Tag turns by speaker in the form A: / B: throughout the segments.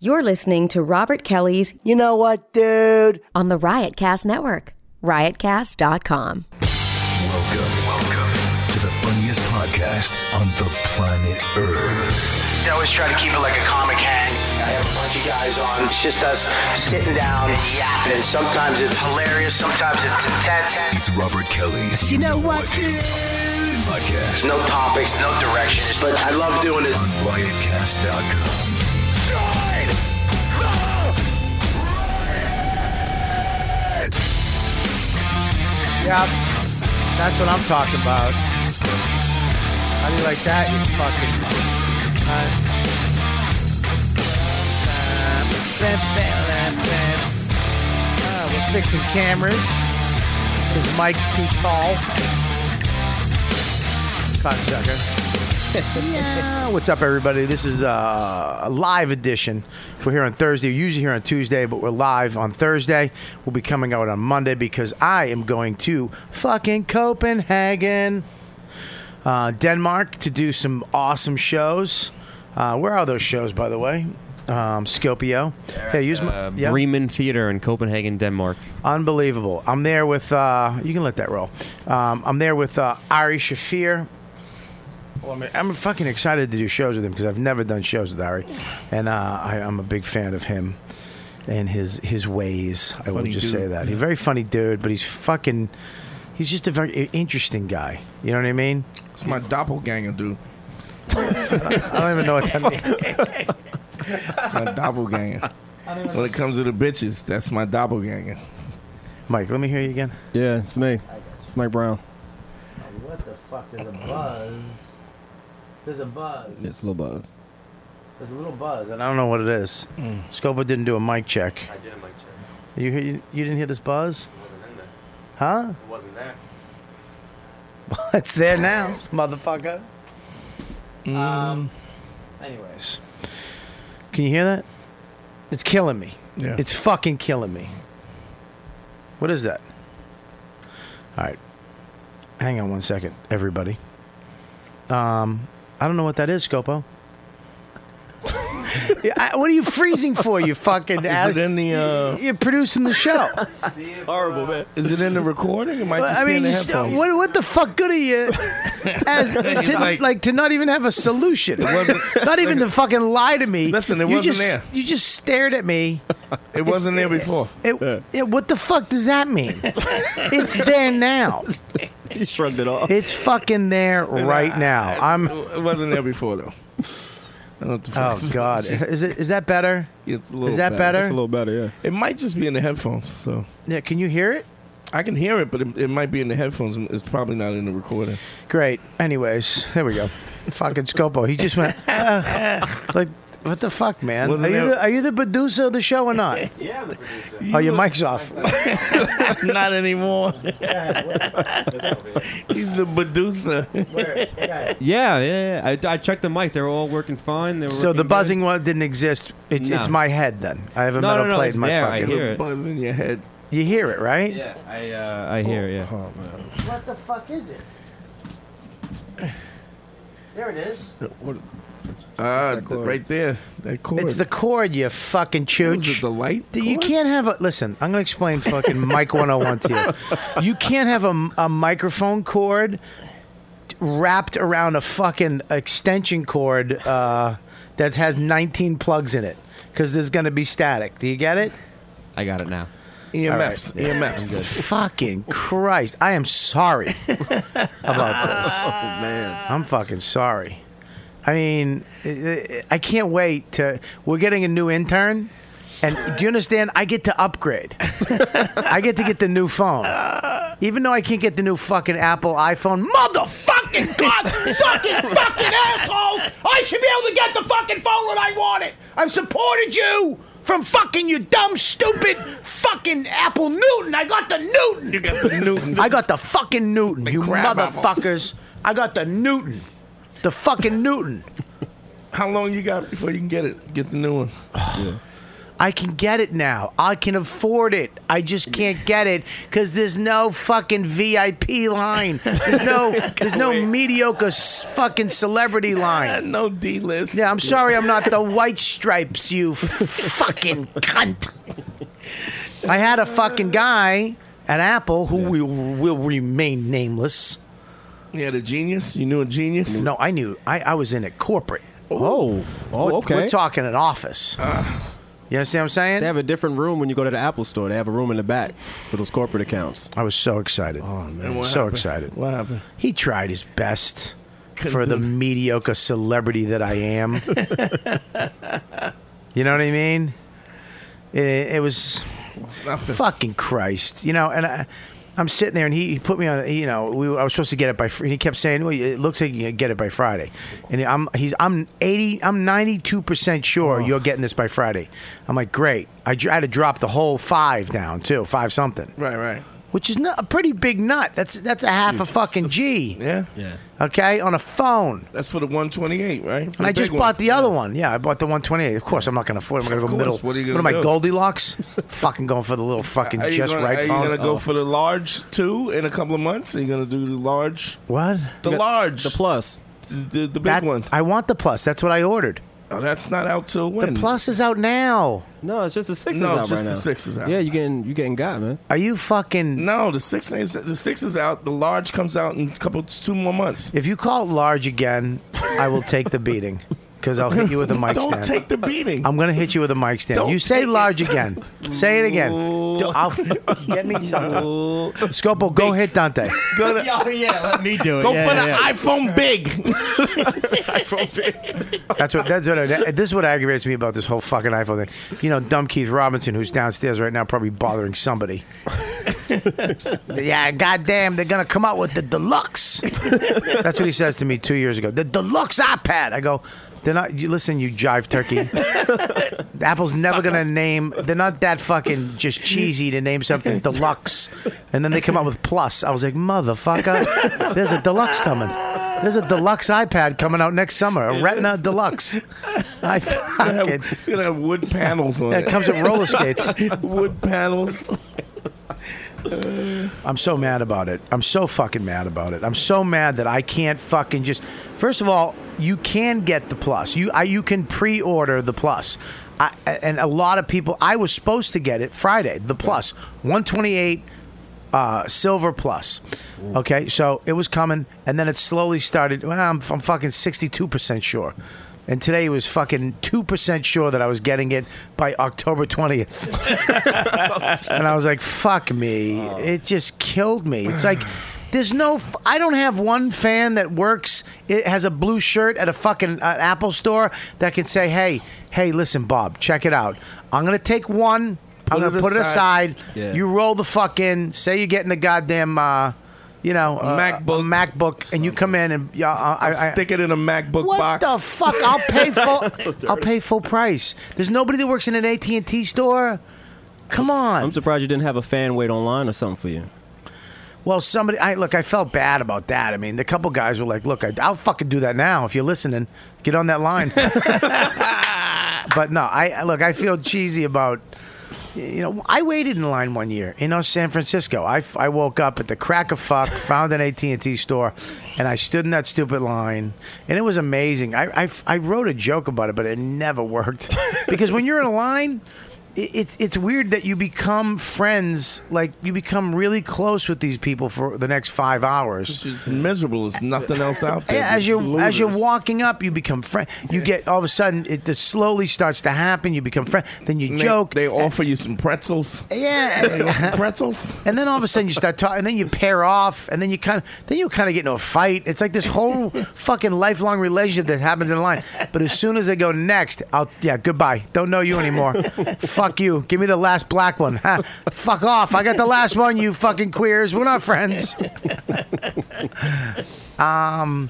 A: You're listening to Robert Kelly's
B: You know what, dude?
A: on the Riotcast Network, riotcast.com.
C: Welcome, welcome to the funniest podcast on the planet Earth.
D: I always try to keep it like a comic hang. I have a bunch of guys on. It's just us sitting down and yapping. And sometimes it's hilarious, sometimes it's intense.
C: It's Robert Kelly's You Know What Dude podcast
D: No topics, no directions, but I love doing it.
C: on riotcast.com.
B: Yep. That's what I'm talking about. How do you like that, you fucking... Uh, we're fixing cameras. His mic's too tall. Cocksucker. yeah. What's up, everybody? This is uh, a live edition. We're here on Thursday. We're usually here on Tuesday, but we're live on Thursday. We'll be coming out on Monday because I am going to fucking Copenhagen, uh, Denmark, to do some awesome shows. Uh, where are those shows, by the way? Um, Skopio. Hey, use my
E: uh,
B: yeah.
E: Bremen Theater in Copenhagen, Denmark.
B: Unbelievable. I'm there with, uh, you can let that roll. Um, I'm there with uh, Ari Shafir. Well, I'm, I'm fucking excited to do shows with him because I've never done shows with Ari. And uh, I, I'm a big fan of him and his, his ways. I will just say that. He's a very funny dude, but he's fucking, he's just a very interesting guy. You know what I mean?
F: It's my doppelganger, dude.
B: I don't even know what that means.
F: It's my doppelganger. When it comes to the bitches, that's my doppelganger.
B: Mike, let me hear you again.
G: Yeah, it's me. It's Mike Brown.
B: What the fuck? There's a buzz. There's a buzz.
G: It's Lil Buzz.
B: There's a little buzz, and I don't know what it is. Scopa didn't do a mic check. I did a mic check. You hear- you, you didn't hear this buzz? It wasn't in there. Huh? It wasn't there. it's there now, motherfucker. Um. Anyways, can you hear that? It's killing me.
F: Yeah.
B: It's fucking killing me. What is that? All right. Hang on one second, everybody. Um, I don't know what that is, Scopo. Yeah, I- what are you freezing for, you fucking
F: Is it
B: ass?
F: in the uh,
B: You're producing the show.
G: Horrible, man.
F: is it in the recording? It might just
B: I
F: be in
B: mean,
F: the
B: you still,
F: headphones.
B: what, what the fuck good are you as to, like,
F: like-
B: to not even have a solution?
F: wasn't-
B: not even to fucking lie to me.
F: Listen, it
B: you
F: wasn't
B: just,
F: there.
B: You just stared at me.
F: it wasn't there before.
B: It, it- what the fuck does that mean? it's there now.
G: He shrugged it off.
B: It's fucking there
F: uh,
B: right now. I'm.
F: It wasn't there before though. I don't know what the fuck
B: Oh
F: is-
B: God, is it is that better?
F: It's a little
B: Is that
F: bad.
B: better?
G: It's a little better,
F: It might just be in the headphones. So
B: Yeah, can you hear it?
F: I can hear it, but it, it might be in the headphones. It's probably not in the recording.
B: Great. Anyways, there we go. Fucking Scopo. He just went "Ugh." like, what the fuck, man? Are
F: Wasn't
B: you
F: it-
B: the, are you the producer of the show or not? Oh, your mic's off.
F: not anymore. He's the producer.
E: Yeah, yeah, yeah. I, I checked the mic. They were all working fine. They were
B: So
E: working
B: the
E: good.
B: buzzing one didn't exist. It, It's
E: No.
B: my head then. I have a
E: No,
B: metal
E: no, no,
B: plate
E: it's
B: in my
E: there. I
B: fucking.
E: hear it.
F: Buzz in your head.
B: You hear it, right?
E: Yeah, I, uh, I hear it, yeah.
B: What the fuck is it? There it is.
F: Ah, th- right there. That cord.
B: It's the cord, you fucking
F: Was
B: chooch.
F: it the light?
B: Dude, You
F: cord?
B: can't have a listen. I'm gonna explain fucking Mike 101 to you. You can't have a, a microphone cord wrapped around a fucking extension cord uh, that has 19 plugs in it because there's gonna be static. Do you get it?
E: I got it now.
F: E EMFs. EMFs.
B: Fucking Christ! I am sorry about this. I'm fucking sorry. I mean, I I can't wait to. We're getting a new intern, and do you understand? I get to upgrade. I get to get the new phone, even though I can't get the new fucking Apple iPhone. Motherfucking god, fucking fucking asshole! I should be able to get the fucking phone when I want it. I've supported you. From fucking you dumb, stupid, fucking Apple Newton. I got the Newton. You got the Newton. I got the fucking Newton, you
F: crab apple.
B: motherfuckers. I got the Newton. The fucking Newton.
F: How long you got before you can get it? Get the new one.
B: I can get it now. I can afford it. I just can't get it because there's no fucking VIP line. There's no there's no mediocre s- fucking celebrity line.
F: no D list.
B: Yeah, I'm sorry, I'm not the white stripes, you f- fucking cunt. I had a fucking guy at Apple who will will remain nameless.
F: You had a genius. You knew a genius.
B: No, I knew. I, I was in it corporate.
G: Oh, oh, okay. Uh.
B: We're talking an office. You understand what I'm saying?
G: They have a different room when you go to the Apple store. They have a room in the back for those corporate accounts.
B: I was so excited. Oh
F: And
B: man,
F: what
B: so
F: happened?
B: excited.
F: What happened?
B: He tried his best
F: Couldn't
B: for
F: do
B: the
F: it.
B: mediocre celebrity that I am. you know what I mean? It, it was
F: Nothing.
B: fucking Christ. You know, and I, I'm sitting there, and he, he put me on. You know, we, I was supposed to get it by. Fr- And he kept saying, "Well, it looks like you can get it by Friday." And I'm he's I'm 80, I'm 92 percent sure you're getting this by Friday. I'm like, great. I, dr- I had to drop the whole five down too, five something
F: Right, right.
B: which is not a pretty big nut. That's that's a half a fucking G.
F: Yeah.
G: Yeah.
B: Okay, on a phone.
F: That's for the 128, right? For
B: And
F: the
B: I just
F: big
B: bought
F: one.
B: the other one. Yeah, I bought the 128. Of course, I'm not going to afford it. I'm going to
F: Of
B: go
F: course,
B: middle.
F: what are you gonna
B: am I,
F: do?
B: Goldilocks? fucking going for the little fucking
F: Are you
B: just
F: gonna,
B: right
F: Are you
B: phone.
F: gonna go
B: Oh.
F: for the large too in a couple of months? Are you gonna do the large?
B: what?
F: The large,
G: The plus.
F: the, the big
B: That-
F: one.
B: I want the plus. That's what I ordered.
F: Oh, that's not out till
B: The
F: when?
B: plus is out now.
G: No, it's just the six
F: No,
G: is out
F: just
G: right
F: the
G: now.
F: six is out.
G: Yeah, you getting you getting got, man.
B: Are you fucking?
F: No, the six is the six is out. The large comes out in a couple two more months.
B: If you call it large again, I will take the beating because I'll hit you with a mic
F: Don't
B: stand.
F: take the beating.
B: I'm gonna hit you with a mic stand.
F: Don't
B: you say
F: take it.
B: large again. Say it again. Do- I'll, get me something. Scopo, go hit Dante.
F: gonna
H: Oh yeah, let me do it.
F: go
H: yeah,
F: for the
H: yeah.
F: iPhone big.
B: That's what. That's what. I, that- this is what aggravates me about this whole fucking iPhone thing. You know, dumb Keith Robinson, who's downstairs right now, probably bothering somebody. yeah, goddamn, they're gonna come out with the deluxe. That's what he says to me two years ago. The deluxe iPad. I go. They're not. You listen, you jive turkey. Apple's never gonna name. They're not that fucking just cheesy to name something deluxe, and then they come out with plus. I was like, motherfucker, there's a deluxe coming. There's a deluxe iPad coming out next summer. A Retina deluxe. I
F: It's gonna
B: fucking.
F: have- It's gonna have wood panels on
B: It
F: it.
B: comes with roller skates.
F: Wood panels.
B: I'm so mad about it. I'm so fucking mad about it. I'm so mad that I can't fucking just. First of all, you can get the plus. You I, you can pre-order the plus. I, and a lot of people. I was supposed to get it Friday. The plus 128 uh, silver plus. Okay, so it was coming, and then it slowly started. Well, I'm, I'm fucking 62 percent sure. And today was fucking two percent sure that I was getting it by October twentieth and I was like, "Fuck me!"
F: Oh.
B: It just killed me. It's like there's no. F- I don't have one fan that works. It has a blue shirt at a fucking uh, Apple store that can say, "Hey, hey, listen, Bob, check it out. I'm gonna take one. I'm
F: Put
B: gonna
F: it
B: put
F: aside."
B: it aside.
G: Yeah.
B: You roll the fuck in. Say you're getting a goddamn." Uh, you know, uh,
F: MacBook.
B: a MacBook, and you come in and yeah, I, I, I
F: Stick it in a MacBook
B: what
F: box.
B: the fuck? I'll pay full. I'll pay full price. There's nobody that works in an AT and T store. Come on.
G: I'm surprised you didn't have a fan wait online or something for you.
B: Well, somebody, I look, I felt bad about that. I mean, the couple guys were like, "Look, I, I'll fucking do that now. If you're listening, get on that line." but no, I I- look, I feel cheesy about. You know, I waited in line one year in uh, San Francisco. I, f- I woke up at the crack of fuck, found an AT and T store, and I stood in that stupid line, and it was amazing. I, I f- I wrote a joke about it, but it never worked because when you're in a line, i- it's it's weird that you become friends, like you become really close with these people for the next five hours.
F: She's miserable. There's nothing else out there.
B: Yeah, as
F: Just
B: you're as you're
F: losers.
B: walking up, you become friend. You get all of a sudden it, it slowly starts to happen. You become friend. Then you
F: And they-
B: joke.
F: They offer you some pretzels.
B: yeah,
F: You want some pretzels?
B: and then all of a sudden you start talking, and then you pair off, and then you kind of then you kind of get into a fight. It's like this whole fucking lifelong relationship that happens in line. But as soon as they go next, I'll yeah, goodbye. Don't know you anymore. Fuck you. Give me the last black one. Ha, Fuck off. I got the last one. You fucking queers. We're not friends. um.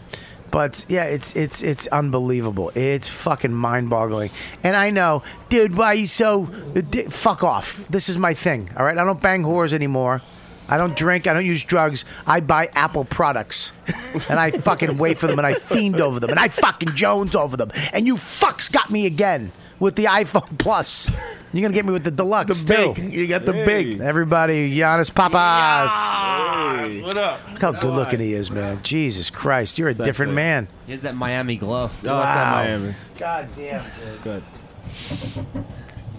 B: But yeah, it's it's it's unbelievable. It's fucking mind-boggling. And I know, dude, why you so uh, di- fuck off? This is my thing. All right, I don't bang whores anymore. I don't drink. I don't use drugs. I buy Apple products, and I fucking wait for them, and I fiend over them, and I fucking Jones over them, and you fucks got me again. with the iPhone Plus. You're gonna get me with the deluxe too.
F: Big. You got the big.
B: Everybody, Giannis Papas.
F: What up?
B: Look how good looking he is, man. Jesus Christ, you're a different
G: Sexy.
B: man.
E: He has that Miami
G: No,
E: glow.
G: it's
B: Wow.
G: not Miami.
B: God damn.
G: It's good.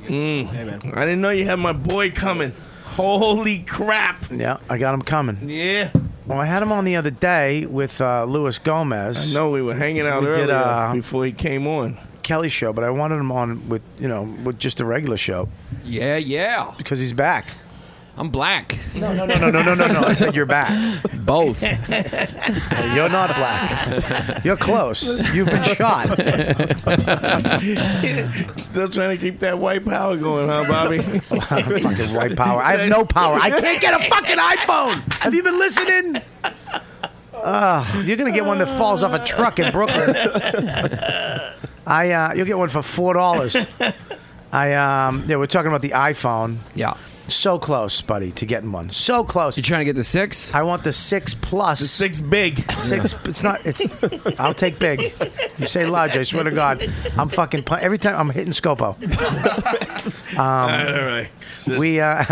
G: Hey, man.
F: I didn't know you had my boy coming. Holy crap.
B: Yeah, I got him coming.
F: Yeah.
B: Well, I had him on the other day with uh, Luis
F: I
B: Gomez,
F: know we were hanging out
B: We
F: earlier
B: did, uh,
F: before he came on.
B: Kelly show, but I wanted him on with you know with just a regular show
H: Yeah, yeah.
B: because he's back.
H: I'm black.
B: No, no, no, no, no, no, no. I said you're back.
H: Both.
B: You're not black. You're close. You've been shot.
F: Still trying to keep that white power going, huh, Bobby?
B: fucking white power. I have no power. I can't get a fucking iPhone. Have you been listening? Oh, you're gonna get one that falls off a truck in Brooklyn. I uh, you'll get one for four dollars. I um yeah, we're talking about the iPhone.
H: yeah.
B: So close, buddy, to getting one. So close.
H: You trying to get the six?
B: I want the six plus.
F: The six big.
B: Six. It's not. It's. I'll take big. You say large. I swear to God, I'm fucking. pun- Every time I'm hitting Scopo.
F: all right, all right.
B: We, uh,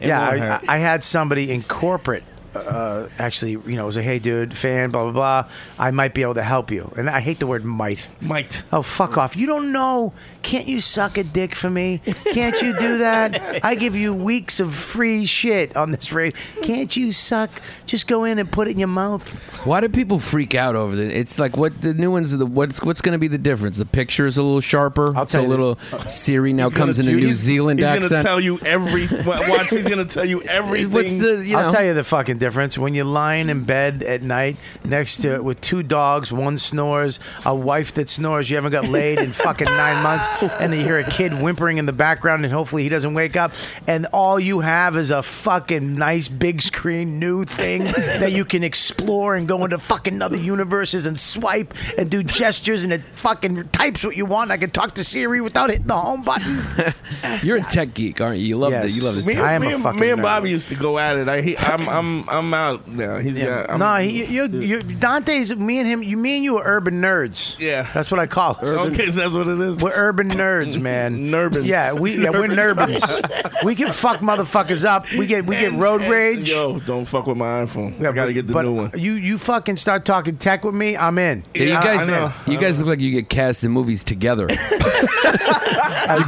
B: yeah, I, I had somebody in corporate. Uh, actually, you know, it was a hey, dude, fan, blah blah blah. I might be able to help you, and I hate the word might.
F: Mike.
B: Oh fuck off! You don't know. Can't you suck a dick for me? Can't you do that? I give you weeks of free shit on this rate. Can't you suck? Just go in and put it in your mouth.
H: Why do people freak out over the? It's like what the new ones. are The what's what's going to be the difference? The picture is a little sharper.
B: I'll
H: it's
B: tell
H: a
B: you
H: little Siri now
F: He's gonna
H: comes in a
F: do-
H: New
F: he's-
H: Zealand
F: he's gonna
H: accent.
F: tell you every. wa- Watch, he's gonna tell you everything.
H: what's the? You know,
B: I'll tell you the fucking difference. When you're lying in bed at night next to with two dogs, one snores, a wife that snores, you haven't got laid in fucking nine months, and then you hear a kid whimpering in the background, and hopefully he doesn't wake up, and all you have is a fucking nice big screen new thing that you can explore and go into fucking other universes and swipe and do gestures and it fucking types what you want. I can talk to Siri without hitting the home button.
H: you're a tech geek, aren't you? You love
B: Yes.
H: the you love the
F: Me,
H: tech.
F: and-
B: I am
F: me
B: a
F: and-
B: fucking
F: me and
B: nerd.
F: Bobby used to go at it. I, he, I'm, I'm, I'm out now. He's yeah. I'm,
B: no, he, you, you, Dante's me and him. You, me and you are urban nerds.
F: Yeah.
B: that's what I call us.
F: Okay, so that's what it is.
B: We're urban nerds, man.
F: Nurbans.
B: Yeah, we yeah, we're nurbans. we can fuck motherfuckers up. We get we get road
F: And-
B: rage.
F: Yo, don't fuck with my iPhone.
B: Yeah,
F: I gotta
B: but-
F: get the
B: but
F: new one.
B: You you fucking start talking tech with me, I'm in.
H: Yeah, you
F: Yeah,
H: guys,
F: I know.
H: you guys look like you get cast in movies together. you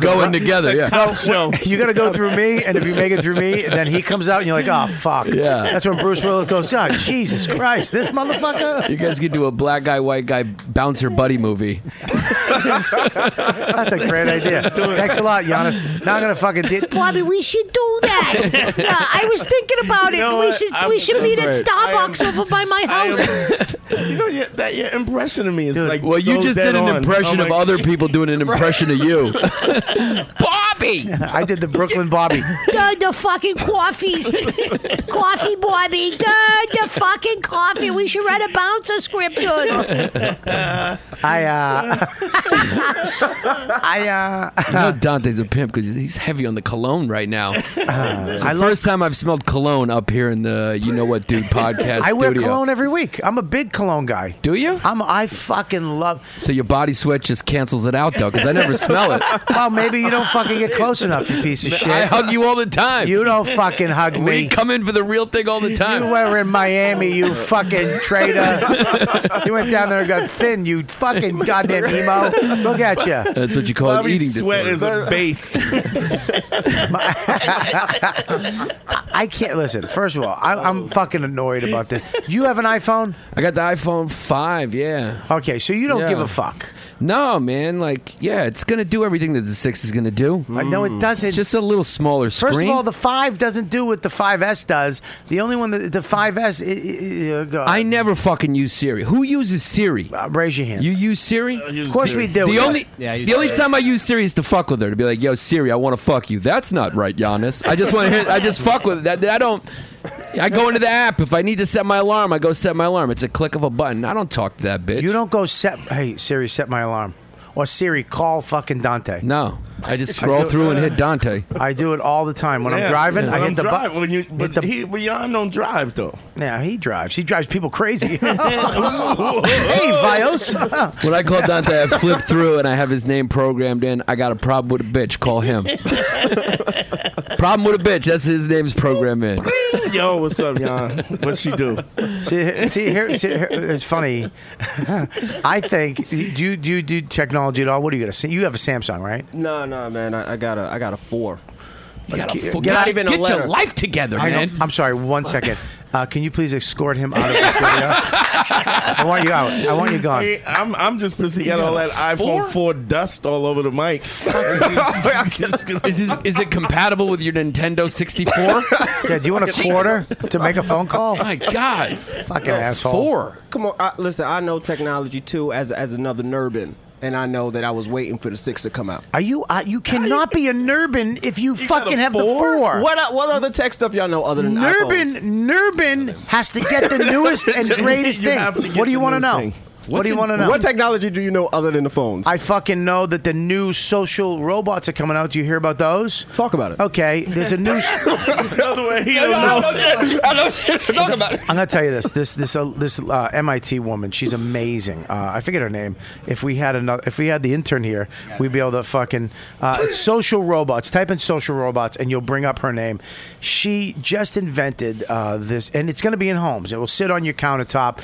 H: go in together, yeah.
F: Cop show.
B: You gotta go through me, and if you make it through me, then he comes out, and you're like, oh fuck.
H: Yeah.
B: That's when Bruce Willis goes, oh Jesus Christ, this motherfucker.
H: You guys could do a black guy, white guy bouncer buddy movie.
B: That's a great idea. Thanks a lot, Giannis. Now I'm gonna fucking. di-
I: Bobby, we should do that. Yeah, I was thinking about
F: know
I: it. We
F: what?
I: should
F: I'm
I: we should meet at
F: great.
I: Starbucks
F: I am-
I: over by my
F: I
I: house.
F: am- you know your, that your impression of me is like.
H: Well, you
F: so
H: just
F: dead
H: did an
F: on.
H: impression
F: Oh
H: of
F: my-
H: other people doing an impression of you. Bobby!
B: I did the Brooklyn Bobby.
I: Turn the fucking coffee, coffee, Bobby. Turn the fucking coffee. We should write a bouncer script. Dude.
B: I uh, I uh,
H: You know Dante's a pimp because he's heavy on the cologne right
B: Uh,
H: now. it's the first time I've smelled cologne up here in the You Know What Dude podcast
B: I
H: studio.
B: wear cologne every week. I'm a big cologne guy.
H: Do you?
B: I'm I fucking love.
H: So your body sweat just cancels it out though because I never smell it.
B: Well, oh, maybe you don't fucking get close enough, you piece of
H: I
B: shit.
H: hug you all the time.
B: You don't fucking hug
H: we
B: me.
H: come in for the real thing all the
B: You
H: time.
B: were in Miami, you fucking traitor. You went down there and got thin, you fucking goddamn emo. Look at you.
H: That's what you call an eating
F: Bobby's sweat
H: disorder.
F: is a base.
B: I can't listen. First of all, I, I'm fucking annoyed about this. You have an iPhone?
H: I got the iPhone five. Yeah.
B: Okay, so you don't
H: Yeah.
B: give a fuck.
H: No, man. Like, yeah, it's gonna do everything that the six is gonna do.
B: I know it doesn't.
H: It's just a little smaller screen.
B: First of all, the five doesn't do what the 5S does. The only one that the 5S. i- i- i- go-
H: I never fucking use Siri. Who uses Siri?
B: Uh, raise your hands.
H: You use Siri?
B: of course we do.
H: The only
E: Yeah, you
H: the only time I use Siri is to fuck with her to be like, "Yo, Siri, I want to fuck you." That's not right, Giannis. I just want to. I just fuck with that. I don't. I go into the app if I need to set my alarm. I go set my alarm. It's a click of a button. I don't talk to that bitch.
B: You don't go set. Hey Siri, set my alarm. Or Siri, call fucking Dante.
H: No. I just scroll
B: do-
H: through and hit Dante.
B: I do it all the time when
F: Yeah,
B: I'm driving.
F: when
B: I hit
F: I'm
B: the
F: drive-
B: button.
F: when you,
B: hit
F: but
B: the-
F: he, but Jan don't drive though.
B: Now he drives. He drives people crazy. hey, Viosa.
H: When I call Dante, I flip through and I have his name programmed in. I got a problem with a bitch. Call him. problem with a bitch. That's his name's programmed in.
F: Yo, what's up, Jan? What she do?
B: see, see, here, see, here, it's funny. I think. Do you do you do technology at all? What do you got? A, Sa- you have a Samsung, right?
G: No, no, man. I, I got a, I got a four.
B: Get,
H: Fuck,
B: get
G: Not
B: out-
G: even a
H: Get your
G: letter.
H: life together,
B: I
H: man.
B: don't- I'm sorry. One second. Uh, can you please escort him out of the studio? I want you out. I want you gone.
F: Hey, I'm I'm just pissed he got all that
H: four?
F: iPhone 4 dust all over the mic. I'm just gonna-
H: Is, this, is it compatible with your Nintendo 64?
B: Yeah, do you want a quarter to make a phone call?
H: My God.
B: Fucking asshole.
H: Four.
G: Come on, I, listen. I know technology too, as as another nerdin, and I know that I was waiting for the six to come out.
B: Are you? Uh, you cannot be a Nurbin if you, fucking have the four.
G: What o- what other tech stuff y'all know other than
B: Nurbin,
G: iPhones?
B: Nurbin has to get the newest and greatest
F: You
B: thing.
F: have to get
B: What do you
F: the
B: want to
F: newest
B: know?
F: thing.
B: what
H: What's
B: do you
H: in-
B: want to know?
G: What technology do you know other than the phones?
B: I fucking know that the new social robots are coming out. Do you hear about those?
G: Talk about it.
B: Okay, there's a new.
F: Another way he don't know.
H: I know shit. Talk about it.
B: I'm gonna tell you this. This this uh, this uh, MIT woman. She's amazing. Uh, I forget her name. If we had another, if we had the intern here, we'd be able to fucking uh, it's social robots. Type in social robots, and you'll bring up her name. She just invented uh, this, and it's gonna be in homes. It will sit on your countertop,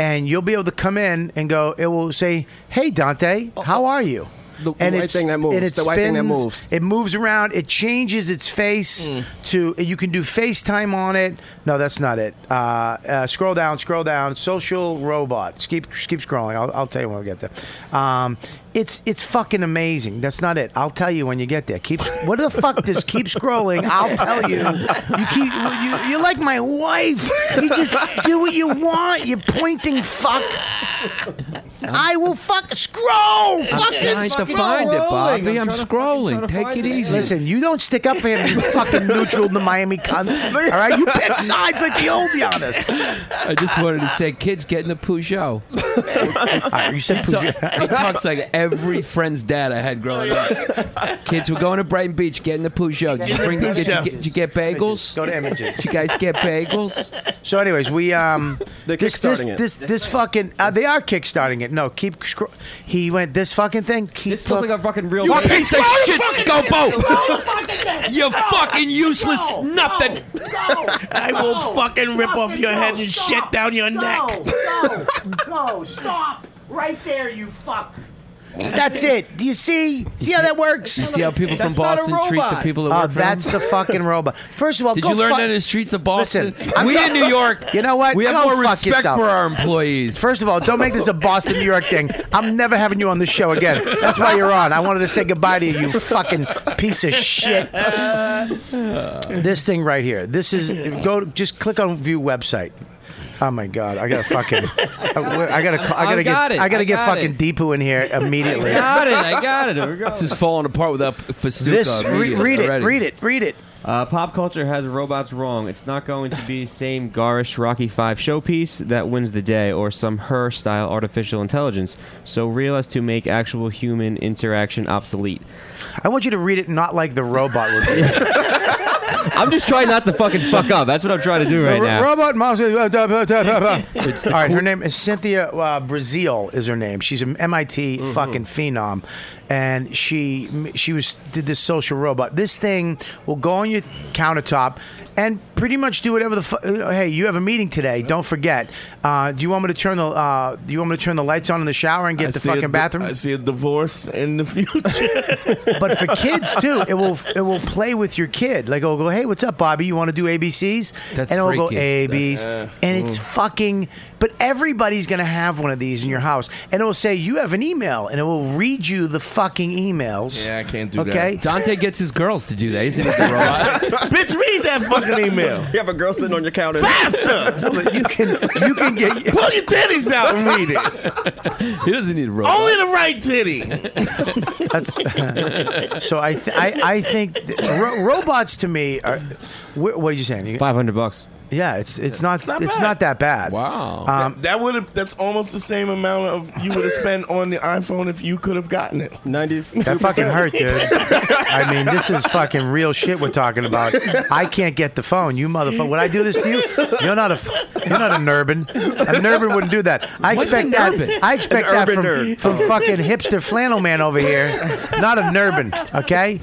B: and you'll be able to come in and go. It will say, "Hey, Dante, how are you?"
G: The
B: and
G: white
B: it's-
G: thing that moves.
B: And it
G: The white thing that
B: spins,
G: moves. Mm.
B: It moves around. It changes its face to. You can do FaceTime on it. No, that's not it. Uh, uh, scroll down. Scroll down. Social robot. Keep keep scrolling. I'll, I'll tell you when we get there. Um, it's it's fucking amazing. That's not it. I'll tell you when you get there. Keep. What the fuck does keep scrolling? I'll tell you. You keep. You, you're like my wife. You just do what you want. You pointing fuck. I will fuck scroll. Fucking
H: Trying to find it, Bobby. I'm, scrolling. Take it easy.
B: Listen, you don't stick up for him, you fucking neutral the Miami cunt. All right, you pick sides like the old Giannis.
H: I just wanted to say, kids getting a Peugeot.
B: All right, you said
H: So,
B: Peugeot.
H: he talks like every friend's dad I had growing up. Kids were going to Brighton Beach, getting the Peugeot. Did you, bring, did you, get, did you get bagels?
B: Go to images.
H: Did you guys get bagels?
B: So, anyways, we um,
G: They're
B: this this,
G: kickstarting it.
B: this this fucking uh, they are kickstarting it. No, keep scro- he went this fucking thing. Keep
E: This looks
B: look-
E: like a fucking real.
H: You piece of shit, Scopo! You fucking useless nothing!
F: I will fucking rip off your head and shit down your neck.
I: Go, go, stop right there, you fuck.
B: that's it. Do you see? See how that works?
H: You see how people from Boston treat the people that
B: Oh,
H: work for
B: that's
H: them?
B: the fucking robot. First of all,
H: Did
B: go
H: you learn
B: fuck-
H: that in the streets of Boston?
B: Listen, I'm
H: we
B: go-
H: in New York,
B: You know what?
H: We have
B: Go
H: more
B: fuck
H: respect
B: yourself.
H: for our employees.
B: First of all, don't make this a Boston, New York thing. I'm never having you on this show again. That's why you're on. I wanted to say goodbye to you, you fucking piece of shit. This thing right here. This is go. Just click on view website. Oh my god! I gotta fucking. I gotta. I gotta
E: I
B: get.
E: got it.
B: I gotta
E: I
B: get
E: got
B: fucking
E: it.
B: Deepu in here immediately.
E: got it. I got it. Here we go.
H: this is falling apart without Festuca.
B: This. Re-
H: media
B: read it.
H: already.
B: Read it. Read it.
E: Uh, pop culture has robots wrong. It's not going to be the same garish Rocky Five showpiece that wins the day, or some her-style artificial intelligence, so real as to make actual human interaction obsolete.
B: I want you to read it, not like the robot would. Be.
E: I'm just trying not to fucking fuck up. That's what I'm trying to do right now.
B: Robot mouse. uh, All right, her name is Cynthia uh, Brazil. Is her name? She's an MIT
F: Mm-hmm.
B: fucking phenom, and she she was did this social robot. This thing will go on your countertop and pretty much do whatever the. Fu- uh, hey, you have a meeting today. Don't forget. Uh, do you want me to turn the uh, Do you want me to turn the lights on in the shower and get
F: I
B: the
F: see a
B: fucking
F: di-
B: bathroom?
F: I see a divorce in the future.
B: but for kids too, it will it will play with your kid. Like it'll go, hey, what's up, Bobby? You want to do ABCs?
H: That's
B: and it'll go
H: freaky. Mm.
B: ABs, and it's fucking. But everybody's gonna have one of these in your house, and it will say you have an email, and it will read you the fucking emails.
F: Yeah, I can't do that.
B: Okay.
H: Dante gets his girls to do that. He's into the robot.
F: Bitch, read that fucking email.
G: you have a girl sitting on your counter.
B: No, but you can you can get
F: Pull your titties out and read it.
H: He doesn't need a robot.
F: Only the right titty.
B: so I th- I, I think th- ro- robots to me are wh- what are you saying You-
E: Five hundred bucks.
B: Yeah, it's it's not it's
F: not
B: not,
F: bad.
B: that bad.
H: Wow.
B: Um,
F: That would have. That's almost the same amount of you would have spent on the iPhone if you could have gotten it.
G: Ninety.
B: that fucking hurt, dude. I mean, this is fucking real shit we're talking about. I can't get the phone, you motherfucker. Would I do this to you? You're not a f- you're not a nurbin. A nurbin wouldn't do that. I
H: What's
B: expect
H: a
B: that.
H: nurbin?
B: I expect
G: An
B: that
G: urban
B: from
G: nerd. Oh.
B: from fucking hipster flannel man over here. Not a nurbin, okay?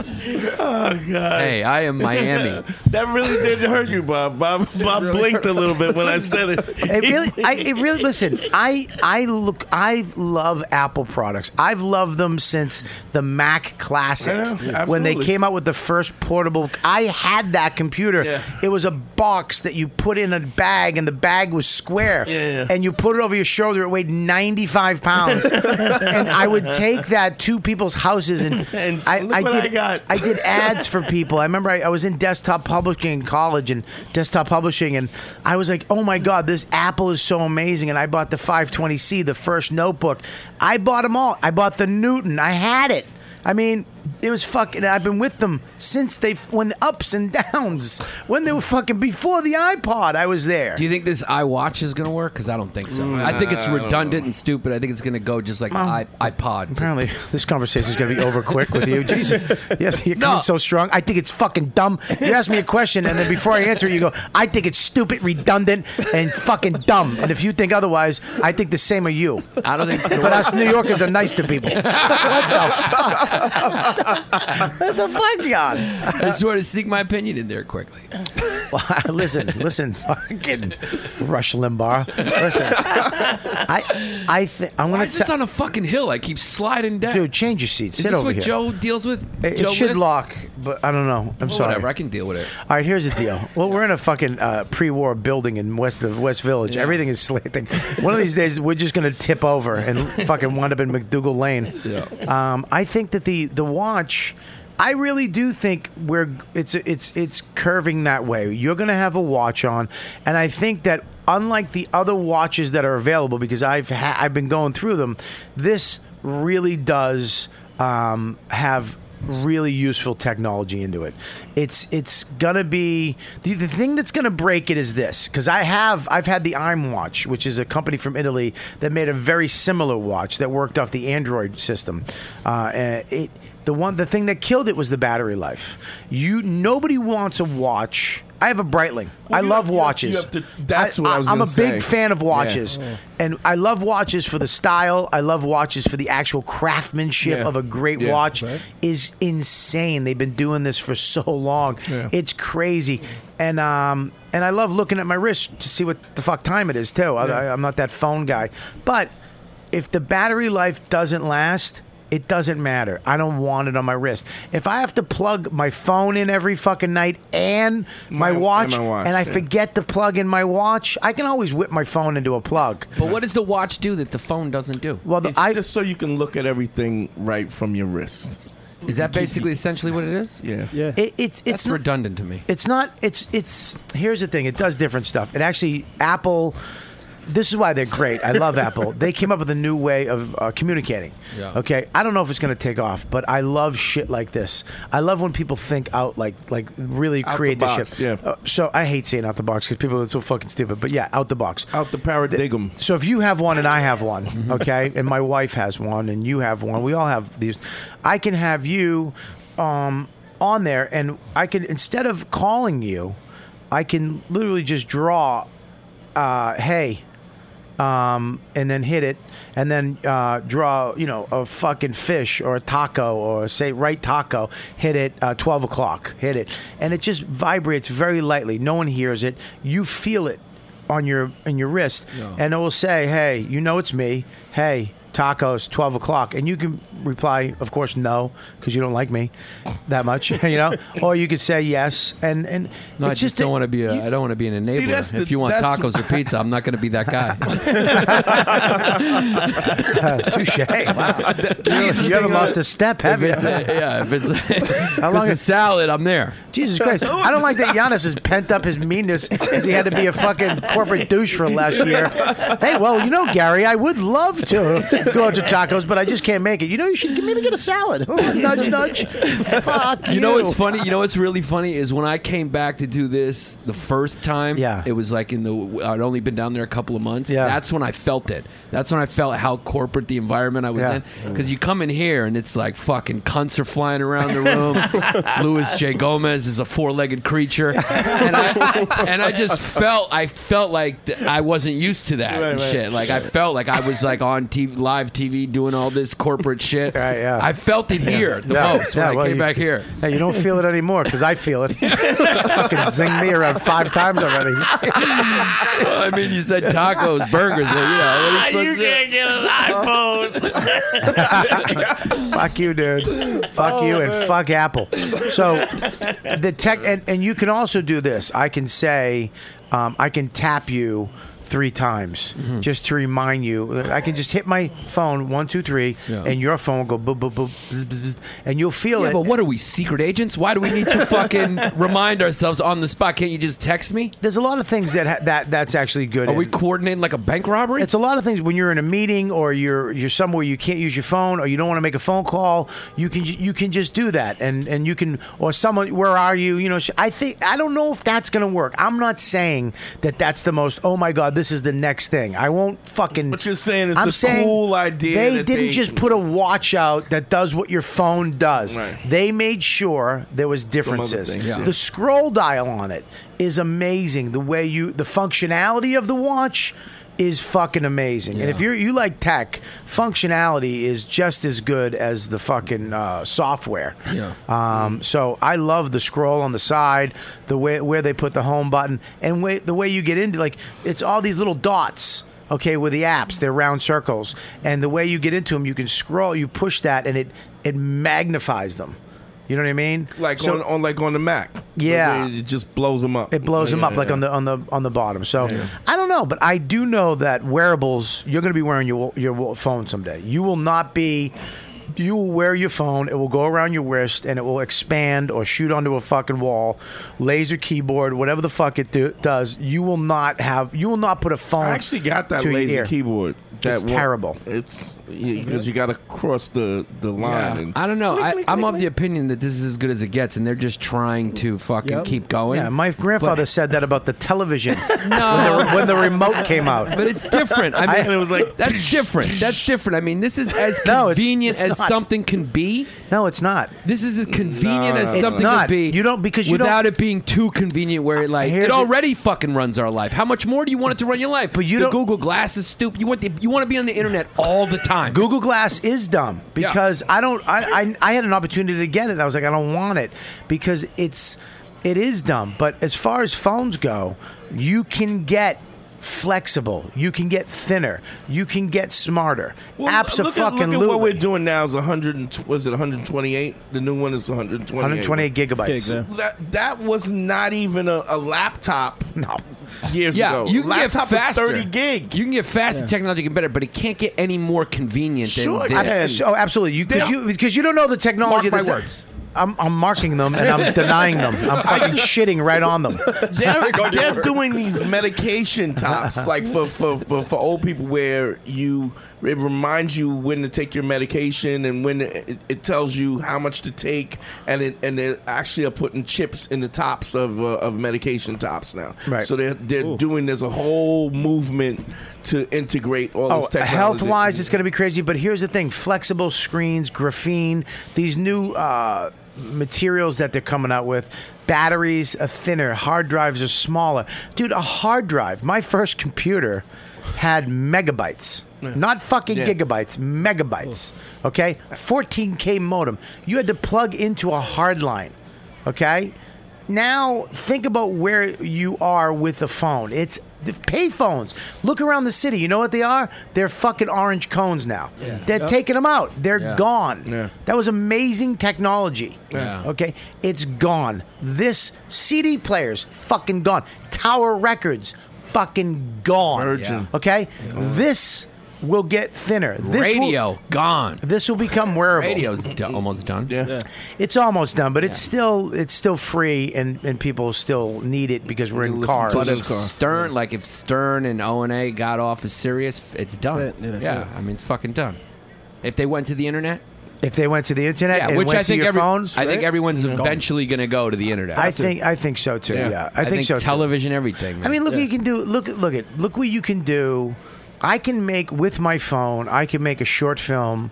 H: Hey, I am Miami.
F: That really did hurt you, Bob. Bob, Bob blinked a little bit when I said it.
B: It really, I, it really. Listen, I, I look, I love Apple products. I've loved them since the Mac Classic
F: I know,
B: when they
F: absolutely.
B: came out with the first portable. I had that computer.
F: Yeah.
B: It was a box that you put in a bag, and the bag was square.
F: Yeah, yeah.
B: And you put it over your shoulder. It weighed ninety five pounds, and I would take that to people's houses, and,
F: And look what I got.
B: I did ads for people. I remember I, I was in desktop publishing in college and desktop publishing, and I was like, oh my God, this Apple is so amazing. And I bought the 520C, the first notebook. I bought them all. I bought the Newton. I had it. I mean, it was fucking. I've been with them since they when the ups and downs when they were fucking before the iPod. I was there.
H: Do you think this iWatch is going to work? Because I don't think so. I think it's redundant and stupid. I think it's going to go just like the i iPod.
B: Apparently, this conversation is going to be over quick with you. Jesus. Yes, you're
H: No.
B: coming so strong. I think it's fucking dumb. You ask me a question, and then before I answer it, you go, I think it's stupid, redundant, and fucking dumb. And if you think otherwise, I think the same of you.
H: I don't think it's going to
B: But
H: work.
B: us New Yorkers are nice to people. What the fuck? What the fuck, Jan?
H: I just wanted to sneak my opinion in there quickly.
B: Well, listen, listen, fucking Rush Limbaugh. Listen, I, I think I'm
H: Why
B: going
H: is this
B: to.
H: on a fucking hill? I keep sliding down.
B: Dude, change your seat.
H: is
B: Sit
H: this
B: over
H: what
B: here.
H: Joe deals with?
B: it
H: Joe
B: it should
H: List?
B: lock, but I don't know. I'm
H: Oh,
B: sorry.
H: Whatever, I can deal with it.
B: All right, here's the deal. Well, we're in a fucking uh, pre-war building in West the West Village.
H: Yeah.
B: Everything is slanting. One of these days, we're just gonna tip over and fucking wind up in McDougal Lane. Yeah. Um, I think that the the watch. I really do think we're it's it's it's curving that way. You're gonna have a watch on, and I think that unlike the other watches that are available, because I've ha- I've been going through them, this really does um, have really useful technology into it. It's it's gonna be the, the thing that's gonna break it is this because I have I've had the I'm watch, which is a company from Italy that made a very similar watch that worked off the Android system. Uh, and it the one the thing that killed it was the battery life. You nobody wants a watch. I have a Breitling. I love
F: you have- you have-
B: watches.
F: you have to- that's what I was
B: I'm a
F: gonna
B: big
F: say.
B: fan of
F: Yeah.
B: watches, and I love watches for the style. I love watches for the actual craftsmanship
F: Yeah.
B: of a great
F: Yeah.
B: watch
F: Right.
B: is insane. They've been doing this for so long.
F: Yeah.
B: It's crazy. And um and I love looking at my wrist to see what the fuck time it is too. I, I'm not that phone guy. But if the battery life doesn't last, it doesn't matter. I don't want it on my wrist. If I have to plug my phone in every fucking night and my,
F: My- and
B: watch,
F: my
B: and
F: watch,
B: I
F: yeah.
B: forget to plug in my watch, I can always whip my phone into a plug.
H: But what does the watch do that the phone doesn't do?
B: Well, the,
F: It's
B: I
F: just so you can look at everything right from your wrist.
H: Is that basically essentially what it is?
F: Yeah.
G: Yeah.
B: it, it's
H: It's
B: it's
H: redundant to me.
B: It's not. It's it's. Here's the thing. It does different stuff. It actually Apple. This is why they're great. I love Apple. They came up with a new way of uh, communicating.
H: Yeah.
B: Okay. I don't know if it's going to take off, but I love shit like this. I love when people think out like like really
F: Out the
B: create this
F: box,
B: shit.
F: yeah.
B: Uh, so I hate saying out the box because people are so fucking stupid. But yeah, out the box.
F: Out the paradigm.
B: So if you have one and I have one, okay, and my wife has one and you have one, we all have these. I can have you um, on there, and I can instead of calling you, I can literally just draw. Uh, hey. Um, and then hit it, and then uh, draw, you know, a fucking fish or a taco or say right taco. Hit it, uh, twelve o'clock. Hit it, and it just vibrates very lightly. No one hears it. You feel it on your in your wrist, and it will say, "Hey, you know it's me. Hey, tacos, twelve o'clock." And you can reply, "Of course, no, because you don't like me that much," you know. or you could say yes, and and
H: No, I
B: it's
H: just, don't
B: a-
H: want to be a.
B: you-
H: I don't want to be an
F: See,
H: enabler.
F: that's the-
H: if you want
F: that's-
H: tacos or pizza, I'm not going to be that guy.
B: touche. Wow, you haven't lost a step, have you?
H: yeah, if it's, if
B: long
H: it's a
B: is-
H: salad, I'm there.
B: Jesus Christ. I don't like that Giannis has pent up his meanness because he had to be a fucking corporate douche for last year. Hey, well, you know, Gary, I would love to gorgeous tacos, but I just can't make it. You know, you should maybe get a salad. Ooh, nudge, nudge. Fuck.
H: You know what's funny? You know what's really funny is when I came back to do this the first time.
B: Yeah.
H: it was like in the I'd only been down there a couple of months.
B: Yeah.
H: that's when I felt it. That's when I felt how corporate the environment I was
B: Yeah.
H: in. Because you come in here and it's like fucking cunts are flying around the room. Louis J Gomez is a four-legged creature, and I, and I just felt I felt like th- I wasn't used to that and shit. Like I felt like I was like on TV, live TV doing all this corporate shit.
B: Right, yeah.
H: I felt it here the
B: Yeah,
H: most when
B: yeah,
H: I
B: well,
H: came
B: you-
H: back here.
B: Yeah, you don't feel it anymore because I feel it. Fucking zing me around five times already.
H: I mean, you said tacos, burgers. Well, you know, what are you supposed to do?
B: fuck you, dude. Fuck
H: Oh,
B: you and fuck Apple. So the tech and, and you can also do this. I can say, um, I can tap you three times
H: Mm-hmm.
B: just to remind you. I can just hit my phone one two three,
H: Yeah.
B: and your phone will go boop boop boop, bzz, bzz, bzz, and you'll feel
H: Yeah,
B: it.
H: but what are we, secret agents? Why do we need to fucking remind ourselves on the spot? Can't you just text me?
B: There's a lot of things that ha- that that's actually good.
H: Are we
B: in-
H: coordinating like a bank robbery?
B: It's a lot of things when you're in a meeting or you're you're somewhere you can't use your phone or you don't want to make a phone call. You can ju- you can just do that and and you can or someone where are you? You know, sh- I think I don't know if that's gonna work. I'm not saying that that's the most. Oh my god, this is the next thing. I won't fucking.
F: But you're saying it's
B: I'm
F: a cool idea
B: They
F: that
B: didn't
F: they-
B: just put a watch out that does what your phone does.
F: Right.
B: They made sure there was
F: other
B: differences.
F: things, yeah.
B: The scroll dial on it is amazing. The way you, the functionality of the watch is fucking amazing. And if you're you like tech, functionality is just as good as the fucking uh, software.
H: Yeah.
B: Um, so I love the scroll on the side, the way where they put the home button, and way, the way you get into like it's all these little dots. Okay, with the apps, they're round circles, and the way you get into them, you can scroll, you push that, and it it magnifies them. You know what I mean?
F: like
B: So-
F: on, on like on the Mac.
B: Yeah.
F: it just blows them up.
B: it blows them up
F: Yeah,
B: like
F: yeah.
B: on the on the on the bottom. So I don't know, but I do know that wearables you're going to be wearing your your phone someday. You will not be. You will wear your phone. It will go around your wrist and it will expand or shoot onto a fucking wall, laser keyboard, whatever the fuck it do, does. You will not have. You will not put a phone.
F: I actually got that
B: to your
F: laser
B: ear.
F: keyboard. That
B: It's terrible.
F: It's because you got to cross the the line. And
H: I don't know. I, I'm of the opinion that this is as good as it gets, and they're just trying to fucking keep going.
B: Yeah, my grandfather
H: But-
B: said that about the television
H: No.
B: when, the, when the remote came out.
H: But it's different. I mean,
B: And it was like-
H: that's different. That's different. I mean, this is as
B: No, it's-
H: convenient
B: it's
H: as
B: not.
H: something can be.
B: No, it's not.
H: This is as convenient
F: No,
H: as
F: it's
H: something
B: not.
H: could be.
B: You don't- because you don't-
H: without it being too convenient, where it like
B: Here's
H: it
B: the-
H: already fucking runs our life. How much more do you want it to run your life?
B: But you
H: the
B: don't-
H: Google Glass is stupid. You want the, you want to be on the internet all the time.
B: Google Glass is dumb
H: Yeah.
B: because I don't. I, I I had an opportunity to get it. and I was like, I don't want it because it's it is dumb. But as far as phones go, you can get flexible. You can get thinner. You can get smarter.
F: Well,
B: Apps
F: look at,
B: fucking
F: look at what we're doing now is 100. And, tw- was it 128? The new one is 128.
B: 128 gigabytes.
G: yeah.
F: That that was not even a, a laptop
B: No.
F: years
H: yeah,
F: ago.
H: you can
F: laptop
H: get faster.
F: is 30 gig.
H: You can get faster technology can get better, but it can't get any more convenient
F: Sure,
H: than
F: I-
H: this.
B: Ab- so- oh, absolutely. You because
F: They-
B: you because you don't know the technology.
H: Mark
B: that's-
H: my words.
B: I'm, I'm marking them and I'm denying them. I'm fucking shitting right on them.
F: they're, they're doing these medication tops like for, for, for, for old people where you it reminds you when to take your medication and when it, it tells you how much to take and it, and they actually are putting chips in the tops of uh, of medication tops now
B: Right.
F: so they're they're doing there's a whole movement to integrate all
B: Oh,
F: this technology
B: Health wise, it's going to be crazy. But here's the thing flexible screens, graphene, these new uh, materials that they're coming out with. Batteries are thinner, hard drives are smaller. Dude, a hard drive, my first computer had megabytes. Not fucking
F: Yeah.
B: gigabytes, megabytes. Okay? 14K modem. You had to plug into a hard line. Okay? Now think about where you are with the phone. It's the payphones. Look around the city. You know what they are? They're fucking orange cones now. They're taking them out. They're
H: Yeah.
B: gone.
F: Yeah.
B: That was amazing technology.
H: Yeah.
B: Okay, it's gone. This CD players fucking gone. Tower Records fucking gone.
F: Virgin.
B: Okay, this will get thinner. This
H: Radio
B: Will,
H: gone.
B: this will become wearable.
H: Radio's do- almost done.
F: Yeah.
B: It's almost done, but it's still it's still free, and, and people still need it because we're in
F: listen
B: cars.
F: to
H: But if
F: Business car.
H: Stern, like if Stern and O and A got off as serious, it's done.
G: it. Yeah, that's
H: yeah,
G: it.
H: I mean it's fucking done. If they went to the internet,
B: If they went to the internet
H: yeah,
B: and
H: which
B: went
H: I think
B: to your
H: every,
B: phone,
H: I think everyone's eventually going to go to the internet.
B: I think I think so too. Yeah,
F: Yeah.
B: I, think, so. too.
H: Television, everything.
B: I mean, look what you can do. Look, look at look what you can do. I can make with my phone. I can make a short film.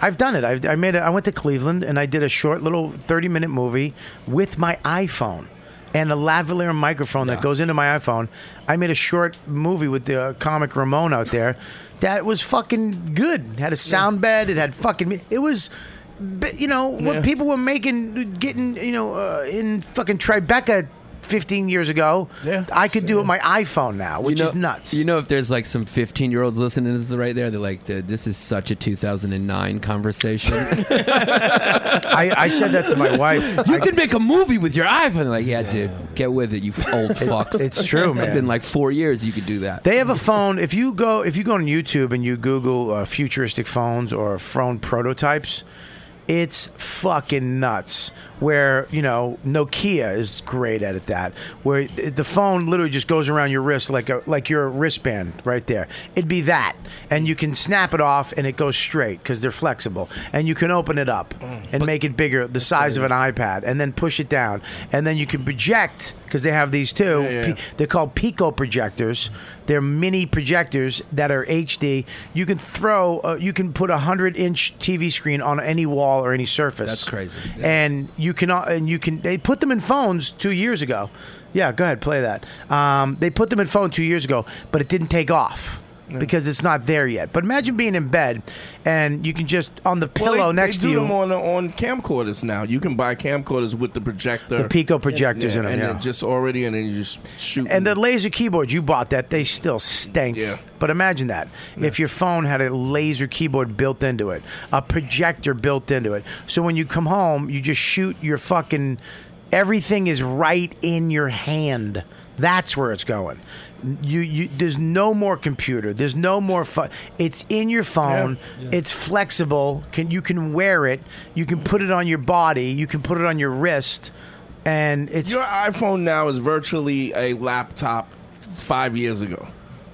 B: I've done it. I've, I made. A, I went to Cleveland and I did a short little thirty-minute movie with my iPhone and a lavalier microphone that goes into my iPhone. I made a short movie with the uh, comic Ramon out there. That was fucking good. It had a sound bed. It had fucking. mu- It was. bi- You know what
F: Yeah.
B: people were making, getting you know uh, in fucking Tribeca, fifteen years ago.
F: Yeah.
B: I could do it with my iPhone now, which
H: you know,
B: is nuts.
H: You know, if there's like some 15 year olds listening to this right there, they're like, "Dude, "This is such a 2009 conversation."
B: I, I said that to my wife.
H: you
B: I-
H: could make a movie with your iPhone. They're like, yeah, dude, get with it, you old fucks.
B: it's true,
H: It's
B: man.
H: been like four years. You could do that.
B: They have a phone. If you go, if you go on YouTube and you Google uh, futuristic phones or phone prototypes, it's fucking nuts. Where you know Nokia is great at it. That where th- the phone literally just goes around your wrist like a like your wristband right there. It'd be that, and you can snap it off and it goes straight because they're flexible, and you can open it up and make it bigger, the size of an iPad, and then push it down, and then you can project because they have these too.
F: Yeah, yeah.
B: P- they're called Pico projectors. They're mini projectors that are HD. You can throw, uh, you can put a hundred inch TV screen on any wall or any surface.
H: That's crazy.
B: And you can, al- and you can. They put them in phones two years ago. Yeah, go ahead, play that. Um, they put them in phone two years ago, but it didn't take off. Because it's not there yet. But imagine being in bed and you can just on the pillow
F: Well, they-
B: next
F: they do
B: to you,
F: Them on, on camcorders now. You can buy camcorders with the projector,
B: the Pico projectors
F: yeah,
B: in them.
F: and
B: yeah.
F: then just already, and then you just shoot.
B: And the laser keyboards you bought that they still stink.
F: Yeah.
B: But imagine that if your phone had a laser keyboard built into it, a projector built into it. So when you come home, you just shoot your fucking everything is right in your hand. That's where it's going. You, you there's no more computer. There's no more fu- it's in your phone. It's flexible. Can you can wear it. You can put it on your body. You can put it on your wrist. And it's
F: your iPhone now is virtually a laptop. Five years ago,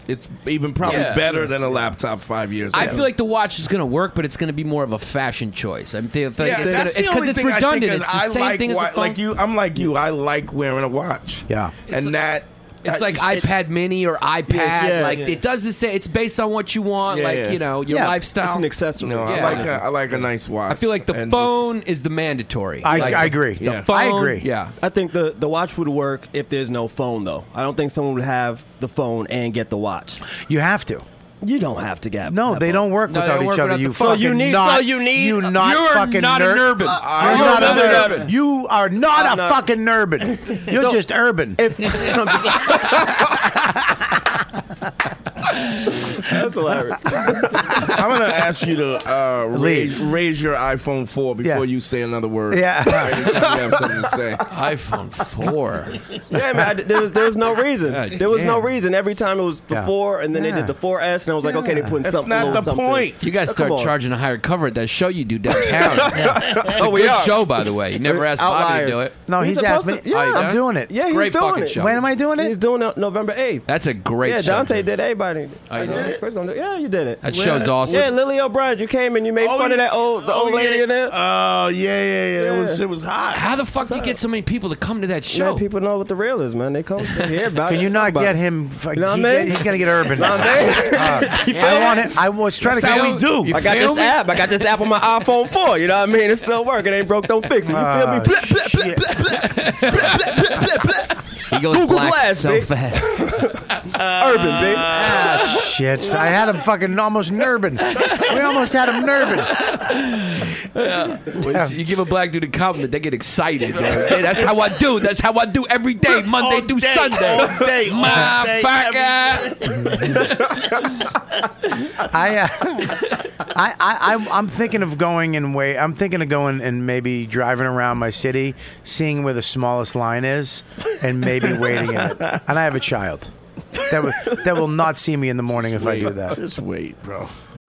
F: it's even probably
H: Yeah.
F: better than a laptop five years ago.
H: I feel like the watch is going to work, but it's going to be more of a fashion choice. I mean, they, like,
F: yeah,
H: it's gonna-
F: that's
H: it's
F: the
H: because
F: only
H: it's
F: thing
H: redundant.
F: I think
H: it's
F: is
H: the
F: I
H: same
F: like
H: thing as a
F: wa-
H: phone.
F: like you. I'm like you. I like wearing a watch.
B: Yeah.
F: and that
H: It's
F: I-
H: like iPad Mini or iPad.
F: Uh, Yeah, yeah,
H: like
F: yeah.
H: it does the same. It's based on what you want.
F: Yeah,
H: like
F: yeah.
H: you know your
B: Yeah.
H: lifestyle.
G: It's an accessory.
F: No,
H: Yeah.
F: I like a, I like a nice watch.
H: I feel like the
F: And
H: phone is the mandatory.
B: I-
H: Like,
B: I
H: the-
B: agree.
H: the
B: Yeah.
H: phone-
B: I agree.
H: Yeah.
G: I think the, the watch would work if there's no phone though. I don't think someone would have the phone and get the watch.
B: you have to.
G: You don't have to get.
B: No,
G: have
B: they
G: both.
B: don't work
H: No, they
B: without
H: don't
B: each
H: work
B: other.
H: without
B: You
H: the phone.
B: fucking
G: So you need-
B: not.
G: so you need-
B: You not
H: You're
B: fucking
H: not an
B: ner-
H: urban.
B: You're
H: I'm
B: not
H: not
B: an
H: an
B: urban.
H: urban.
B: You are not a
G: not-
B: fucking urban. You're just urban.
G: If I'm just that's hilarious.
F: I'm gonna ask you to uh, raise,
B: Leave.
F: raise your iPhone 4 before
B: Yeah.
F: you say another word.
B: yeah.
F: Anytime you have something to say.
H: iPhone four.
G: Yeah, man. I, there was there was no reason.
H: God
G: there was no
H: damn.
G: reason. Every time it was the
B: Yeah.
G: four, and then they
B: Yeah.
G: did the 4S, and I was like, okay, they putting
F: That's
G: something.
F: not
G: on
F: the
G: something.
F: point.
H: You guys
G: Oh, come
H: start
G: on.
H: charging a higher cover at that show you do downtown. It's a
G: we
H: good
G: are.
H: show, by the way. You never asked Bobby to
G: Outliers.
H: do it.
B: No, he's
G: supposed
B: asking.
G: to- yeah.
B: I'm doing it.
G: Yeah, he's
H: Great
G: doing
H: fucking
G: it.
H: show.
B: When am I doing
G: He's
B: it?
G: doing it November eighth.
H: That's a great
G: yeah,
H: show.
G: Dante
H: dude.
G: did everybody.
H: I did it?
G: Chris gonna do- Yeah, you did it.
H: That show's awesome.
G: Yeah, Lily O'Brien, you came and you made fun of that old the old lady
F: Oh, yeah.
G: in there.
F: Oh yeah, yeah, yeah. It was
G: Yeah.
F: it was hot.
H: How the fuck do you get so many people to come to that show?
G: Man, people know what the real is, man. They come they hear about it.
B: Can you
G: they
B: not
G: talk about
B: get
G: it.
B: him? fu-
G: know what
B: he
G: I
B: get-
G: mean?
B: He's gonna get urban. Uh,
G: You know what I'm saying?
B: I want it. I was trying to.
F: That's
B: get-
F: how we do.
H: You
G: I got
H: feel
G: this
H: me?
G: app. I got this app on my iPhone 4. You know what I mean? It still working. Ain't broke, don't fix it. You feel me? Blah, blah,
B: Oh,
G: blah,
B: shit.
G: blah, blah, blah, blah, blah, blah.
E: He goes
G: Google
E: black
G: Glass,
E: so
G: babe.
E: fast.
G: Urban, baby.
B: Ah, shit! I had him fucking almost nerving. We almost had him nerving.
H: You give a black dude a compliment, they get excited. dude. Yeah, that's how I do. That's how I do every day, Monday through Sunday.
F: all day, all
H: My
F: day,
H: fucker.
B: I, uh, I, I, I'm, I'm thinking of going and wait. I'm thinking of going and maybe driving around my city, seeing where the smallest line is, and maybe waiting in it. And I have a child. that will, that will not see me in the morning if I do that.
F: Just wait, bro.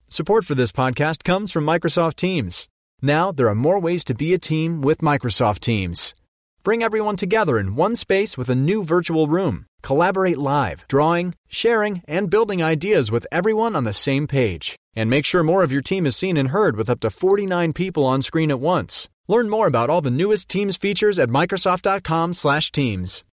J: Support for this podcast comes from Microsoft Teams. Now, there are more ways to be a team with Microsoft Teams. Bring everyone together in one space with a new virtual room. Collaborate live, drawing, sharing, and building ideas with everyone on the same page. And make sure more of your team is seen and heard with up to 49 people on screen at once. Learn more about all the newest Teams features at Microsoft.com/Teams.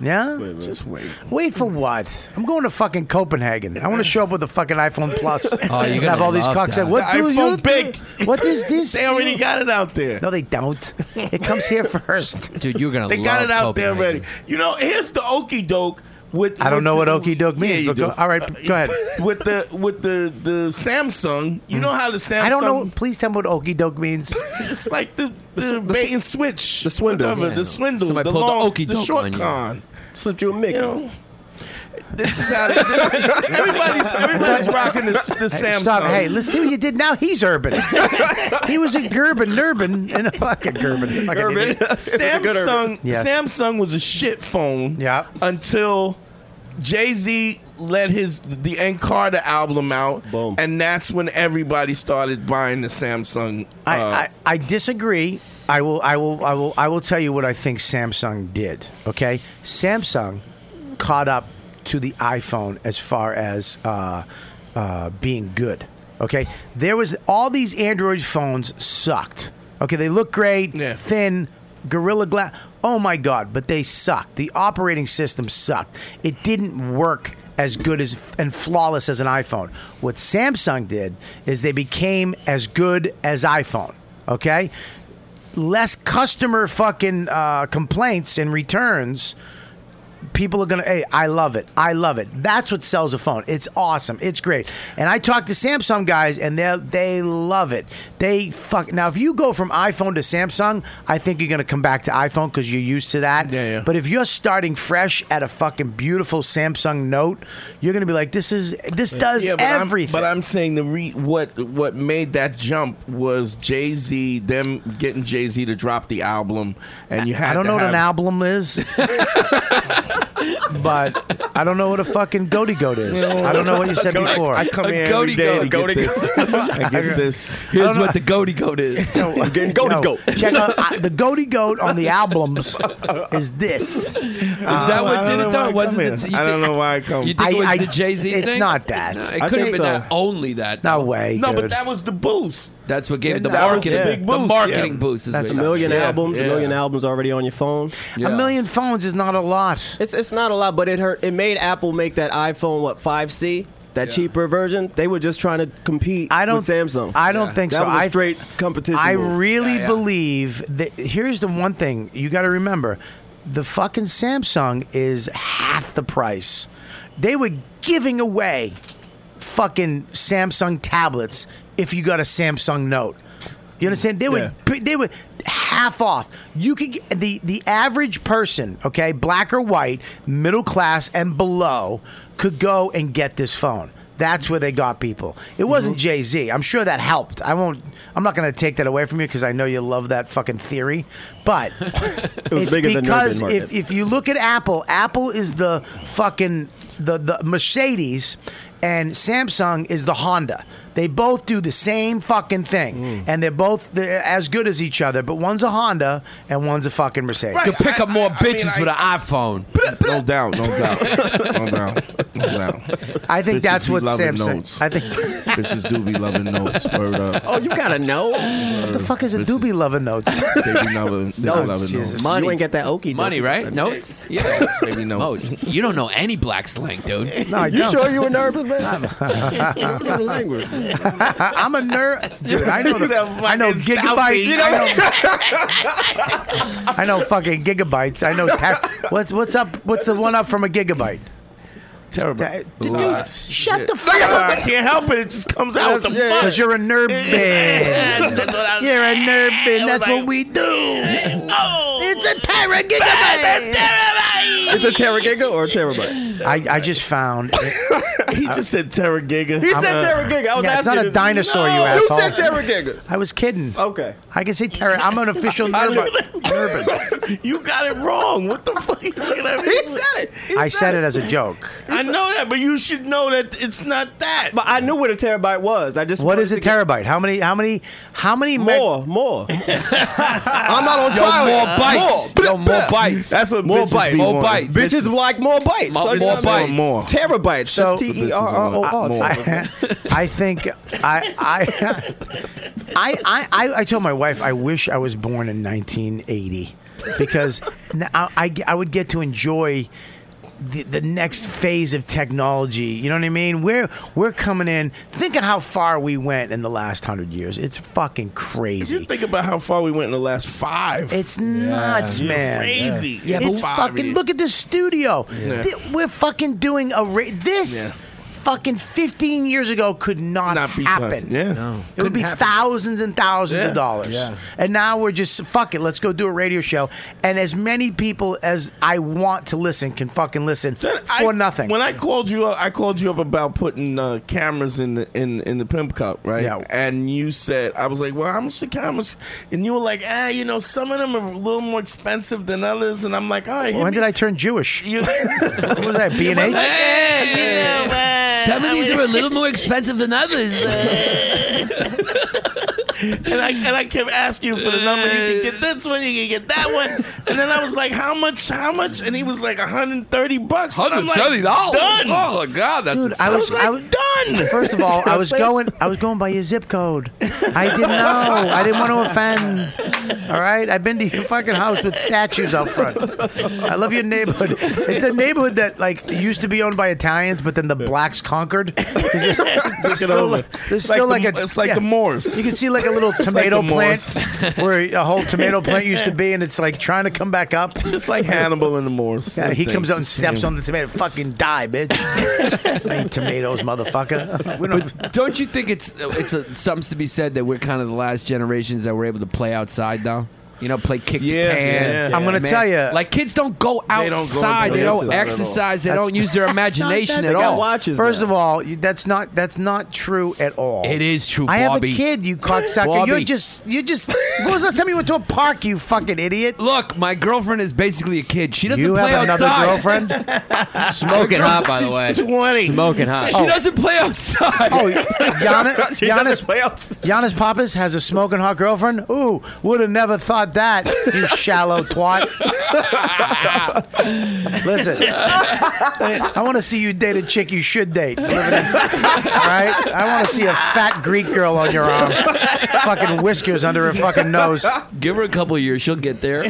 B: Yeah? Just wait. Wait for what? I'm going to fucking Copenhagen. I want to show up with a fucking iPhone Plus.
F: Oh, you're
B: And
F: gonna
B: have all these
F: love
B: cocktails.
F: that.
B: What
F: The
B: do
F: iPhone
B: you
F: big.
B: do? What is this?
F: They already got it out there.
B: No, they don't. It comes here first.
H: Dude, you're going
F: They got it out there already. You know, here's the okey doke. With,
B: I don't know what okey doke means,
F: you
B: but go-
F: do.
B: all right,
F: Uh,
B: go ahead.
F: With the with the the Samsung, you know how the Samsung.
B: Hmm. I don't know. Please tell me what okey doke means.
F: It's like the, the, bait and switch, the swindle,
B: Yeah.
F: the swindle,
B: Somebody
F: the
B: pulled the
F: long, the,
B: okey doke
F: short
B: on you.
F: con.
G: Slipped you a mick.
F: this is how everybody's everybody's rocking the, the
B: Hey,
F: Samsung.
B: Stop. Hey, let's see what you did now. He's urban. he was in Gerben, Nurbin, and a fucking Gerben. Fucking idiot.
F: Samsung
B: Yes.
F: Samsung was a shit phone until Jay Z let his the Encarta album out, Boom. and that's when everybody started buying the Samsung. uh,
B: I, I, I disagree. I will I will I will I will tell you what I think Samsung did. Okay, Samsung caught up to the iPhone as far as uh, uh, being good. Okay, there was all these Android phones sucked. Okay, they look great, thin, Gorilla Glass. Oh my God, but they sucked. The operating system sucked. It didn't work as good as and flawless as an iPhone. What Samsung did is they became as good as iPhone. Okay, less customer fucking uh, complaints and returns. People are gonna. Hey, I love it. I love it. That's what sells a phone. It's awesome. It's great. And I talk to Samsung guys, and they they love it. They fuck. Now, if you go from iPhone to Samsung, I think you're gonna come back to iPhone because you're used to that. Yeah, yeah. But if you're starting fresh at a fucking beautiful Samsung Note, you're gonna be like, this is this does
F: Yeah, but I'm-
B: everything.
F: but I'm saying the re, what what made that jump was Jay Z them getting Jay Z to drop the album, and you had
B: I don't
F: to
B: know what an
F: have-
B: album is, but I don't know what a fucking goaty goat is. I don't know what you said
F: I-
B: before.
F: I come in every day to get this. I get this.
B: I
H: Here's
B: don't
H: what the goaty goat is. I'm getting goaty
B: No,
H: goat.
B: Check out I- the goaty goat on the albums is this.
H: Is that what did it though? Wasn't it? you
F: I don't
H: think-
F: know why I come.
H: You think it was the Jay Z
B: It's
H: thing?
B: not that.
H: No, it couldn't have been that. Only that.
B: No way.
F: No,
B: dude.
F: but that was the boost.
H: That's what gave it the
F: That was the
H: marketing.
F: big boost,
H: the marketing
F: yeah.
H: boost is
G: That's a
H: what-
G: million
F: Yeah,
G: albums.
F: yeah.
G: A million albums already on your phone.
B: a million phones is not a lot.
G: It's it's not a lot, but it hurt. It made Apple make that iPhone what 5C, that cheaper version. They were just trying to compete.
B: I don't
G: with Samsung.
B: I don't think
G: that
B: so.
G: Was a
B: I-
G: straight competition.
B: I
G: move.
B: really
G: Yeah, yeah.
B: believe that. Here's the one thing you got to remember: the fucking Samsung is half the price. They were giving away fucking Samsung tablets if you got a Samsung Note. You understand? They were they were half off. You could get, the the average person, okay, black or white, middle class and below, could go and get this phone. That's where they got people. It wasn't
G: Mm-hmm.
B: Jay Z. I'm sure that helped. I won't. I'm not going to take that away from you because I know you love that fucking theory. But
G: was
B: it's
G: bigger than Nerd
B: because
G: Bin Market.
B: if if you look at Apple, Apple is the fucking the the Mercedes and Samsung is the Honda. They both do the same fucking thing and they're both they're as good as each other, but one's a Honda and one's a fucking Mercedes.
H: You could pick up more
F: mean,
H: bitches
F: I-
H: with an iPhone.
F: No doubt, no doubt, no doubt, no doubt.
B: I think
F: Bitches
B: that's
F: be
B: what
F: loving
B: Samsung.
F: notes.
B: I think
F: Bitches do be loving notes. Word up.
G: Oh, you gotta know.
B: what the fuck is a doobie loving notes? Oh,
F: They be loving, they be
H: Notes.
F: loving
B: Jesus.
F: notes.
H: Money.
G: You ain't get that okey
H: Money, right? Notes? Yeah.
F: They be notes.
H: Modes. You don't know any black slang, dude.
B: No, I
G: You
B: don't.
G: sure you were nervous, man? language.
B: I, I'm a nerd, dude. I know. The, I know gigabyte.
H: fucking selfie. You know-
B: I, know, I know fucking gigabytes. I know. Ta- what's what's up? What's the one up from a gigabyte?
F: Terrible.
I: Dude, shut the fuck
F: I
I: up.
F: can't help it. It just comes out. What the fuck?
B: Because you're a nerd
F: Yeah,
B: bin.
F: that's what I'm
B: You're a nerd bin.
F: I was
B: That's
F: like,
B: what we do.
F: Oh,
I: it's a tera gigabyte.
G: It's a teragiga or a terabyte?
B: I, I just found.
F: he just said teragiga.
G: He said teragiga. I was
B: yeah, it's
G: asking
B: not a
G: if-
B: dinosaur, you
G: No, you
B: asshole.
G: said teragiga.
B: I was kidding.
F: Oh.
G: Okay.
B: I can say terra. I'm an official nerd.
F: You got it wrong. What the fuck? He's looking at me.
G: He said it. He
B: I said it as a joke.
F: I know that, but you should know that it's not that.
G: But I knew what a terabyte was. I just
B: What is a terabyte? How many? How many? How many? meg-
G: more, more.
F: I'm not on
H: Yo, more bites. Yo, more bites.
F: That's what
G: More
F: bitches
G: bites.
F: Be
H: More
F: wanting.
H: bites.
G: Bitches like more bites.
H: More-
G: So
H: more
G: just-
H: bites.
F: More.
G: Terabytes.
B: So-
G: So T E R R O R.
B: I, I think I I, I I I I told my wife I wish I was born in 1980 because now I I would get to enjoy. The, the next phase of technology, you know what I mean? We're we're coming in thinking how far we went in the last hundred years. It's fucking
F: If you
B: crazy.
F: think about how far we went in the last five,
B: It's nuts,
F: You're
B: man.
F: crazy.
B: Yeah,
F: Yeah,
B: it's
F: but-
B: fucking. Look at this studio.
F: Yeah.
B: Th- we're fucking doing a ra- this.
F: Yeah.
B: Fucking 15 years ago could not,
F: Not be done.
B: happen.
F: Yeah.
B: It would be thousands and thousands
F: Yeah.
B: of dollars. And now we're just, fuck it, let's go do a radio show. And as many people as I want to listen can fucking listen
F: Said I-
B: for nothing.
F: When I called you up, I called you up about putting uh, cameras in the in, in the pimp cup, right?
B: Yeah.
F: And you said I was like, "Well, how much the cameras?" And you were like, "Ah, you know, some of them are a little more expensive than others." And I'm like, "All right." hit
B: when
F: me.
B: did I turn Jewish?
F: You,
B: What was that, B&H?
H: Some of these are a little more expensive than others.
F: and I and I kept asking you for the number. You can get this one. You can get that one. And then I was like, "How much? How much?" And he was like, "130 bucks." And I'm
H: Hundred
F: like,
H: thirty dollars.
F: Done.
H: Oh God, that's
B: Dude,
H: a-
B: I
F: I
B: was,
F: was like,
B: I was
F: "Done."
B: First of all, I was going. I was going by your zip code. I didn't know. I didn't want to offend. All right, I've been to your fucking house with statues out front. I love your neighborhood. It's a neighborhood that like used to be owned by Italians, but then the blacks conquered. There's still,
F: over.
B: there's
F: It's like
B: still
F: the-
B: like, a.
F: it's like the Moors.
B: You can see like a little
F: like
B: tomato
F: the
B: plant where a whole tomato plant used to be, and it's like trying to come back up.
F: Just like Hannibal in the Moors.
B: Yeah,
F: I
B: he
F: think.
B: comes out and steps on the tomato. Fucking die, bitch! I eat tomatoes, motherfucker. We don't.
H: Don't you think it's it's a, something to be said that we're kind of the last generations that were able to play outside now? You know, play kick
F: Yeah,
H: the can.
F: yeah.
B: I'm gonna
H: Man,
B: tell you,
H: like kids don't go outside.
F: They
H: They
F: don't go
H: don't,
F: outside at all.
H: exercise. They
B: That's-
H: don't use their imagination at
G: They got
H: all.
G: watches.
B: First
G: now.
B: of all, you- that's not that's not true at all.
H: It is true,
B: I
H: Bobby.
B: have a kid, you cocksucker. You're
H: Bobby.
B: just you just. When was the last time you went to a park? You fucking idiot.
H: Look, my girlfriend is basically a kid. She doesn't
B: you
H: play
B: have another
H: outside.
B: girlfriend? Oh,
E: Smoking hot, by the way.
F: 20.
E: Smoking hot.
H: She doesn't play outside.
B: Oh, Giannis, Giannis,
G: outside.
B: Giannis Pappas has a smoking hot girlfriend. Ooh, would have never thought that. You shallow twat. Listen, I want to see you date a chick you should date. Living in- All right, I want to see a fat Greek girl on your arm, fucking whiskers under her fucking nose.
H: Give her a couple of years, she'll get there.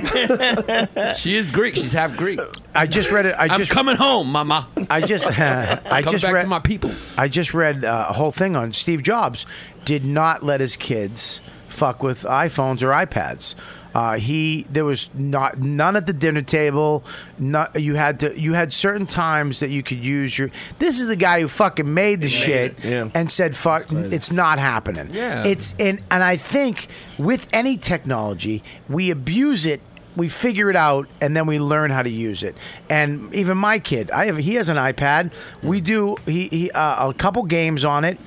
H: she is Greek. She's half Greek.
B: I just read it. I
H: I'm
B: just,
H: coming home, Mama.
B: I just, I
H: Come
B: just
H: back
B: read
H: to my people.
B: I just read uh, a whole thing on Steve Jobs did not let his kids fuck with iPhones or iPads. Uh, he there was not none at the dinner table. Not, you had to you had certain times that you could use your. This is the guy who fucking made the shit
F: yeah.
B: and said fuck. It's not happening.
H: Yeah.
B: It's and and I think with any technology we abuse it. We figure it out and then we learn how to use it. And even my kid, I have he has an iPad. We do he, he uh, a couple games on it.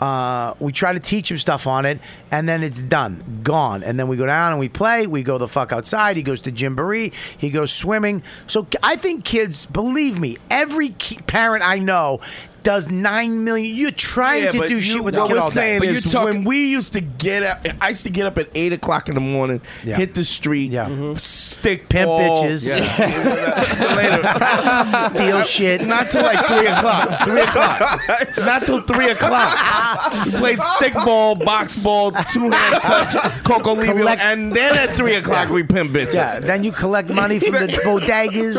B: Uh, we try to teach him stuff on it, and then it's done, gone. And then we go down and we play. We go the fuck outside. He goes to Gymboree. He goes swimming. So k- I think kids, believe me, every ki- parent I know does nine million. You're trying to
F: but
B: do
F: you-
B: shit with the
F: what
B: kid
F: we're
B: all day.
F: saying
H: But
F: is
H: you're talking-
F: when we used to get up, I used to get up at eight o'clock in the morning,
B: Yeah.
F: hit the street,
B: Yeah.
H: Mm-hmm.
B: Mhm.
F: stick
B: Pimp
F: ball-
B: bitches.
F: Yeah. Later.
B: Steal shit.
F: Not till like three o'clock. Three o'clock. Not till three o'clock. We played stick ball, box ball, two hand touch, coco leaf,
B: Collect-
F: and then at three o'clock we pimp bitches.
B: Yeah, then you collect money from the bodegas.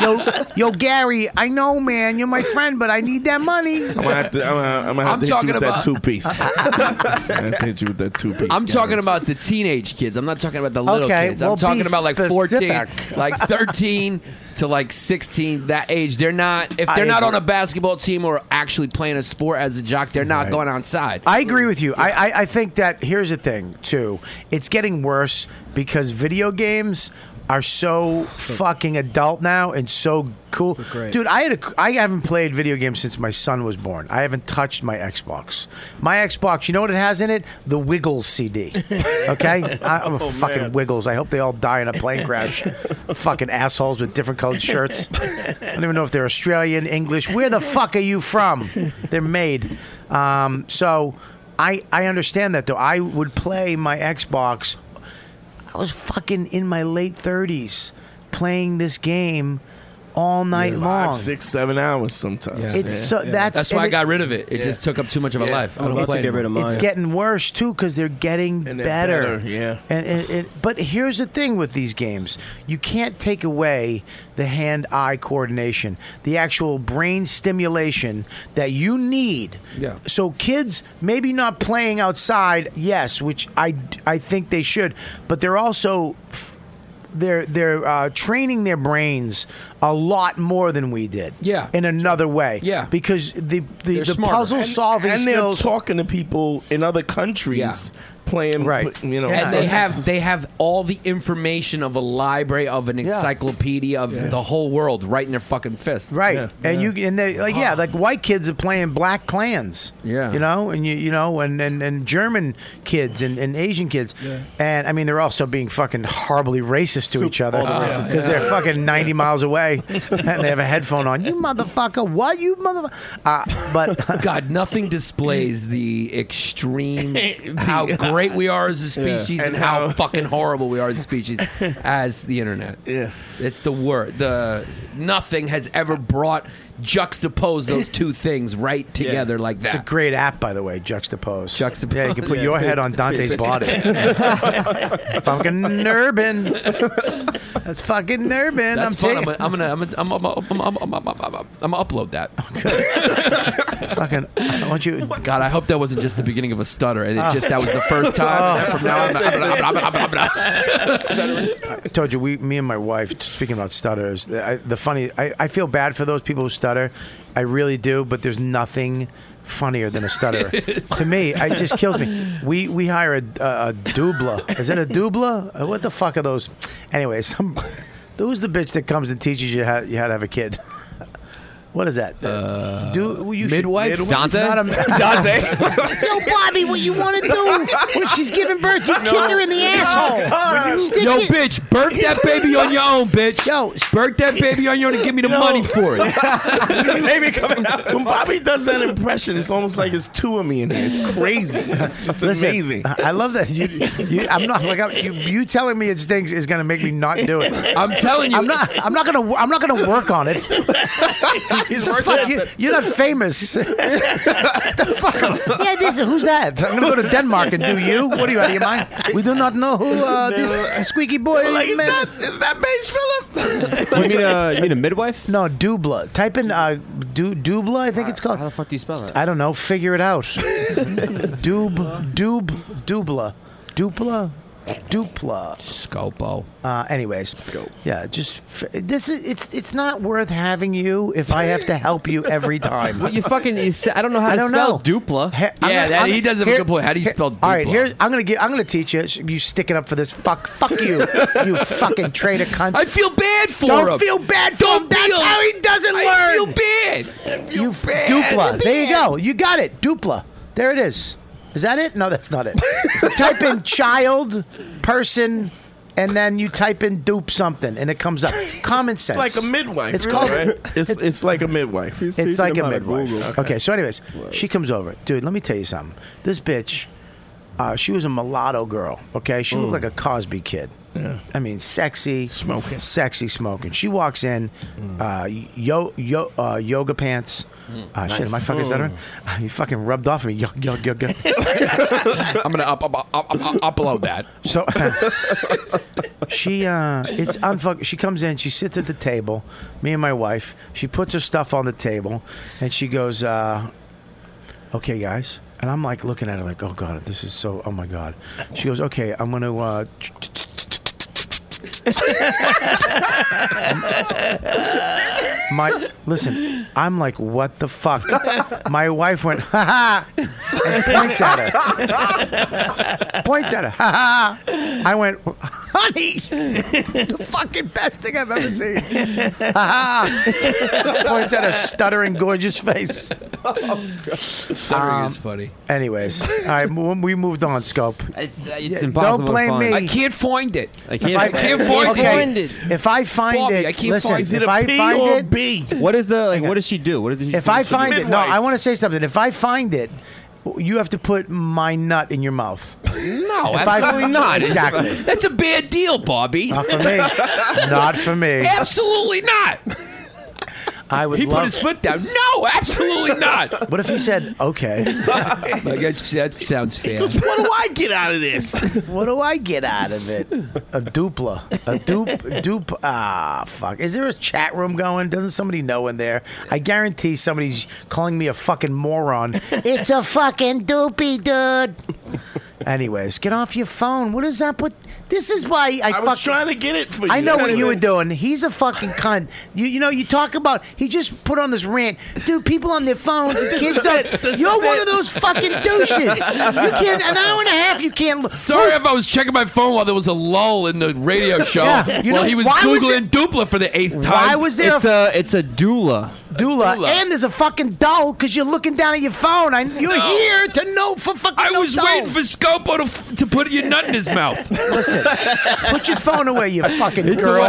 B: yo, yo, Gary, I know, man. You're my friend, but I need that money.
F: I'm gonna have to. I'm gonna, I'm gonna have
H: I'm
F: to hit you
H: talking
F: with
H: about-
F: that two piece. I have to hit you with that two piece.
H: I'm talking about the teenage kids. I'm not talking about the little
F: Okay,
H: kids.
F: well,
H: I'm talking
F: be
H: about like 14,
F: specific.
H: like 13 to like 16. That age, they're not. If
B: I
H: they're not
B: agree.
H: on a basketball team or actually playing a sport as a jock, they're not going outside.
B: I agree with you. I, I, I think that here's the thing too. It's getting worse because video games are so fucking adult now and so cool.
K: great.
B: Dude, I had a, I haven't played video games since my son was born. I haven't touched my Xbox. My Xbox, you know what it has in it? The Wiggles CD. Okay? I, am
K: Oh,
B: a fucking
K: man.
B: Wiggles. I hope they all die in a plane crash. fucking assholes with different colored shirts. I don't even know if they're Australian, English. Where the fuck are you from? They're made. Um, so I I understand that though. I would play my Xbox. I was fucking in my late thirties playing this game all night
F: Five,
B: long.
F: six, seven hours sometimes.
B: It's so that's
H: That's why
B: and
H: I got rid of it. It just took up too much of my
F: Yeah.
H: life. I
F: I'm
H: don't
F: about
H: play
F: to get
H: anymore.
F: rid of
B: It's getting worse too because they're getting
F: And they're
B: better.
F: better, yeah.
B: And, and, and- but here's the thing with these games: you can't take away the hand-eye coordination, the actual brain stimulation that you need.
H: Yeah.
B: So kids, maybe not playing outside, yes, which I I think they should, but they're also. f- They're they're uh, training their brains a lot more than we did.
F: Yeah.
B: In another way.
F: Yeah.
B: Because the the, the puzzle
F: And-
B: solving
F: and,
B: skills
F: they're talking to people in other countries, playing. Right. You know,
H: and they
F: so-
H: have they have all the information of a library of an encyclopedia of the whole world right in their fucking fist.
B: Right. and you and they like yeah like white kids are playing black clans
H: Yeah.
B: you know and you you know and and, and german kids and, and asian kids and i mean they're also being fucking horribly racist to each other
K: all the races,
B: because
K: yeah.
B: they're fucking 90 miles away and they have a headphone on you motherfucker what you motherfucker uh, but
H: God, nothing displays the extreme how great we are as a
B: Yeah.
H: species and,
B: And
H: how,
B: how-
H: fucking horrible we are as a species as the internet.
F: Yeah.
H: It's the word. The nothing has ever brought juxtapose those two things right together like that.
B: It's a great app, by the way, Juxtapose.
H: Juxtapose.
B: Yeah, you can put your head on Dante's body. fucking Nurbin. That's fucking Nurbin.
H: That's
B: I'm
H: fun.
B: taking-
H: I'm gonna, I'm gonna, I'm gonna, I'm gonna, I'm gonna, I'm gonna, I'm gonna- I'm gonna upload that.
B: Fucking, I want you.
H: God, I hope that wasn't just the beginning of a stutter, and it
B: Ah.
H: just that was the first time.
B: Oh.
H: and From now on, I'm gonna- I'm gonna- I'm gonna-
B: I told you, we, me and my wife, t- speaking about stutters, th- I, the funny, I, I feel bad for those people who stutter. I really do, but there's nothing funnier than a stutterer.
K: It is.
B: to me, I- it just kills me. We we hire a, a, a dubla. Is it a dubla? Uh, What the fuck are those? Anyway, some who's the bitch that comes and teaches you how, you how to have a kid? What is that? Uh, Do you should-
H: midwife? Dante?
B: Not a-
I: Yo, Bobby, what you want to do when she's giving birth? You kick her in the asshole. Stick
H: Yo,
I: it-
H: bitch, birth that baby on your own, bitch. Yo, birth that baby on your own and give me the money for it.
F: Baby coming out. When Bobby does that impression, it's almost like it's two of me in here. It's crazy. It's just
B: Listen,
F: amazing.
B: I I love that you. you I'm not like I'm, you. You telling me it's things is going to make me not do it.
H: I'm telling you.
B: I'm not. I'm not going to. I'm not going to work on it. Fuck you, you're not famous. the fuck? am- Yeah, this. Who's that? I'm going to go to Denmark and do you. What are you out of your mind? We do not know who uh, this squeaky boy
F: Like, is
B: man
F: that,
B: is.
F: is that Beige Phillip?
B: You mean a you mean a midwife? No, dubla. Type in uh, du, dubla. I think it's called. How the fuck do you spell that? I don't know. Figure it out. Dub dub dubla dupla dupla.
H: Scopo.
B: Uh, anyways, yeah. Just f- this is it's it's not worth having you if I have to help you every time.
E: Well, you fucking. You sa- I don't know how
B: I
E: to
B: don't know.
E: spell Dupla.
B: He- I'm
H: Yeah,
B: gonna-
H: that-
B: I'm-
H: he does have a good point. How do you spell
B: All right,
H: Duplo?
B: here I'm gonna give. I'm gonna teach you. You stick it up for this fuck. Fuck you, you fucking traitor cunt.
H: I feel bad for
B: Don't
H: him.
B: feel bad for
H: Don't
B: him. That's
H: feel-
B: how he doesn't
H: I
B: learn.
H: feel bad.
B: You Dupla. There you go. You got it. Dupla. There it is. Is that it? No, that's not it. type in child, person, and then you type in dupe something, and it comes up. Common
F: It's
B: sense.
F: like a midwife.
B: It's called.
F: right? It's it's like a midwife.
B: It's like a midwife. Okay. so anyways, she comes over. Dude, let me tell you something. This bitch, uh, she was a mulatto girl, okay? She looked
F: Mm.
B: like a Cosby kid. I mean, sexy. Smoking. Sexy smoking. She walks in, uh, yo, yo, uh, yoga pants. Uh, Shit, am I
H: Nice.
B: fucking stuttering? You fucking rubbed off on me. Yo, yo, yo, yo.
H: I'm gonna up, up, up, up, up, upload that.
B: So She uh, it's unfuck. She comes in. She sits at the table. Me and my wife. She puts her stuff on the table, and she goes, uh, "Okay, guys." And I'm like looking at her like, "Oh God, this is so. Oh my God." She goes, "Okay, I'm gonna." Uh, my listen, I'm like, what the fuck? My wife went, ha ha, and points at her points at her. Ha ha. I went, honey, the fucking best thing I've ever seen. Ha ha. Points at her stuttering, gorgeous face. Um,
H: Stuttering is funny.
B: Anyways, all right, mo- we moved on, Scope.
E: It's, uh,
B: Yeah, Don't blame me.
H: I can't find it.
E: I
B: If I can't find it. If I find
H: Bobby,
B: it,
H: I can't
B: listen,
H: find it. Is it
B: if
H: a
B: I
H: P
B: find
H: or a
B: it,
H: B?
E: What is the like? What does she do? What does she?
B: If I find it, no, I want to say something. If I find it, you have to put my nut in your mouth.
H: No,
B: If I- Oh,
H: absolutely not.
B: Exactly.
H: That's a bad deal, Bobby.
B: Not for me. Not for me.
H: Absolutely not.
B: I would
H: He
B: love
H: put his foot down. No, absolutely not.
B: What if he said, okay?
H: Like, that, that sounds fair.
F: What do I get out of this?
B: what do I get out of it? A dupla. A dupe. Dupe. Ah, fuck. Is there a chat room going? Doesn't somebody know in there? I guarantee somebody's calling me a fucking moron. it's a fucking doopy, dude. Anyways, get off your phone. What is up with. This is why I,
F: I
B: fucking.
F: was trying to get it for you.
B: I know what you were doing. He's a fucking cunt. You, you know, you talk about. He just put on this rant, dude. People on their phones, the kids. Don't, you're one of those fucking douches. You can't. An hour and a half, you can't. look-
H: Sorry if I was checking my phone while there was a lull in the radio show.
B: Yeah, you
H: while
B: know,
H: he was
B: why was
H: googling Dupla for the eighth time.
B: Why was there
E: It's a it's a doula.
B: doula,
H: doula.
B: and there's a fucking doll because you're looking down at your phone. I, you're
H: No.
B: here to know for fucking.
H: I
B: no
H: was
B: dolls.
H: waiting for Scopo to, f- to put your nut in his mouth.
B: Listen, put your phone away, you fucking girl.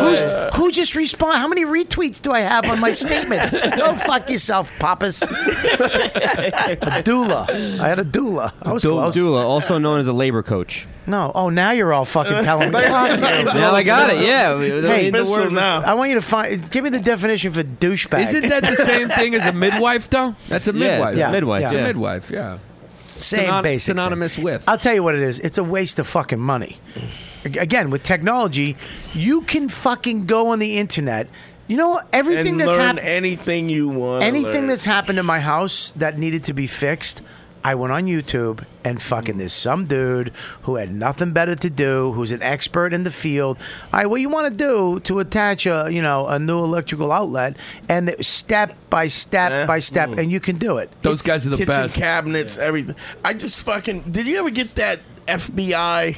B: Who's, who just respond? How many retweets do I have on my statement? Go fuck yourself, Pappas. a doula. I had a doula. I was
E: Doula,
B: close.
E: doula, also known as a labor coach.
B: No. Oh, now you're all fucking telling me. Fuck
E: Now I got it. Yeah,
B: you.
E: hey, the word
B: now. I want you to find. Give me the definition for douchebag.
H: Isn't that the same thing as a midwife, though? That's a
E: Yeah,
H: midwife.
E: it's a
B: Yeah.
E: midwife.
B: Yeah.
E: yeah.
H: A midwife, yeah.
B: same
H: Synon-
B: basic thing.
H: synonymous with.
B: I'll tell you what it is. It's a waste of fucking money. Ag- Again, with technology, you can fucking go on the internet. You know everything
F: and
B: that's
F: learn
B: happened.
F: anything you want.
B: Anything that's happened in my house that needed to be fixed, I went on YouTube and fucking there's some dude who had nothing better to do, who's an expert in the field. All right, what you want to do to attach a you know a new electrical outlet, and it- step by step
F: Yeah. Mm.
B: by step, and you can do it.
H: Those guys are the
F: kitchen
H: best.
F: cabinets, everything. I just fucking. Did you ever get that FBI?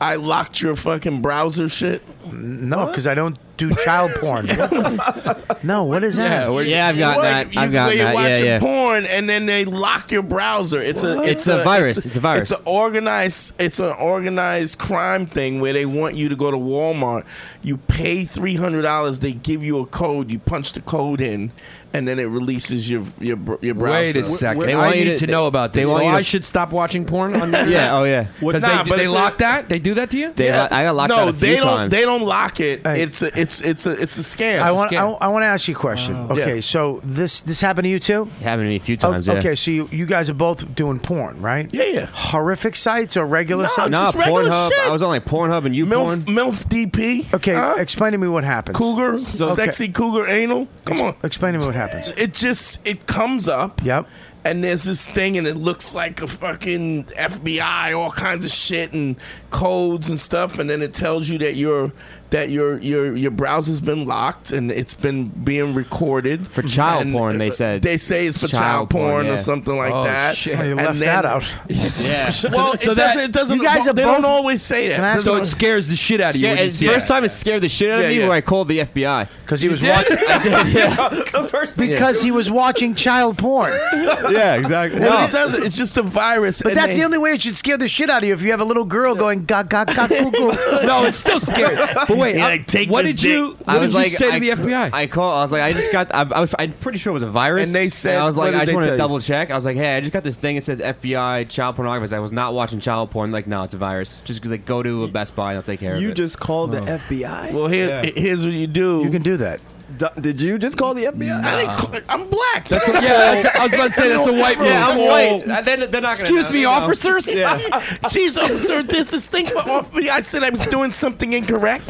F: I locked your fucking browser shit.
B: No, because I don't do child porn. What the f- no, what is that?
H: we're-
E: Yeah, I've got
F: Like,
E: that.
F: you-
E: I've got
F: where you're
E: that. Yeah,
F: watching
E: yeah.
F: porn, and then they lock your browser. It's a
E: It's a virus. It's a virus.
F: It's an organized. It's an organized crime thing where they want you to go to Walmart. You pay three hundred dollars. They give you a code. You punch the code in, and then it releases your your br- your browser.
H: Wait a second.
E: They
H: I
E: want you
H: need to,
E: to-
H: know about
E: they
H: this.
E: want
H: So
E: you to-
H: I should stop watching porn on the internet?
E: Yeah. Oh yeah.
H: Because
F: Nah,
H: they,
F: but
H: they
F: it's
H: lock
F: a-
H: that? They do that to you?
E: They, lo- I got locked
F: no,
E: out a few
F: they don't.
E: times.
F: They don't lock it.
B: Hey.
F: It's a, it's it's a it's a scam.
B: I want. I,
H: Scam.
B: want to ask you a question. Okay,
F: Yeah.
B: so this this happened to you too?
E: happened to me a few
B: O-
E: times. yeah.
B: Okay, so you, you guys are both doing porn, right?
F: Yeah, yeah.
B: Horrific sites or regular
F: No,
B: sites?
F: no.
E: Nah,
F: just regular
E: Pornhub.
F: shit.
E: I was on like Pornhub and you
F: milf
E: porn.
F: milf DP.
B: Okay,
F: Huh?
B: explain to me what happens.
F: cougar,
E: So-
F: sexy cougar anal. Come on.
B: Explain to me what happens.
F: It just it comes up.
B: Yep.
F: And there's this thing, and it looks like a fucking FBI, all kinds of shit and codes and stuff, and then it tells you that your that your your your browser's been locked and it's been being recorded
E: For child
F: And,
E: porn, they
F: uh,
E: said.
F: They say it's for child,
E: Child
F: porn,
E: porn,
F: or
E: yeah.
F: something like
H: Oh,
F: that.
H: shit.
B: Oh, you
F: And
B: left
F: then-
B: that out.
E: Yeah.
F: Well, it doesn't. It doesn't.
B: you guys are
F: they
B: both-
F: don't always say that.
B: Can I ask
H: So
B: you-
H: it scares the shit out of you.
E: Yeah,
H: when you
E: it's
H: see
E: the first
H: it.
E: time it scared the shit out of
F: Yeah,
E: me
F: yeah.
E: where I called the FBI.
B: Because he was
H: did?
B: watching. Because he was watching child porn.
E: yeah, exactly.
F: No, it doesn't. It's just a virus.
B: But that's the only way it should scare the shit out of you if you have a little girl going ga ga ga goo goo.
H: No, it's still scary. But wait,
F: Yeah,
H: I-
F: like, take
H: what
F: this
H: did you?
F: dick.
H: What did you say to the FBI?
E: I called. I was like, I just got. I, I was, I'm pretty sure it was a virus.
F: And they said-
E: I was
F: what
E: like,
F: did
E: I
F: they
E: just want
F: tell
E: to
F: you?
E: double check. I was like, hey, I just got this thing. It says FBI child pornography. I was not watching child porn. Like, no, it's a virus. Just like go to a Best Buy. and I'll take care of it.
G: You just called the FBI.
F: Well, here, here's what you do.
B: You can do that.
G: du- did you just call the FBI?
F: I didn't call- I'm black.
G: That's
H: what- yeah, that's- I was about to say that's a white
G: Yeah,
H: move.
G: I'm
H: That's
G: white.
H: white. Uh, they're- they're not gonna
F: Excuse
H: know.
F: me,
H: They know.
F: officers.
H: Yeah.
F: Jeez, officer, there's this thing for off. I said I was doing something incorrect.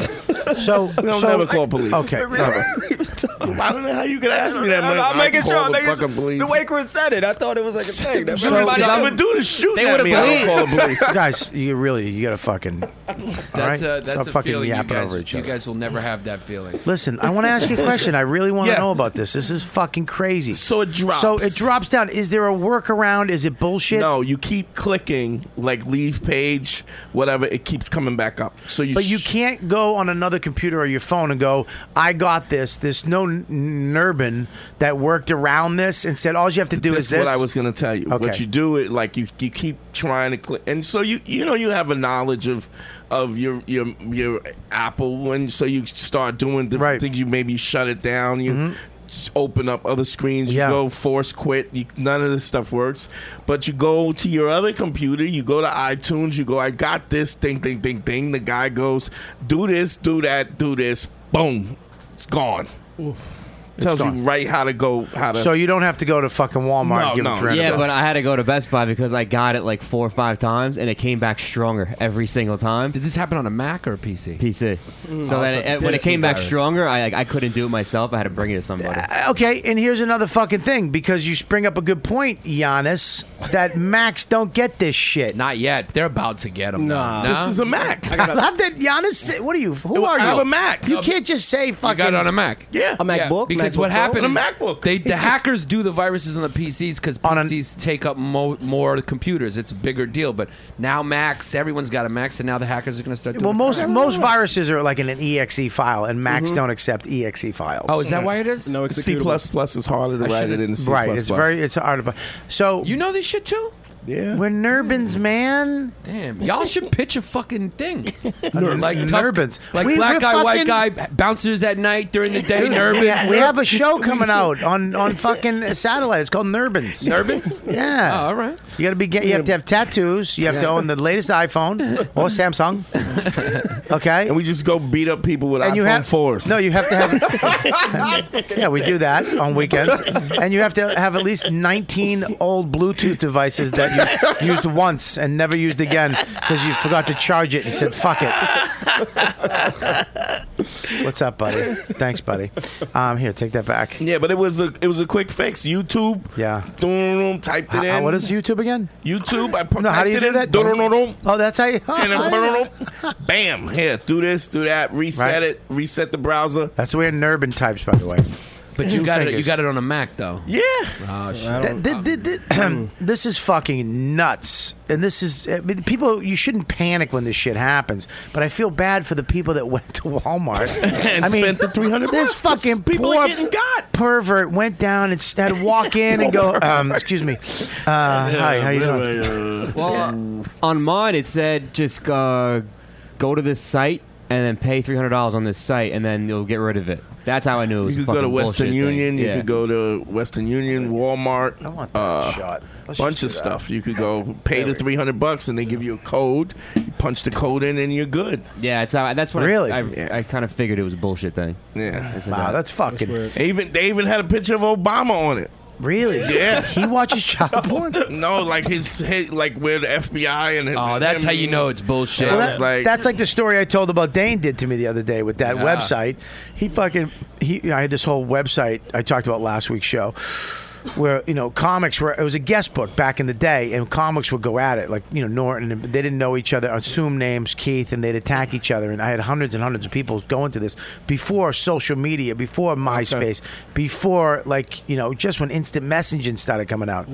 B: So
F: we don't
B: so-
F: never call police.
B: Okay.
F: Never. I don't know how you could ask me that.
G: I'm,
F: much.
G: I'm making sure. I'm making
F: fucking
G: sure.
F: police.
G: The way Chris said it, I thought it was like a thing. That's
F: So-
G: everybody-
F: I would do the shoot.
G: They would've believed.
B: Guys, you really you gotta fucking.
H: That's a that's
B: Stop
H: a
B: fucking
H: feeling you
B: yapping
H: guys,
B: over each
H: you
B: other.
H: guys will never have that feeling.
B: Listen, I want to ask you a question. I really want to
H: Yeah.
B: know about this. This is fucking crazy. So
F: it drops.
B: So it drops down. Is there a workaround? Is it bullshit?
F: No, you keep clicking, like leave page, whatever. It keeps coming back up. So you.
B: But you can't go on another computer or your phone and go, I got this. There's no n- Nurbin that worked around this and said, all you have to do
F: That's
B: is this.
F: what I was going to tell you. What
B: Okay.
F: you do it like you you keep trying to click, and so you you know you have a knowledge of of your your your Apple, and so you start doing different things. You maybe shut it down. You.
B: Mm-hmm.
F: s- Open up other screens. You go force quit. You, none of this stuff works. But you go to your other computer. You go to iTunes. You go. I got this. Ding, ding, ding, ding. The guy goes, do this, do that, do this. Boom, it's gone. Tells you right how to go. How to.
B: So you don't have to go to fucking Walmart and give them $300.
E: yeah, but I had to go to Best Buy because I got it like four or five times, and it came back stronger every single time. Did
H: this happen on a Mac or a PC?
E: PC.
H: Mm.
E: So
H: Oh,
E: that
H: so
E: it-
H: it's a
E: when it
H: PC
E: came back
H: virus.
E: stronger, I like, I couldn't do it myself. I had to bring it to somebody.
B: Uh, Okay, and here's another fucking thing because you spring up a good point, Giannis, that Macs don't get this shit.
H: Not yet. They're about to get them.
B: Nah.
H: though.
B: This
H: No?
B: is a Mac. I gotta- love that Giannis. said- What are you? Who are you?
H: I have a Mac.
B: You can't just say
H: You
B: fucking.
H: got it on a Mac.
B: Yeah. A MacBook,
H: because
B: MacBook
H: what
B: Pro.
H: happened?
B: On a
H: is
B: MacBook.
H: They,
B: It
H: the
B: just-
H: hackers do the viruses on the PCs because PCs take up mo- more computers. It's a bigger deal. But now Macs, everyone's got a Mac, so now the hackers are going to start. Doing
B: Well,
H: the
B: most
H: viruses.
B: most viruses are like in an exe file, and Macs don't accept exe files.
H: Mm-hmm. Oh, is that why it is? No
F: C plus plus is harder to
B: I
F: write it
B: should've-
F: in C
B: Right, it's very it's hard. To, so
H: you know this shit too.
F: Yeah,
B: we're Nurbin's man.
H: Damn, y'all should pitch a fucking thing.
B: Nur-
H: like tough-
B: Nurbins.
H: like
B: We-
H: black
B: we're
H: guy, white
B: fucking-
H: guy, bouncers at night during the day.
B: Dude,
H: Nurbins.
B: we, ha- we have a show coming out on on fucking satellite. It's called Nurbins.
H: Nurbins?
B: Yeah.
H: Oh, all right.
B: You got to be. Get, you have to have tattoos. You have to
H: Yeah.
B: own the latest iPhone or Samsung. Okay.
F: And we just go beat up people with
B: and
F: iPhone
B: you have,
F: fours.
B: No, you have to have. yeah, we do that on weekends, and you have to have at least 19 old Bluetooth devices that you used once and never used again because you forgot to charge it and said "fuck it." What's up, buddy? Thanks, buddy. Um, here, take that back.
F: Yeah, but it was a it was a quick fix. YouTube.
B: Yeah.
F: Dun, typed it
B: How-
F: in.
B: what is YouTube again?
F: YouTube. I put,
B: No, how do you do that?
F: Dun, dun, dun,
B: Oh, that's how you.
F: and then dun, dun, dun. bam. Here, do this, do that. Reset
B: Right.
F: it. Reset the browser.
B: That's the way Nurbin types, by the way.
H: But you
B: Two
H: got it. You
B: fingers.
H: got it on a Mac though.
F: Yeah.
H: Oh,
B: Th-
H: shit.
B: th- th- th- this is fucking nuts, and this is I mean, people. You shouldn't panic when this shit happens, but I feel bad for the people that went to Walmart.
F: And
B: I mean,
F: spent the 300
B: This
F: bucks.
B: fucking
F: People are
B: poor
F: getting got.
B: pervert went down and had to walk in and go. Um, excuse me. Uh, hi, how you doing?
F: uh,
E: Well, on mine it said just uh, go to this site and then pay three hundred dollars on this site, and then you'll get rid of it. That's how I knew. It was
F: You
E: a
F: could go
E: fucking
F: to Western
E: bullshit
F: Union.
E: Thing.
F: You could go to Western Union, Walmart. I
B: want
F: that shot. uh, bunch of stuff. You could go pay the three hundred bucks, and they give you a code. You punch the code in, and you're good.
E: Yeah, it's how, that's what
F: Really?
E: I, I, I kind of figured it was a bullshit thing.
F: Yeah.
E: I said
B: Wow,
E: that.
B: that's fucking.
F: They even they even had a picture of Obama on it.
B: Really?
F: Yeah.
B: He watches child porn.
F: No, like his head, like where the FBI and
H: Oh, that's how you know it's bullshit.
B: Well,
F: I
B: that-
F: was like-
B: that's like the story I told about Dane did to me the other day with that
H: Yeah.
B: website. He fucking he. you know, I had this whole website I talked about last week's show. Where you know comics were it was a guest book back in the day, and comics would go at it like you know Norton. and They didn't know each other, assume names, Keith, and they'd attack each other. And I had hundreds and hundreds of people going to this before social media, before MySpace, before like you know just when instant messaging started coming out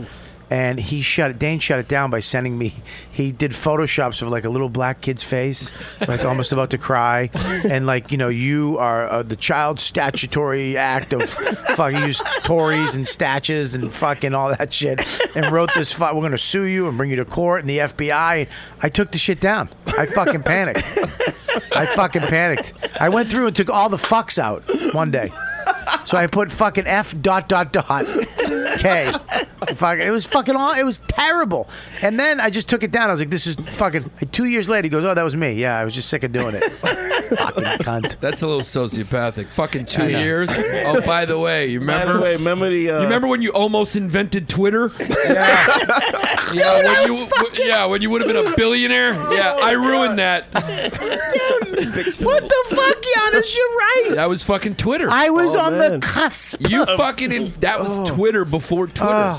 B: and he shut it. Dane shut it down by sending me. He did photoshops of like a little black kid's face, like almost about to cry, and like you know, you are uh, the child statutory act of fucking use Tories and statues and fucking all that shit. And wrote this. Fu- We're gonna sue you and bring you to court and the FBI. I took the shit down. I fucking panicked. I fucking panicked. I went through and took all the fucks out one day. So I put fucking F dot dot dot K. Fuck, it was fucking all. It was terrible. And then I just took it down. I was like, this is fucking. Two years later, he goes, oh, that was me. Yeah, I was just sick of doing it. fucking cunt.
H: That's a little sociopathic. Fucking
B: I
H: two
B: know.
H: years. Oh, by the way, you
F: By
H: remember?
F: the way, remember the. Uh,
H: you remember when you almost invented Twitter? Yeah. yeah, when you, w- yeah, when you would have been a billionaire.
B: Oh,
H: Yeah, I ruined that.
I: What the fuck, Giannis? You're right.
H: That was fucking Twitter.
I: I was Oh, on the man.
B: cusp.
H: You fucking in, that was Twitter before Twitter.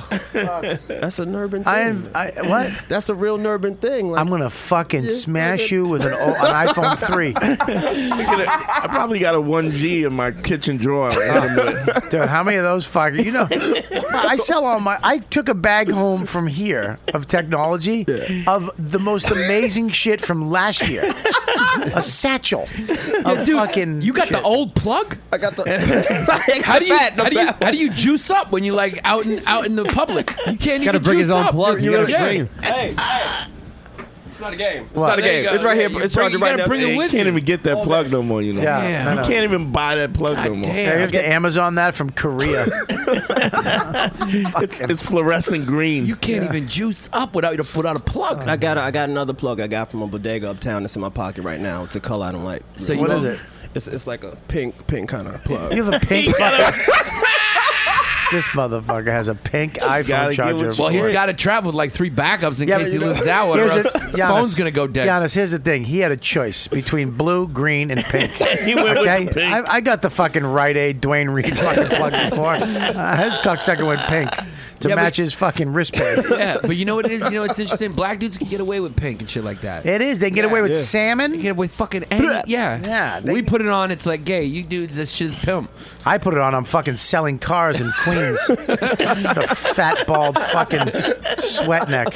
G: That's an urban thing.
B: I am. I, what?
G: That's a real urban thing. Like,
B: I'm gonna fucking smash you with an, o- an iPhone three.
F: I probably got a 1G in my kitchen drawer.
B: Dude, how many of those fuckers? You know, I sell all my. I took a bag home from here of technology of the most amazing shit from last year. A satchel of fucking.
H: You got the old plug?
G: I got the.
H: how do you how do you how do you juice up when you like out in out in the public? You can't
E: Gotta
H: even
E: bring his
H: juice
E: own
H: up.
E: plug.
H: You're-
E: You
H: you're-
E: gotta
H: yeah.
E: bring-
G: Hey, hey. It's not a game. It's
H: What?
G: not a
H: There you
G: game.
H: go.
G: It's right
H: Yeah,
G: here.
H: you
G: It's
H: bring-
G: charging
H: you
G: right
H: gotta
G: now.
H: bring
F: you
H: it
F: can't
H: with you.
F: even get that plug no more. You know,
B: Yeah, I know.
F: you can't even buy that plug no more.
B: Yeah, you have to Amazon that from Korea.
F: It's, it's fluorescent green.
H: You can't even juice up without you to put out a plug.
G: I got a, I got another plug I got from a bodega uptown that's in my pocket right now. It's a color I don't like.
H: So you
B: What is it?
G: It's, it's like a pink pink kind of plug.
B: You have a pink. this motherfucker has a pink
F: gotta
B: iPhone
F: get what
B: charger.
F: you
H: Well, he's
F: Right.
H: got to travel with like three backups in case he loses that one, or
B: Here's
H: else
B: the-
H: his
B: Giannis,
H: phone's gonna go dead.
B: Giannis, here's the thing: he had a choice between blue, green, and pink.
F: He went with the pink.
B: I, I got the fucking Rite Aid Dwayne Reed fucking plug before. Uh, his cocksucker went pink to
H: Yeah, but-
B: match his fucking wristband.
H: yeah, but you know what it is? You know it's interesting. Black dudes can get away with pink and shit like that.
B: It is. They can get
H: Yeah.
B: away with
H: Yeah. They
B: salmon.
H: Get away with fucking any, yeah.
B: Yeah, they-
H: we put it on. It's like, gay, you dudes, this shit's pimp.
B: I put it on. I'm fucking selling cars in Queens. the fat bald fucking sweat neck.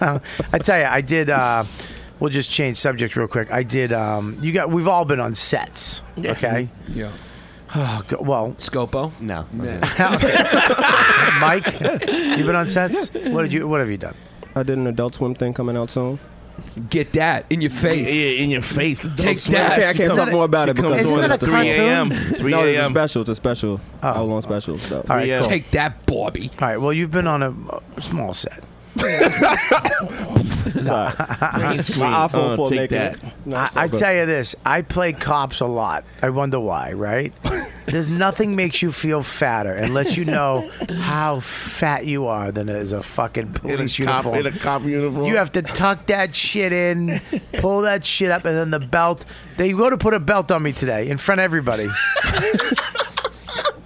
B: Uh, I tell you, I did. Uh, we'll just change subject real quick. I did. Um, you got. We've all been on sets. Okay.
H: Yeah.
B: Oh, go, well,
H: Scopo.
E: No.
B: Mike, you've been on sets. What did you? What have you done?
G: I did an Adult Swim thing coming out soon.
H: Get that in your face.
F: Yeah, in your face.
H: Take
F: Don't
H: that.
G: Okay, I
F: sweat.
G: can't talk more about it
F: She comes
G: because
B: Isn't
F: on
B: that
F: at
B: a
F: 3 a.m. 3
G: no, it's a
F: a.m.
G: special. It's a special. I was on special. So.
B: Oh. All right.
F: Yeah.
B: Cool.
H: Take that, Bobby.
B: All right. Well, you've been on a, uh, small set.
F: Green screen.
G: My iPhone
F: Uh,
G: for
F: take
G: making
F: that.
G: it. No,
B: I,
G: it's
B: I
G: okay.
B: tell you this: I play cops a lot. I wonder why, right? There's nothing makes you feel fatter and lets you know how fat you are than is a fucking
F: In
B: police
F: a cop,
B: uniform.
F: in a cop uniform.
B: You have to tuck that shit in, pull that shit up, and then the belt. They go to put a belt on me today in front of everybody.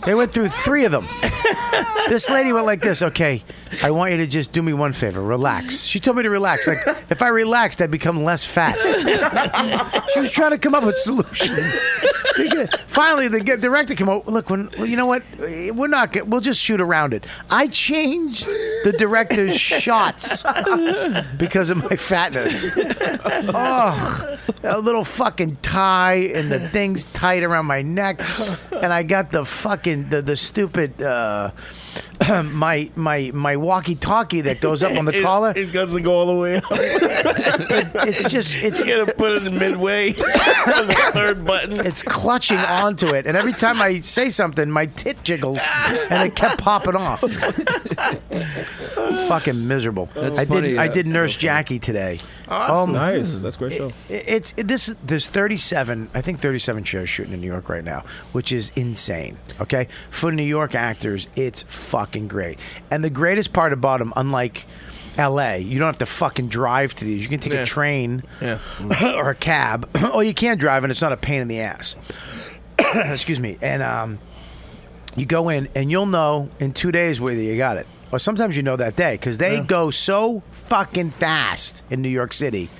B: they went through three of them. This lady went like this. Okay, I want you to just do me one favor. Relax. She told me to relax. Like if I relaxed, I'd become less fat. she was trying to come up with solutions. They get- Finally, the get- director came out. Look, when well, you know what, we're not. go- We'll just shoot around it. I changed the director's shots because of my fatness. Oh, a little fucking tie and the things tight around my neck, and I got the fucking the the stupid. Uh, my my my walkie-talkie that goes up on the
F: it,
B: collar.
F: It doesn't go all the way up.
B: It's just it's
F: You gotta put it in midway. on the third button.
B: it's clutching onto it, and every time I say something, my tit jiggles, and it kept popping off. Fucking miserable. I
H: funny.
B: did I
H: That's
B: did
H: so
B: Nurse Jackie today.
F: Awesome.
B: my-
G: Nice. That's a great show.
B: It- It's it, this. There's 37. I think 37 shows shooting in New York right now, which is insane. Okay, for New York actors, it's fucking great. And the greatest part about them, unlike L.A., you don't have to fucking drive to these. You can take
F: Yeah.
B: a train
F: Yeah.
B: or a cab, or you can drive, and it's not a pain in the ass. Excuse me. And um, you go in, and you'll know in two days whether you got it. Or sometimes you know that day because they go so fucking fast in New York City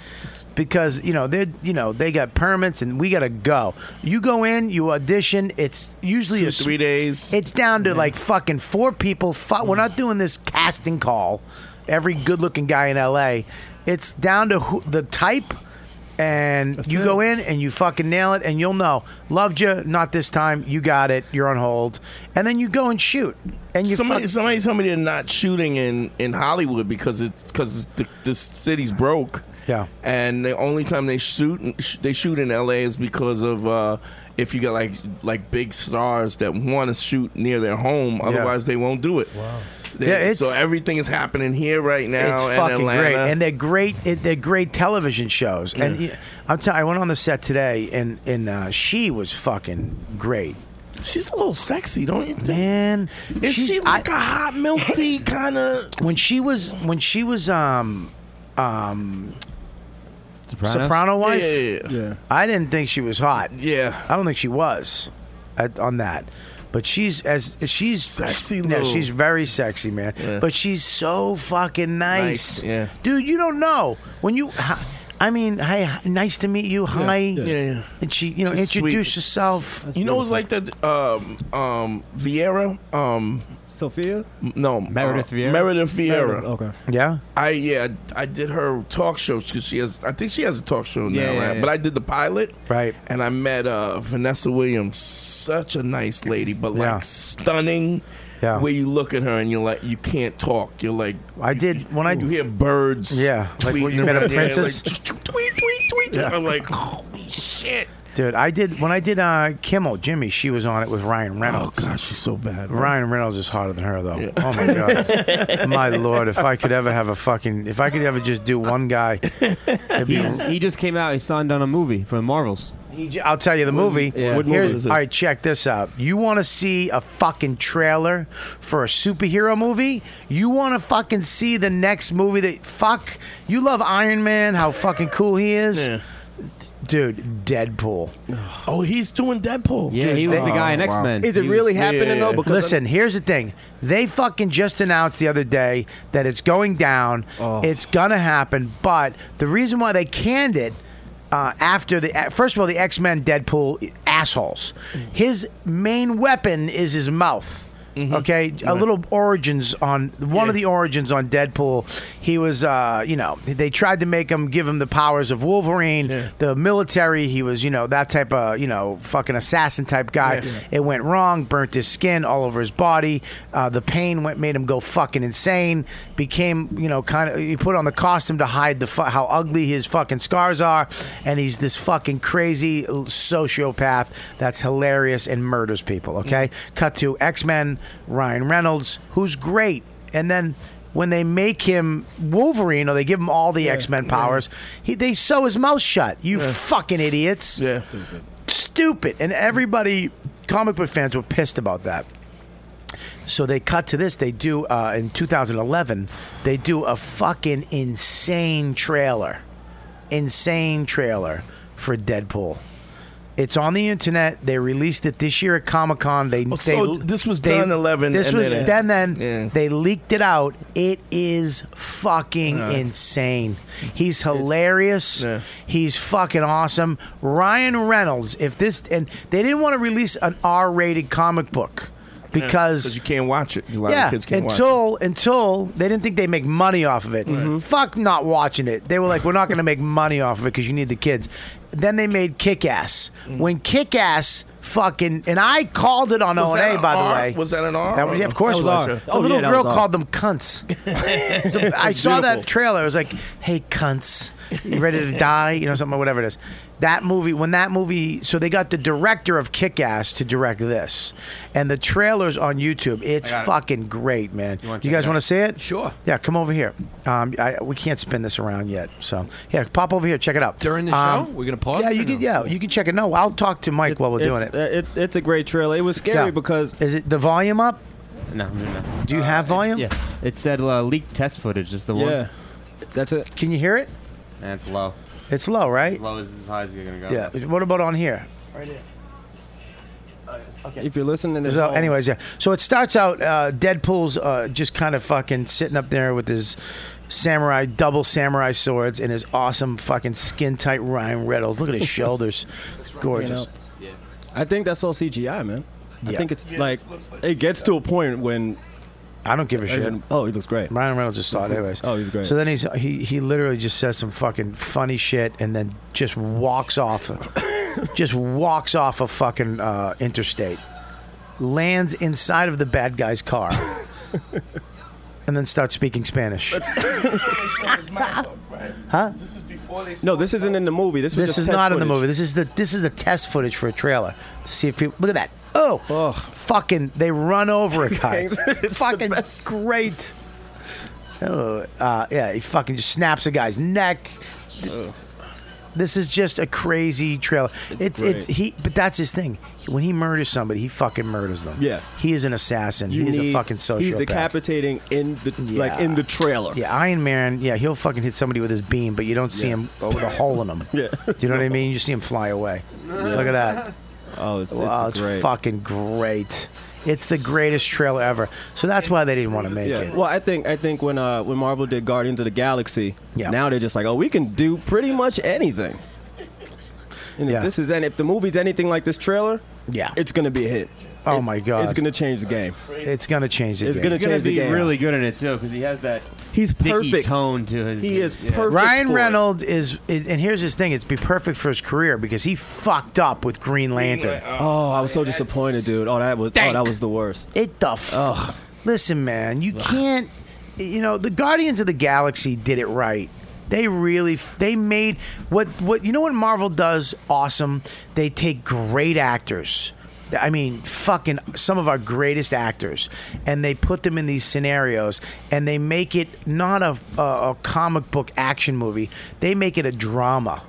B: because you know they you know they got permits and we gotta go. You go in, you audition. It's usually a s-
F: Three days.
B: It's down to like fucking four people. Fu- We're not doing this casting call. Every good-looking guy in LA. It's down to who, the type, and you go in and you fucking nail it, and you'll know. Loved you, not this time. You got it. You're on hold, and then you go and shoot, and you.
F: somebody,
B: fuck-
F: somebody told me they're not shooting in, in Hollywood because it's because the, the city's broke
B: Yeah.
F: And the only time they shoot sh- they shoot in L.A. is because of uh, if you got like like big stars that want to shoot near their home. Otherwise, they won't do it. Wow. They,
B: Yeah, it's-
F: so everything is happening here right now
B: It's
F: in
B: fucking
F: Atlanta.
B: great, and they're great. it- They're great television shows. And y- I'm telling, I went on the set today, and and uh, she was fucking great.
F: She's a little sexy, don't you think?
B: Man,
F: Is
B: she's-
F: she like a hot, milky kind of?
B: when she was when she was um um
F: Soprano?
B: wife.
F: Yeah, yeah, yeah. Yeah.
B: I didn't think she was hot.
F: Yeah,
B: I don't think she was at, on that. But she's as she's sexy. Yeah,
F: little-
B: she's very sexy, man.
F: Yeah.
B: But she's so fucking nice.
F: Nice, yeah.
B: dude. You don't know when you. hi- I mean, hey, hi- nice to meet you. Hi.
F: yeah. Yeah, yeah.
B: And she, you know,
F: She's sweet.
B: introduce yourself.
F: you know, it's like that. Um, um, Vieira. Um,
G: Sophia.
F: No, Uh,
E: Meredith Vieira?
F: Meredith Vieira.
E: Meredith, okay.
B: Yeah.
F: I yeah, I did her talk show because she has. I think she has a talk show now,
E: Yeah, yeah,
F: right?
E: yeah.
F: But I did the pilot,
B: right?
F: And I met uh, Vanessa Williams, such a nice lady, but like stunning.
B: Yeah.
F: Where you look at her and you're like, you can't talk. You're like,
B: I did when I
F: you hear birds.
B: Yeah, like when
F: tweeting
B: you met a
F: around there,
B: princess.
F: like, tweet, tweet, tweet.
B: Yeah.
F: I'm like, holy shit.
B: Dude, I did when I did uh, Kimmel, Jimmy. She was on it with Ryan Reynolds. Oh
F: gosh, she's so bad.
B: Ryan Reynolds is hotter than her though. Oh my god, my lord! If I could ever have a fucking, if I could ever just do one guy, it'd be.
E: He's, he just came out. He signed on a movie from Marvels.
B: He j- I'll tell you the
E: What is
B: movie.
E: it? Yeah. What
B: Here's-
E: movie is it?
B: All right, check this out. You want to see a fucking trailer for a superhero movie? You want to fucking see the next movie that fuck? You love Iron Man? How fucking cool he is, dude! Deadpool.
F: Oh, he's doing Deadpool.
E: Yeah, he was the guy in X Men.
B: listen, here's the thing. They fucking just announced the other day that it's going down. It's gonna happen. But the reason why they canned it. Uh, after the uh, first of all, the X Men Deadpool assholes. His main weapon is his mouth. Okay, a little origins on one of the origins on Deadpool. He was, uh, you know, they tried to make him give him the powers of Wolverine, the military. He was, you know, that type of, you know, fucking assassin type guy. It went wrong, burnt his skin all over his body. Uh, the pain went made him go fucking insane. Became, you know, kind of. He put on the costume to hide the fu- how ugly his fucking scars are, and he's this fucking crazy sociopath that's hilarious and murders people. Okay, cut to X Men, Ryan Reynolds, who's great, and then. When they make him Wolverine, or they give him all the X Men powers, he, they sew his mouth shut. You fucking idiots!
F: Yeah,
B: stupid, and everybody, comic book fans, were pissed about that. So they cut to this. They do uh, in 2011. They do a fucking insane trailer, insane trailer for Deadpool. It's on the internet. They released it this year at Comic Con. They, they
F: Oh, so this was done 11
B: This
F: and
B: was
F: then-
B: done then. They leaked it out. It is fucking
F: Yeah.
B: insane. He's hilarious. He's fucking awesome. Ryan Reynolds. If this and they didn't want to release an R-rated comic book because
F: you can't watch it. A lot
B: yeah,
F: of kids can't watch it.
B: until until they didn't think they make money off of it. Mm-hmm. Fuck not watching it. They were like, we're not going to make money off of it because you need the kids. Then they made Kick Ass.
F: Mm.
B: When Kick Ass fucking and I called it on O
F: Was
B: and
F: that
B: A
F: an
B: by the
F: R?
B: way.
F: Was that an R?
B: That was- yeah, of course
F: That
B: it
F: was
B: was.
F: R.
B: The
F: Oh,
B: little
F: yeah, that
B: girl
F: was R.
B: called them cunts. I
F: That's
B: saw
F: beautiful.
B: that trailer. I was like, "Hey, cunts, you ready to die?" You know, something, whatever it is. That movie, when that movie, so they got the director of Kick Ass to direct this, and the trailers on YouTube. It's
H: got it.
B: fucking great, man.
H: You wanna
B: you
H: check
B: guys
H: it out?
B: want to see it?
H: Sure.
B: Yeah, come over here. Um, I, we can't spin this around yet, so yeah, pop over here, check it out
H: During the
B: Um,
H: show, we're gonna pause.
B: Yeah,
H: it
B: you
H: or
B: can.
H: no?
B: Yeah, you can check it. No, I'll talk to Mike while we're doing
G: it's,
B: it.
G: uh, it- it's a great trailer. It was scary
B: Yeah.
G: because
B: is it the volume up?
E: No, no, no.
B: Do
H: Uh,
B: you have volume?
E: Yeah, it said uh, leaked test footage. Is the one.
B: Yeah.
G: That's it.
B: Can you hear it?
E: And it's low.
B: It's low, right?
E: As low as as high as you're gonna go.
B: Yeah. What about on here?
G: Right here. Okay. If you're listening, to
B: So, anyways, yeah. So it starts out. Uh, Deadpool's uh, just kind of fucking sitting up there with his samurai double samurai swords and his awesome fucking skin tight Ryan Reynolds. Look at his shoulders, gorgeous.
G: You know, I think that's all CGI, man. I
B: Yeah.
G: think it's
B: Yeah,
G: like,
B: this looks like
G: it gets to a point when
B: I don't give a shit.
G: Oh, he looks great.
B: Ryan Reynolds just saw it, anyways.
G: Oh, he's great.
B: So then he's he he literally just says some fucking funny shit and then just walks off, just walks off a fucking uh, interstate, lands inside of the bad guy's car, and then starts speaking Spanish.
F: Huh? This is before
G: No, this isn't in the movie. This was
B: This
G: just
B: is
G: test
B: not in the
G: footage.
B: movie. This is the this is the test footage for a trailer to see if people look at that. Oh, fucking! They run over a guy. fucking great. Oh, uh, yeah, he fucking just snaps a guy's neck. This is just a crazy trailer. It's
F: great.
B: it's he, but that's his thing. When he murders somebody, he fucking murders them.
G: Yeah.
B: he is an assassin.
G: You
B: he is a
G: need-
B: fucking sociopath.
G: He's decapitating in the like in the trailer.
B: Yeah, Iron Man. Yeah, he'll fucking hit somebody with his beam, but you don't see
G: Yeah.
B: him with a hole in him. yeah, you know what I mean. You see him fly away. Look at that.
E: Oh, it's,
B: wow, it's,
E: great.
B: fucking great. It's the greatest trailer ever. So that's why they didn't want to make
G: Yeah.
B: it.
G: Well, I think I think when uh, when Marvel did Guardians of the Galaxy, now they're just like, oh, we can do pretty much anything. And if this is and if the movie's anything like this trailer,
B: yeah,
G: it's gonna be a hit.
B: Oh
G: It-
B: my God.
G: it's gonna change the game.
B: It's gonna change the
G: It's
B: game.
G: gonna change the
E: be
G: game.
E: really good in it too because he has that
G: he's
B: perfect.
E: tone to his. yeah.
B: Ryan Reynolds is, is, and here's his thing: it's be perfect for his career because he fucked up with Green Lantern.
G: Oh, I was so disappointed, dude. Oh, that was oh, that was the worst.
B: It the fuck. Listen, man, you can't. You know, the Guardians of the Galaxy did it right. They really f- they made what what you know what Marvel does awesome. They take great actors. I mean, fucking some of our greatest actors, and they put them in these scenarios, and they make it not a, a, a comic book action movie. They make it a drama.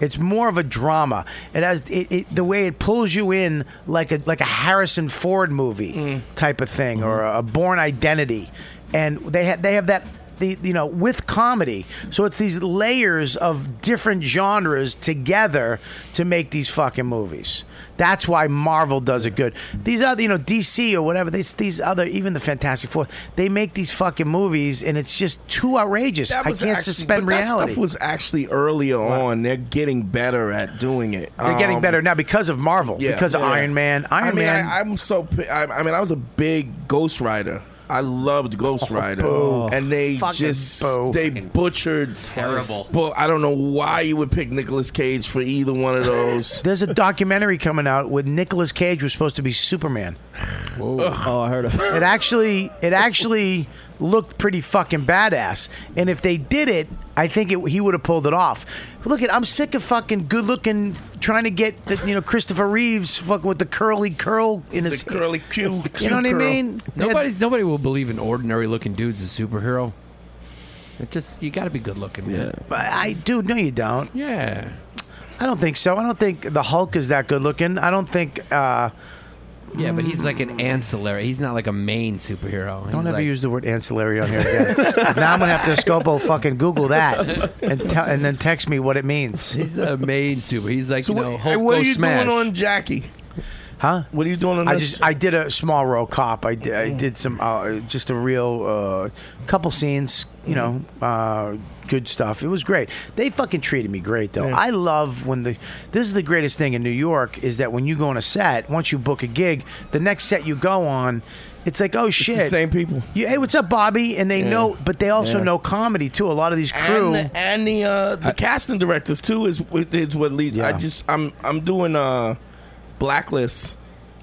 B: It's more of a drama. It has it, it, the way it pulls you in like a like a Harrison Ford movie
F: Mm.
B: type of thing or
F: Mm-hmm.
B: a, Born Identity, and they ha- they have that. The, you know, with comedy, so it's these layers of different genres together to make these fucking movies. That's why Marvel does it good. These other, you know, DC or whatever, these these other, even the Fantastic Four, they make these fucking movies, and it's just too outrageous. I can't
F: actually-
B: suspend
F: but
B: reality.
F: That stuff was actually earlier on. They're getting better at doing it.
B: They're getting
F: Um,
B: better now because of Marvel,
F: yeah.
B: because of
F: Yeah.
B: Iron Man. Iron
F: I mean,
B: Man.
F: I, I'm so. p- I, I mean, I was a big Ghost Rider. I loved Ghost Rider,
B: boo.
F: and they
B: Fucking
F: just
B: boo.
F: they butchered.
B: Terrible.
F: But I don't know why you would pick Nicolas Cage for either one of those.
B: There's a documentary coming out with Nicolas Cage who's supposed to be Superman.
G: Oh, I heard of
B: It actually, it actually looked pretty fucking badass. And if they did it, I think it, he would have pulled it off. Look at, I'm sick of fucking good looking, trying to get the, you know Christopher Reeves fucking with the curly curl in his
F: curly Q.
B: You know what I mean?
H: Nobody, nobody will believe an ordinary-looking dude's a superhero. It just you got to be good-looking. Yeah.
B: But I, dude, no, you don't.
H: Yeah.
B: I don't think so. I don't think the Hulk is that good looking. I don't think. uh
H: Yeah, but he's like
F: Mm.
H: an ancillary. He's not like a main superhero. He's
B: Don't ever
H: like-
B: use the word ancillary on here again. now I'm gonna have to Scopo fucking Google that and tell and then text me what it means.
H: He's the main super. He's like you know
F: Hey,
H: Hulk
F: what
H: go
F: are you
H: smash.
F: doing on Jackie?
B: Huh?
F: What are you doing on
B: I
F: this?
B: just I did a small role cop. I did, I did some uh, just a real uh, couple scenes. You know, uh, good stuff. It was great. They fucking treated me great though.
F: Yeah.
B: I love when the this is the greatest thing in New York is that when you go on a set, once you book a gig, the next set you go on. It's like oh shit,
F: same people.
B: You, hey, what's up, Bobby? And they
F: Yeah.
B: know, but they also
F: Yeah.
B: know comedy too. A lot of these crew
F: and, and the uh, the casting directors too is what- is what leads. I just I'm I'm doing uh Blacklist.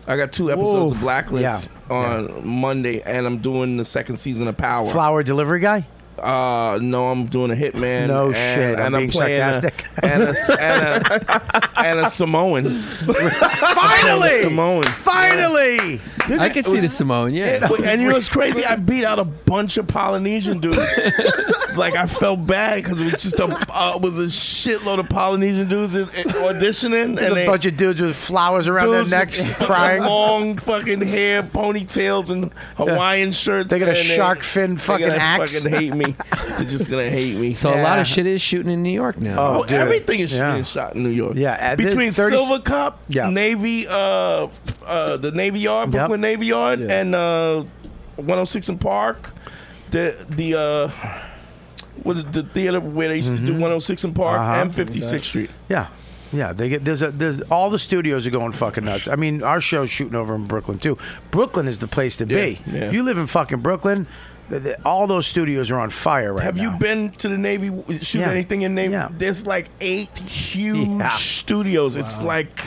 F: I got two episodes
B: Oof.
F: of Blacklist
B: Yeah.
F: on Monday, and I'm doing the second season of Power.
B: flower delivery guy.
F: Uh, no, I'm doing a hitman.
B: No
F: and,
B: shit, I'm
F: and
B: being
F: playing a-
B: sarcastic.
F: and, a, and, a, and a Samoan. Finally, Samoan.
B: Finally,
H: I can see the Simone. Yeah.
F: Wait, and you know what's crazy? I beat out a bunch of Polynesian dudes. like I felt bad because it was just a uh, it was a shitload of Polynesian dudes in, in auditioning, and
B: There's
F: they,
B: a bunch of dudes with flowers around
F: dudes
B: their necks
F: with
B: crying.
F: long fucking hair, ponytails, and Hawaian shirts.
B: They got a
F: and
B: shark fin
F: they're
B: fucking
F: gonna
B: axe.
F: Fucking hate me. They're just gonna hate me.
H: So a lot
B: Yeah.
H: of shit is shooting in New York now.
F: Oh,
B: dude.
F: everything is
B: Yeah.
F: being shot in New York.
B: Yeah, at this
F: between
B: 30
F: Silver Cup,
B: Yeah.
F: Navy, uh, f- uh, the Navy Yard,
B: Yep.
F: Brooklyn Navy Yard, and uh, 106 and Park, the the uh, what is the theater where they used to do 106 and Park
B: Mm-hmm. Uh-huh.
F: and 56th Street.
B: Yeah. Yeah, they get there's a there's all the studios are going fucking nuts. I mean, our show's shooting over in Brooklyn too. Brooklyn is the place to be.
F: Yeah, yeah.
B: If you live in fucking Brooklyn, th th all those studios are on fire right
F: Have
B: now.
F: you been to the Navy shoot
B: Yeah.
F: anything in Navy?
B: Yeah.
F: There's like eight huge
B: Yeah.
F: studios. It's like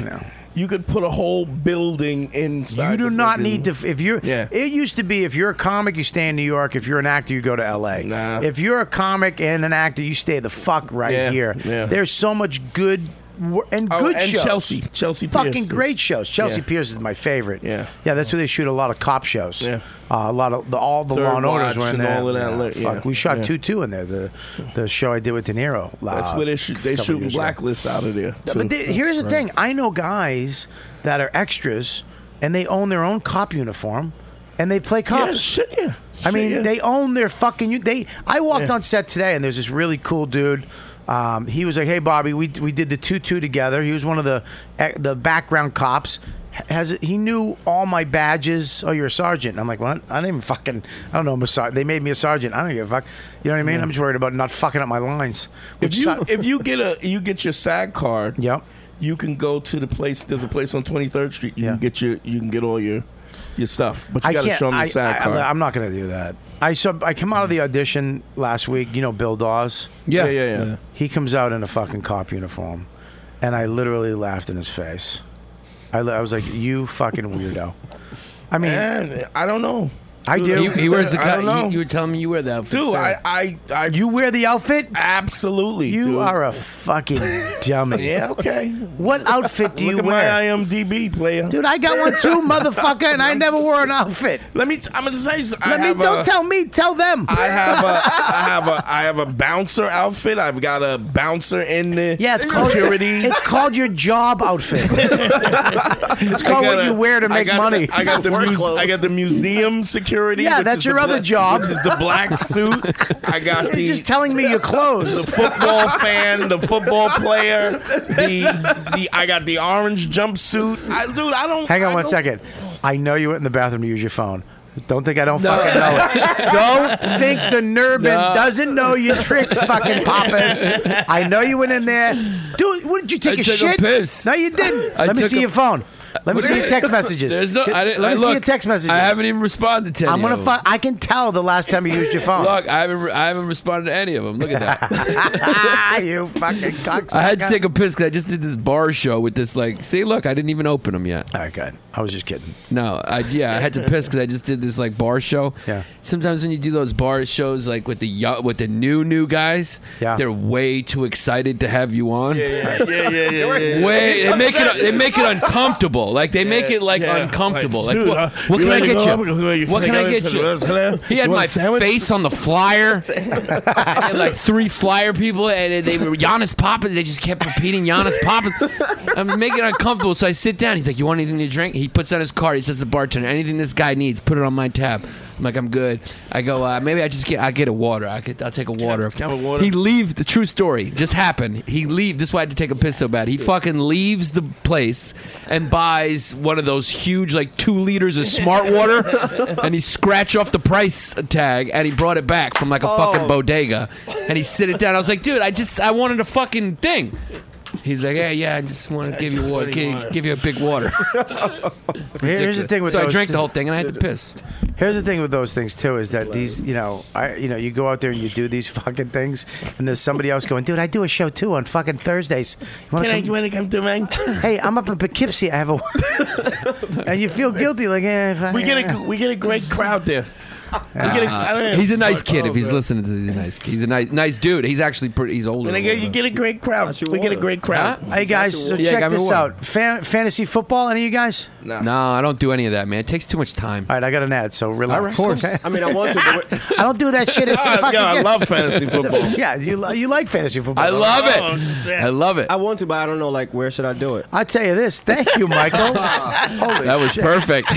F: you could put a whole building inside.
B: You do not need to.
F: fucking-
B: If you're,
F: Yeah.
B: it used to be if you're a comic, you stay in New York. If you're an actor, you go to L.A. Nah. If you're a comic and an actor, you stay the fuck right
F: Yeah,
B: here.
F: yeah.
B: There's so much good wor- and
F: Oh,
B: good
F: and
B: shows.
F: Chelsea. Chelsea
B: fucking
F: Pierce.
B: great shows. Chelsea
F: Yeah.
B: Pierce is my favorite.
F: Yeah.
B: yeah, that's where they shoot a lot of cop shows. Yeah, uh, a lot of the, all the
F: Third
B: Law and Orders
F: Watch
B: were in
F: and
B: there.
F: all of that
B: Yeah,
F: lit-
B: fuck,
F: yeah,
B: we shot
F: yeah.
B: two two in there. The the show I did with De Niro.
F: That's
B: uh,
F: where they
B: a
F: shoot. They
B: couple
F: shooting
B: years ago.
F: blacklists out of there.
B: Th-
F: too.
B: But the- here's the thing: I know guys that are extras, and they own their own cop uniform, and they play cops.
F: shit, yeah.
B: I mean,
F: yeah.
B: they own their fucking. u- They. I walked
F: Yeah.
B: on set today, and there's this really cool dude. Um, he was like, "Hey, Bobby, we we did the two two together." He was one of the eh, the background cops. H- Has he knew all my badges? Oh, you're a sergeant. And I'm like, what? I didn't even fucking. I don't know. I'm a sergeant. They made me a sergeant. I don't give a fuck. You know what I mean? I'm just worried about not fucking up my lines.
F: If
B: Which
F: you
B: suck-
F: if you get a you get your SAG card,
B: yep.
F: you can go to the place. There's a place on 23rd Street. You
B: Yeah.
F: can get your you can get all your your stuff, but you got to
B: can't-
F: show them the SAG
B: I,
F: card.
B: I, am not going to do that. I sub, I come out of the audition last week. You know Bill Dawes.
F: Yeah. Yeah, yeah, yeah.
B: He comes out in a fucking cop uniform, and I literally laughed in his face. I, li- I was like, "You fucking weirdo." I mean,
F: Man, I don't know.
B: I do.
H: He, he wears the.
B: I
H: cut-
B: don't know.
H: You, you were telling me you wear the outfit.
F: Dude,
H: too.
F: I, I, I,
B: you wear the outfit?
F: Absolutely.
B: You
F: dude.
B: are a fucking dummy.
F: Yeah, okay.
B: What outfit do
F: Look
B: you
F: at
B: wear?
F: my IMDb player,
B: Dude, I got one too, motherfucker, and I never wore an outfit.
F: Let me. T- I'm gonna say. I
B: Let me.
F: have
B: Don't
F: a-
B: tell me. Tell them.
F: I have a, I have a, I have a bouncer outfit. I've got a bouncer in the
B: Yeah, it's called
F: security.
B: It's called your job outfit. it's called
F: I got
B: what
F: a-
B: you wear to
F: I
B: make
F: got
B: money.
F: The, I got the muse, I got the museum security.
B: Yeah,
F: which
B: that's
F: is
B: your
F: the
B: other
F: bla-
B: job.
F: Which is the black suit. I got the
B: You're just telling me your clothes.
F: the football fan, the football player, the the I got the orange jumpsuit. I, dude, I don't.
B: Hang on
F: I
B: one
F: don't-
B: second. I know you went in the bathroom to use your phone. Don't think I don't
H: No.
B: fucking know it. Don't think the Nurbin
H: No.
B: doesn't know your tricks, fucking Pappas. I know you went in there. Dude, what did you take
H: I
B: a
H: took a
B: shit?
H: piss.
B: No, you didn't.
H: I
B: Let me
H: took
B: see
H: a-
B: your phone. Let me see your text messages.
H: There's no. I
B: Let
H: didn't,
B: me
H: I,
B: see
H: look,
B: your text messages.
H: I haven't even responded to. Any
B: I'm gonna.
H: of
B: Fu-
H: them.
B: I can tell the last time you used your phone.
H: Look, I haven't. re- I haven't responded to any of them. Look at that.
B: Ah, you fucking cocksucker.
H: I had to take a piss because I just did this bar show with this like. See, look, I didn't even open them yet.
B: All right, good. I was just kidding.
H: No, I, yeah, I had to piss because I just did this like bar show.
B: Yeah.
H: Sometimes when you do those bar shows, like with the yo- with the new new guys,
B: Yeah.
H: they're way too excited to have you on.
F: Yeah, yeah, yeah, yeah. yeah.
H: Way they make it they make it uncomfortable. Like they make it like
F: yeah.
H: uncomfortable. Like,
F: Like, dude,
H: what,
F: uh,
H: what
F: you
H: can I
F: ready to
H: get
F: go? Who are
H: you?
F: you?
H: What
F: Can
H: can
F: I
H: I
F: go to
H: get
F: the-
H: you? He had
F: You want
H: my
F: a sandwich?
H: face on the flyer. I had like three flyer people, and they were Giannis Papas. They just kept repeating Giannis Papas. I'm making it uncomfortable, so I sit down. He's like, "You want anything to drink?" He puts down his card. He says, to "The bartender, anything this guy needs, put it on my tab." I'm like, "I'm good." I go, uh, "Maybe I just get I get a water. I get, I'll take a water."
F: have a water.
H: He leaves. The true story just happened. He leave. This is why I had to take a piss so bad. He fucking leaves the place and buys one of those huge, like two liters of smart water, and he scratch off the price tag and he brought it back from like a fucking bodega, and he sit it down. I was like, dude, I just I wanted a fucking thing. He's like, yeah, yeah, I just want to give you water, give, give you a big water.
B: Here's the thing with
H: so I
B: those
H: drank
B: two-
H: the whole thing and I had to piss.
B: Here's the thing with those things too is that these, you know, I, you know, you go out there and you do these fucking things, and there's somebody else going, dude, I do a show too on fucking Thursdays. You wanna
F: Can I,
B: come-
F: you want to come to mine?
B: hey, I'm up in Poughkeepsie. I have a, and you feel guilty like, eh, if I-
F: We get a we get a great crowd there. We get a, I don't know.
H: Uh, He's a nice
F: Fuck.
H: kid if
F: Oh,
H: he's
F: man.
H: listening to this. He's a nice. He's a nice, nice dude. He's actually pretty. He's older.
F: And I
H: than
F: get,
H: me,
F: you
H: but-
F: get a great crowd. We get a great crowd.
H: Huh?
B: Hey guys, so
H: Yeah,
B: check
H: got me
B: this
H: one.
B: out. Fan, fantasy football? Any of you guys?
H: No, I don't do any of that, man. It takes too much time.
B: All right, I got an ad, so relax.
H: Of course.
B: okay?
G: I mean, I want to. But we're-
B: I don't do that shit. It's
F: Ah,
B: fucking
F: yeah, I love fantasy football.
B: Yeah, you li- you like fantasy football?
H: I love it.
F: Oh, shit.
H: I love it.
G: I want to, but I don't know. Like, where should I do it?
B: I tell you this. Thank you, Michael. Holy
H: That was
B: shit.
H: perfect.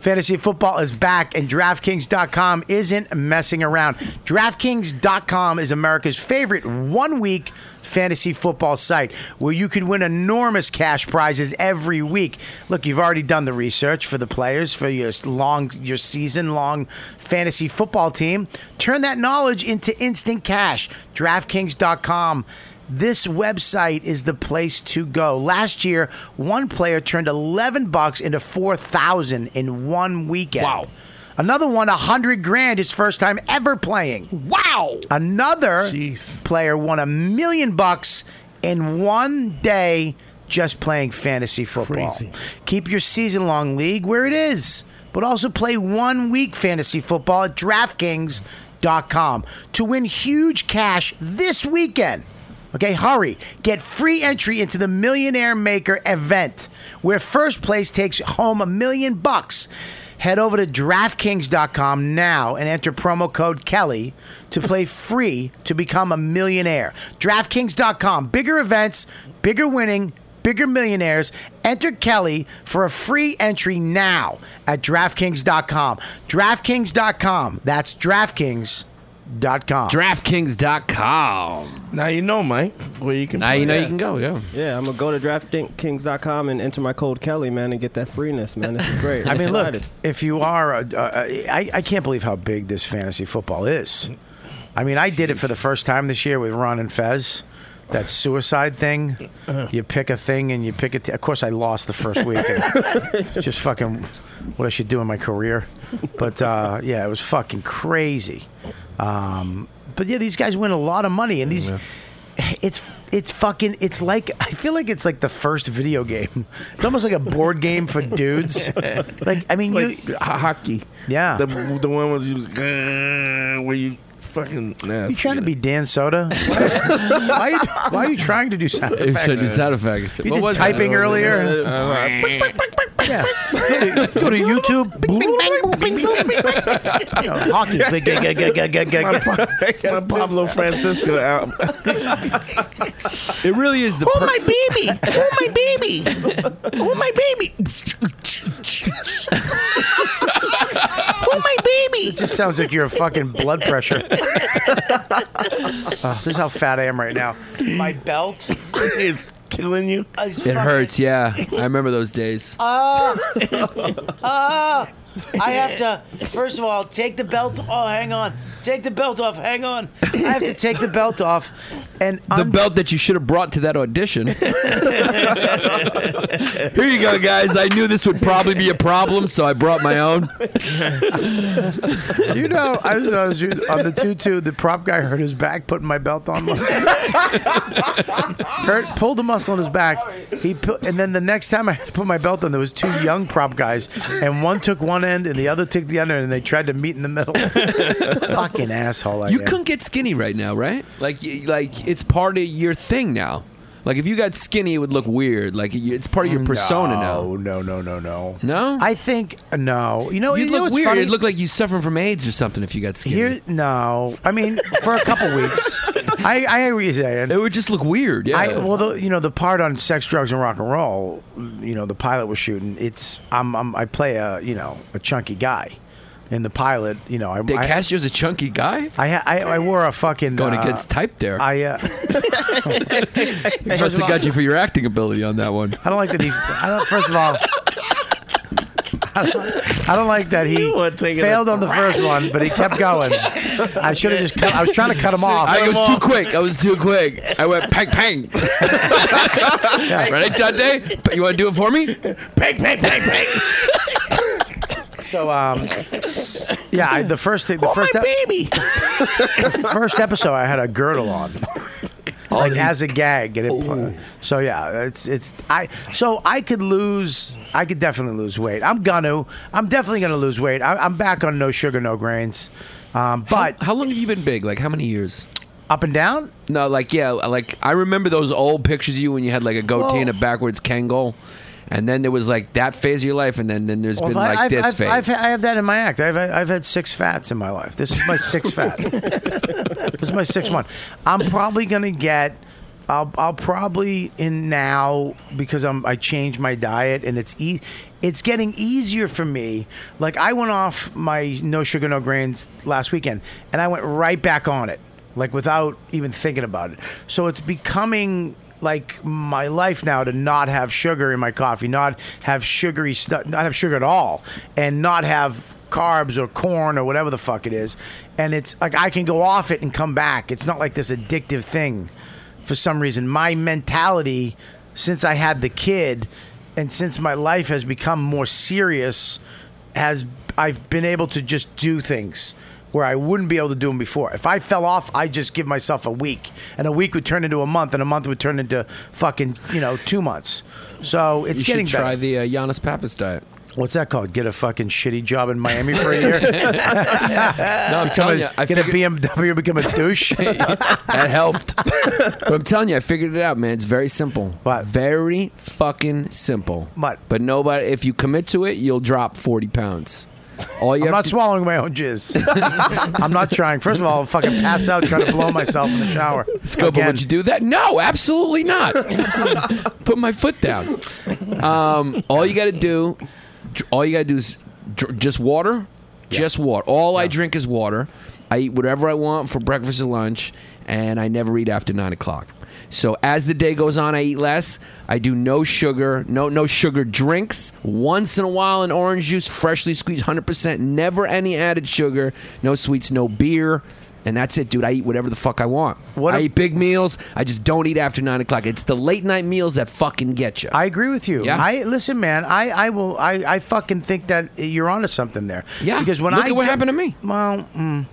B: Fantasy football is back, and DraftKings.com isn't messing around. DraftKings.com is America's favorite one week fantasy football site where you could win enormous cash prizes every week. Look, you've already done the research for the players for your long your season long fantasy football team. Turn that knowledge into instant cash. DraftKings.com this website is the place to go. Last year, one player turned 11 bucks into 4,000 in one weekend. Wow. Another one, 100 grand, his first time ever playing.
H: wow.
B: Another
F: Jeez.
B: player won a million bucks in one day just playing fantasy football.
K: Crazy.
B: Keep your season long league where it is, but also play one week fantasy football at DraftKings.com to win huge cash this weekend. Okay, hurry. Get free entry into the Millionaire Maker event, where first place takes home a million bucks. Head over to DraftKings.com now and enter promo code Kelly to play free to become a millionaire. DraftKings.com, bigger events, bigger winning, bigger millionaires. Enter Kelly for a free entry now at DraftKings.com. DraftKings.com. That's DraftKings.com.
H: DraftKings.com.
F: Now you know, Mike, where you can.
H: Now Ah, you know you can go. Yeah.
G: Yeah, I'm gonna go to DraftKings.com and enter my code Kelly, man, and get that freeness, man. This is great.
B: I mean, look,
G: Excited.
B: if you are, a, a, I, I can't believe how big this fantasy football is. I mean, I did it for the first time this year with Ron and Fez. That suicide thing.
F: Uh-huh.
B: You pick a thing and you pick it. Of course, I lost the first week. and just fucking what I should do in my career. But uh, yeah, it was fucking crazy. Um, but yeah, these guys win a lot of money, and these. It's it's fucking it's like I feel like it's like the first video game. It's almost like a board game for dudes. Like I mean,
F: It's
B: you,
F: like uh, hockey.
B: Yeah,
F: The, the one was you was "Grrr," where you fucking. Nah,
B: you trying to be Dan Soda? why, you- why are you trying to do sound
H: You
B: effects?
H: should do sound effects.
B: You
H: What
B: did
H: was it?
B: typing
H: Uh,
B: earlier.
H: uh,
B: Yeah. Go to YouTube. Bing, bing, bang, boom, bing, boom, bing, bang. You know, Hockey. Big, gig, gig, gig, gig, gig, gig.
F: It's my Pablo Francisco album.
H: It really is the.
F: my baby! Oh my baby!
D: Oh my baby! oh my baby!
B: It just sounds like you're a fucking blood pressure. Oh, this is how fat I am right now. My belt
F: is killing you.
H: It hurts. Yeah, I remember those days.
B: Uh, uh, I have to, first of all, take the belt. Oh, hang on. Take the belt off. Hang on. I have to take the belt off. And
H: The belt that you should have brought to that audition. Here you go, guys. I knew this would probably be a problem, so I brought my own.
B: Do you know? I was, I was on the two-two. The prop guy hurt his back putting my belt on. hurt, pulled a muscle in his back. He pu- and then the next time I had to put my belt on, there was two young prop guys, and one took one end and the other took the other, and they tried to meet in the middle. Fucking asshole! I
H: You
B: am.
H: couldn't get skinny right now, right? Like, y- like it's part of your thing now. Like, if you got skinny, it would look weird. Like, y- it's part of your persona now.
B: No, no, no, no,
H: no.
B: I think no. You know,
H: You'd
B: you know
H: look
B: what's
H: weird.
B: funny?
H: It'd look like you suffering from AIDS or something if you got skinny.
B: Here, no. I mean, for a couple weeks, I, I hear what you're saying. It
H: would just look weird. Yeah.
B: I, well, the, you know, the part on sex, drugs, and rock and roll, you know, the pilot was shooting. It's I'm, I'm I play a you know a chunky guy, in the pilot, you know, I
H: They
B: I,
H: cast you as a chunky guy.
B: I, ha- I I wore a fucking
H: Going
B: uh,
H: against type there.
B: I uh,
H: They must have got you for your acting ability on that one.
B: I don't like that he. I don't. First of all. I don't, I don't like that he
F: taking
B: failed
F: a
B: on the first one, but he kept going. I should have just. Cut, I was trying to cut him off.
H: I was too quick. I was too quick. I went pang pang. Ready, Dante? You want to do it for me?
F: Peg, peg, peg, peg.
B: So um, yeah, I, the first thing, the
F: Oh
B: first
F: my
B: ep-
F: baby!
B: the first episode, I had a girdle on, like as a gag, and it. So yeah, it's it's I. So I could lose. I could definitely lose weight. I'm gonna. I'm definitely gonna lose weight. I, I'm back on no sugar, no grains. Um, but
H: how long have you been big? Like how many years?
B: Up and down?
H: No, like yeah, like I remember those old pictures of you when you had like a goatee and a backwards Kangol, and then there was like that phase of your life, and then then there's
B: Well,
H: been
B: I-
H: like
B: I've,
H: this
B: I've,
H: phase.
B: I've, I have that in my act. I've, I've had six fats in my life. This is my sixth fat. this is my sixth one. I'm probably gonna get. I'll, I'll probably in now because I'm I changed my diet and it's e- it's getting easier for me. Like I went off my no sugar no grains last weekend and I went right back on it like without even thinking about it. So it's becoming like my life now to not have sugar in my coffee, not have sugary stuff, not have sugar at all, and not have carbs or corn or whatever the fuck it is. And it's like I can go off it and come back. It's not like this addictive thing for some reason. My mentality since I had the kid and since my life has become more serious has I've been able to just do things where I wouldn't be able to do them before. If I fell off, I'd just give myself a week, and a week would turn into a month, and a month would turn into fucking you know two months. So it's
H: you
B: getting
H: should try
B: better.
H: the uh, Giannis Pappas diet.
B: What's that called? Get a fucking shitty job in Miami for a year.
H: No, I'm telling you, Oh, I
B: Uh, get
H: figured-
B: a BMW, become a douche.
H: that helped. but I'm telling you, I figured it out, man. It's very simple. What? Very fucking simple.
B: What?
H: But nobody, if you commit to it, you'll drop 40 pounds. All you
B: I'm
H: have
B: not
H: to-
B: swallowing my own jizz. I'm not trying. First of all, I'll fucking pass out trying to blow myself in the shower.
H: Scobo,
B: Again.
H: would you do that? No, absolutely not. Put my foot down. Um, all you got to do, dr- all you got to do is dr- just water, just water. All I drink is water. I eat whatever I want for breakfast and lunch, and I never eat after nine o'clock. So as the day goes on, I eat less. I do no sugar, no no sugar drinks. Once in a while, an orange juice, freshly squeezed, hundred percent. Never any added sugar. No sweets, no beer, and that's it, dude. I eat whatever the fuck I want. I eat big meals. I just don't eat after nine o'clock. It's the late night meals that fucking get you.
B: I agree with you.
H: Yeah.
B: I listen, man. I, I will. I, I fucking think that you're onto something there.
H: Yeah.
B: Because when
H: Look
B: I
H: at what
B: get-
H: happened to me.
B: Well, mm,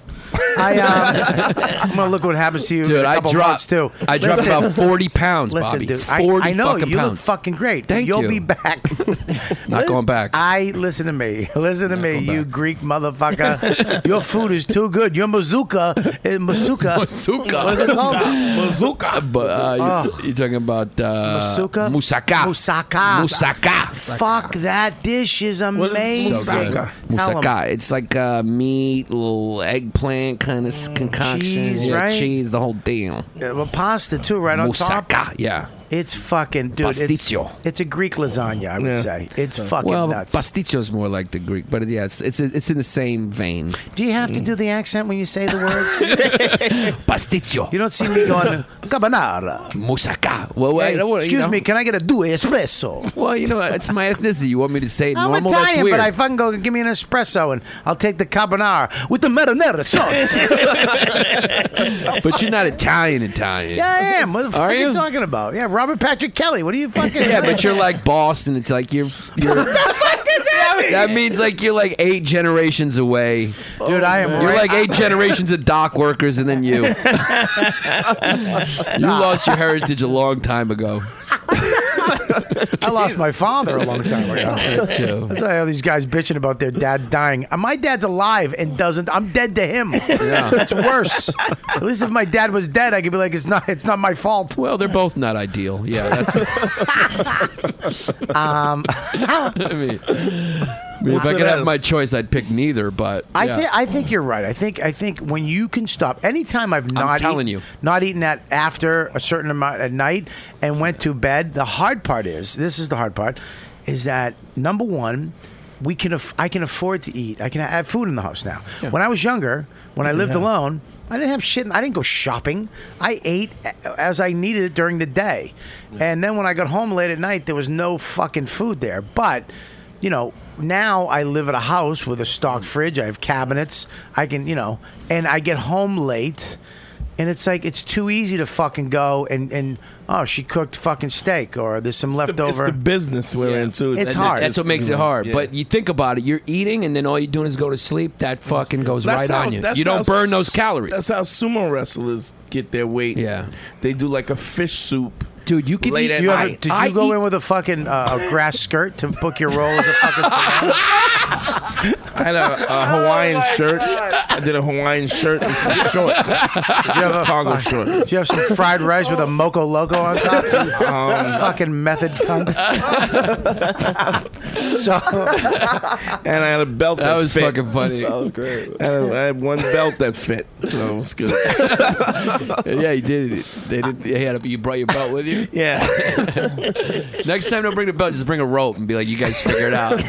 B: I um, I'm gonna look what happens to you.
H: Dude,
B: in a
H: I
B: couple
H: dropped-
B: months, too.
H: I dropped
B: Listen-
H: about 40 pounds,
B: Listen,
H: Bobby.
B: dude, I-
H: 40
B: I, know
H: fucking
B: you look
H: pounds.
B: fucking great.
H: Thank
B: You'll
H: you.
B: be back.
H: Not going back.
B: I listen to me. Listen to me, you Greek motherfucker. Your food is too good. Your mazooka, eh,
H: uh,
B: mazooka,
H: Mazooka.
B: What's it called?
F: Mazooka.
H: But uh,
B: Oh.
H: you, you're talking about uh,
B: Masuka?
H: Musaka.
B: Musaka.
H: Musaka.
B: Fuck that dish is amazing.
H: So good.
B: Tell 'em.
H: Moussaka. It's like uh, meat, little eggplant kind of concoction.
B: cheese,
H: yeah,
B: right?
H: Mm, cheese, the whole deal.
B: Uh, well, pasta too, right on
H: Moussaka,
B: top.
H: yeah.
B: It's fucking dude. It's,
H: Pasticcio.
B: it's a Greek lasagna, I would
H: Yeah.
B: say. It's fucking
H: well,
B: nuts.
H: pasticho is more like the Greek, but yeah, it's it's, it's in the same vein.
B: do you have to do the accent when you say the words?
H: Pasticcio.
B: you don't see me going carbonara.
H: Moussaka. Well, wait,
B: Hey,
H: I want- you
B: excuse
H: know-
B: me, can I get a due espresso?
H: Well, you know, it's my ethnicity. You want me to say it
B: I'm
H: normal? That's
B: Italian,
H: weird.
B: but I fucking go give me an espresso and I'll take the carbonara with the marinara sauce.
H: But you're not Italian, Italian.
B: yeah, I am. What the fuck
H: Are
B: are you
H: you?
B: talking about? Yeah, Robert Patrick Kelly. What are you fucking?
H: Yeah, but you're like Boston. It's like you're. you're what the fuck does that mean? That means like you're like eight generations away.
B: dude, I am.
H: You're
B: right-
H: like eight generations of dock workers, and then you. you lost your heritage a long time ago.
B: I lost my father a long time ago. That's why all these guys bitching about their dad dying. Uh, My dad's alive and doesn't. I'm dead to him. That's worse. At least if my dad was dead, I could be like, it's not. It's not my fault.
H: Well, they're both not ideal. Yeah, that's.
B: Um,
H: I mean, if I could have my choice, I'd pick neither. But
B: I
H: yeah.
B: think I think you're right. I think I think when you can stop. Anytime I've not
H: telling
B: eaten,
H: you.
B: not eaten that after a certain amount at night and went to bed. The hard part is this is the hard part is that number one. We can. Aff- I can afford to eat. I can have food in the house now. When I was younger, when I lived alone, I didn't have shit. I didn't go shopping. I ate a- as I needed it during the day, and then when I got home late at night, there was no fucking food there. But you know, now I live at a house with a stocked fridge. I have cabinets. I can, you know, and I get home late. And it's like it's too easy to fucking go and, and oh she cooked fucking steak or there's some leftover.
F: It's the business we're in too.
B: It's hard.
H: That's what makes it hard.
F: Yeah.
H: But you think about it, you're eating, and then all you're doing is go to sleep. That fucking goes
F: That's
H: right
F: how-
H: on you.
F: that's
H: You
F: how
H: don't burn those
F: s-
H: calories.
F: That's how sumo wrestlers get their weight.
H: Yeah.
F: They do like a fish soup.
H: Dude, you can
F: Late
H: eat.
F: at
B: you
F: night.
B: ever, did you
H: I
B: go
H: eat-
B: in with a fucking uh, a grass skirt to book your role as a fucking?
F: I had a, a Hawaiian shirt. I did a Hawaiian shirt and some shorts.
B: Did you have a
F: Cargo
B: fuck-
F: shorts.
B: Did you have some fried rice with a moco loco on top?
F: Um,
B: fucking method cunt. so
F: and I had a belt that,
H: That was
F: fit. Oh.
H: fucking funny.
F: I had, I had one belt that fit, so it was good.
H: yeah, you did. it. They did. They had a, you brought your belt with you.
F: Yeah,
H: Next time, don't bring the belt. Just bring a rope and be like, "You guys figure it out."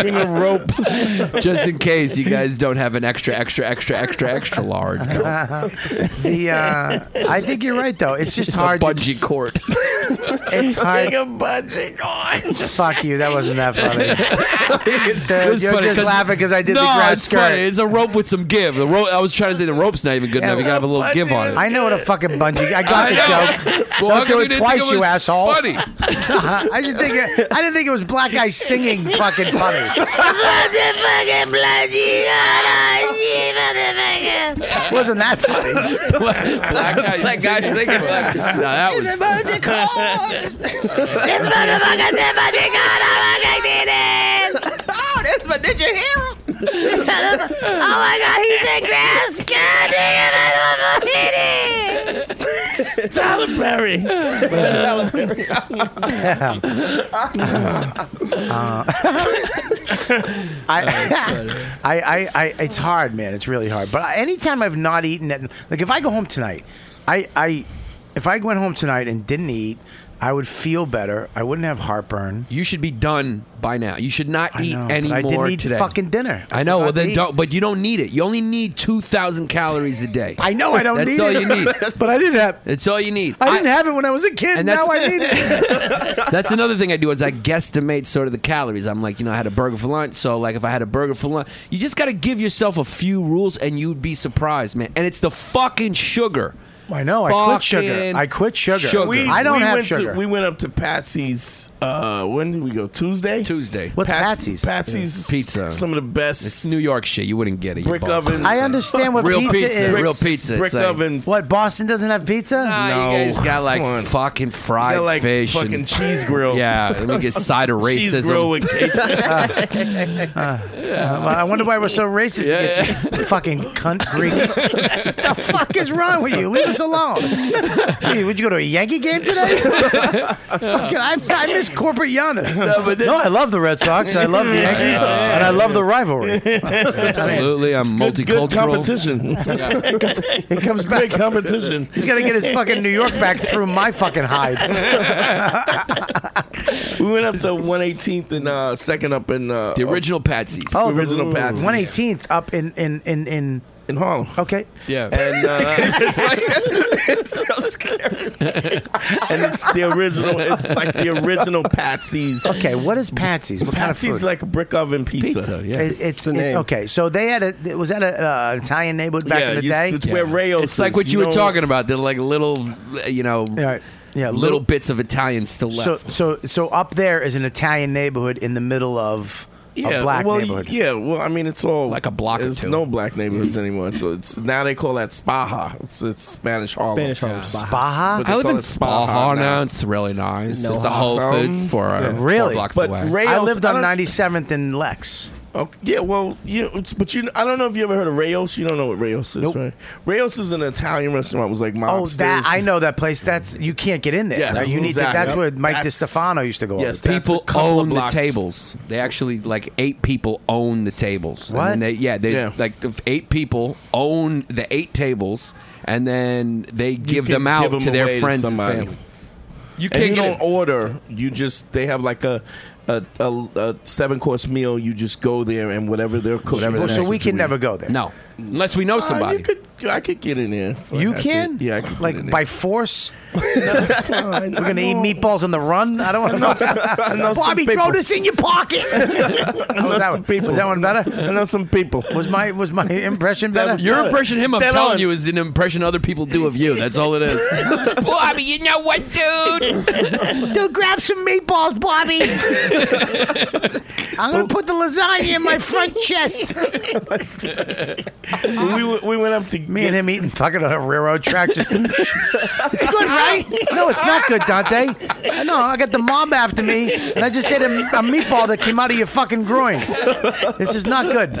F: bring a rope.
H: just in case you guys don't have an extra, extra, extra, extra, extra large. It's
B: the uh, I think you're right though. It's just
H: a
B: hard. to-
H: bungee cord.
B: It's hard.
F: Bigger budget. God.
B: Fuck you. That wasn't that funny. Dude,
H: was
B: you're
H: funny
B: just laughing because I did
H: no,
B: the crowd
H: it's funny.
B: skirt.
H: It's a rope with some give. The rope. I was trying to say the rope's not even good enough. You gotta have a little give on it.
B: I know what a fucking bungee. I got
H: I
B: the
H: know.
B: joke.
H: Well, how
B: Don't
H: come
B: do
H: you
B: it
H: didn't
B: twice,
H: think it
B: you
H: was
B: asshole.
H: funny?
B: I just think it, I didn't think it was black guys singing fucking funny.
I: Motherfucking bloody hard shit, motherfucker.
B: Wasn't that funny?
H: black guy
I: Black guy
H: singing.
I: singing.
H: Black- no, that was.
I: This motherfucker said my dick hard, I did it. Oh, this but did you hear him? This motherfucker- oh my god, he said grass. God damn it, motherfucker, hit it.
F: Tyler Perry.
I: Tyler Perry.
B: Um, uh, I, I, I, I, it's hard, man. It's really hard. But anytime I've not eaten, at, like if I go home tonight, I, I, if I went home tonight and didn't eat, I would feel better. I wouldn't have heartburn.
H: You should be done by now. You should not eat
B: know, but
H: anymore
B: I didn't eat
H: today.
B: fucking dinner. I
H: I know. Well,
B: forgot to
H: then
B: eat.
H: don't. But you don't need it. You only need two thousand calories a day.
B: I know I don't
H: That's
B: need
H: all
B: it.
H: you need.
B: but I didn't have.
H: That's all you need.
B: I didn't have it when I was a kid.
H: And
B: now I
H: that's-
B: need it.
H: That's another thing I do is I guesstimate sort of the calories. I'm like, you know, I had a burger for lunch, so like if I had a burger for lunch, you just got to give yourself a few rules, and you'd be surprised, man. And it's the fucking sugar.
B: I know. I quit sugar.
H: Fucking
B: I quit sugar.
H: sugar.
F: We,
B: I don't
F: we
B: have
F: went to-
B: sugar.
F: we went up to Patsy's. Uh, when did we go? Tuesday.
H: Tuesday.
B: What's Patsy's?
F: Patsy's
H: Pizza.
F: Some of the
H: It's
F: best
H: New York shit. You wouldn't get it. you
F: brick
H: balls.
F: oven.
B: I understand what
H: real
B: pizza, is.
H: Real pizza.
F: brick
H: It's like,
F: oven.
B: What Boston doesn't have pizza?
H: Nah,
F: No,
H: you guys got like
F: come on.
H: fucking fried
F: Got, like,
H: fish,
F: fucking
H: and,
F: cheese grill.
H: Yeah, let me get side of racism.
F: Cheese grill with queso.
B: Uh, I wonder why we're so racist against you. Fucking cunt Greeks. the fuck is wrong with you? Leave us alone. Hey, would you go to a Yankee game today? Fucking, I, I miss corporate Giannis. No, I love the Red Sox. I love the Yankees. and I love the rivalry.
H: Absolutely, I'm
F: Good-
H: multicultural.
F: Good competition.
B: It comes back.
F: Great competition.
B: He's got to get his fucking New York back through my fucking hide.
F: We went up to 118th and uh, second up in uh,
H: The original Patsy's.
B: Oh, the
F: original Patsy's
B: 118th up in, in, in, in
F: in Harlem.
B: okay.
H: Yeah.
F: And uh, it's and it's the original. It's like the original Patsy's.
B: Okay, what is Patsy's? What kind of
F: Patsy's
B: food?
F: like a brick oven pizza.
H: pizza. Yeah.
B: It's, it's,
G: the
B: it-
G: name.
B: okay. So they had a it was that a uh, Italian neighborhood back
F: yeah,
B: in the
F: it's-
B: day?
F: It's where Rayos.
H: It's like what
F: is,
H: you, were
F: know?
H: talking about. They're like little, you know,
B: Yeah, yeah,
H: little,
B: little-
H: bits of Italian still
B: So
H: left.
B: so so up there is an Italian neighborhood in the middle of a black
F: well,
B: neighborhood.
F: Yeah, well, I mean, it's all
H: Like a block or
F: There's
H: two.
F: no black neighborhoods anymore. So it's now they call that Spaha. It's, it's Spanish Harlem.
G: Spanish Harlem. Baja.
B: Baja.
F: But
H: I
F: they
H: live
F: call
H: in
F: it Spaha
H: Spaha now.
F: now.
H: It's really nice.
G: No
H: it's the Whole
F: awesome.
H: Foods for uh, four
B: Really?
H: blocks
F: But
H: away.
F: Ray-
B: I lived
F: I
B: on
F: don't-
B: 97th and Lex.
F: Okay. Yeah, well, you know, it's, but you, I don't know if you ever heard of Rayos. You don't know what Rayos is, right? Rayos is an Italian restaurant. It was like mobsters.
B: Oh, that I know that place. That's you can't get in there.
F: Yes,
B: That- you need to,
F: exactly.
B: that's where Mike
F: That's-
B: DiStefano used to go.
F: Yes,
B: over.
F: that's a
H: people
F: couple of
H: own the
F: blocks.
H: tables. They actually like eight people own the tables.
B: What?
H: And then they, yeah, they
F: Yeah.
H: like the f- eight people own the eight tables, and then they give
F: can
H: them out
F: give 'em
H: to
F: away
H: their
F: to
H: friends and
F: somebody.
H: family. You
F: And you
H: can't
F: don't
H: get.
F: order. You just they have like a a, a, a seven course meal. You just go there and whatever they're cooking.
H: Whatever
B: Well,
H: that's
B: so we
H: what
B: can never go there.
H: No, unless we know
F: Uh,
H: somebody.
F: you could. I could get in there. if I
B: You
F: had to.
B: can?
F: Yeah, I could get in
B: Like
F: there.
B: by force?
F: We're
B: We're gonna eat meatballs on the run? I don't want to know.
F: I know some
B: Bobby,
F: people.
B: throw this in your pocket.
F: I know
B: was, that
F: some
B: one,
F: people.
B: was that one better?
F: I know some people.
B: Was my was my impression better?
F: was-
H: Your
F: Stella-
H: impression of him of
F: Stella
H: telling
F: on-
H: you is an impression other people do of you. That's all it is. Bobby, you know what, dude?
I: Dude, grab some meatballs, Bobby.
B: I'm gonna put the lasagna in my front chest.
F: we, went- we went up to
B: Me and him eating fucking on a railroad track. Just it's good, right? No, it's not good, Dante. No, I got the mob after me, and I just ate a, a meatball that came out of your fucking groin. This is not good.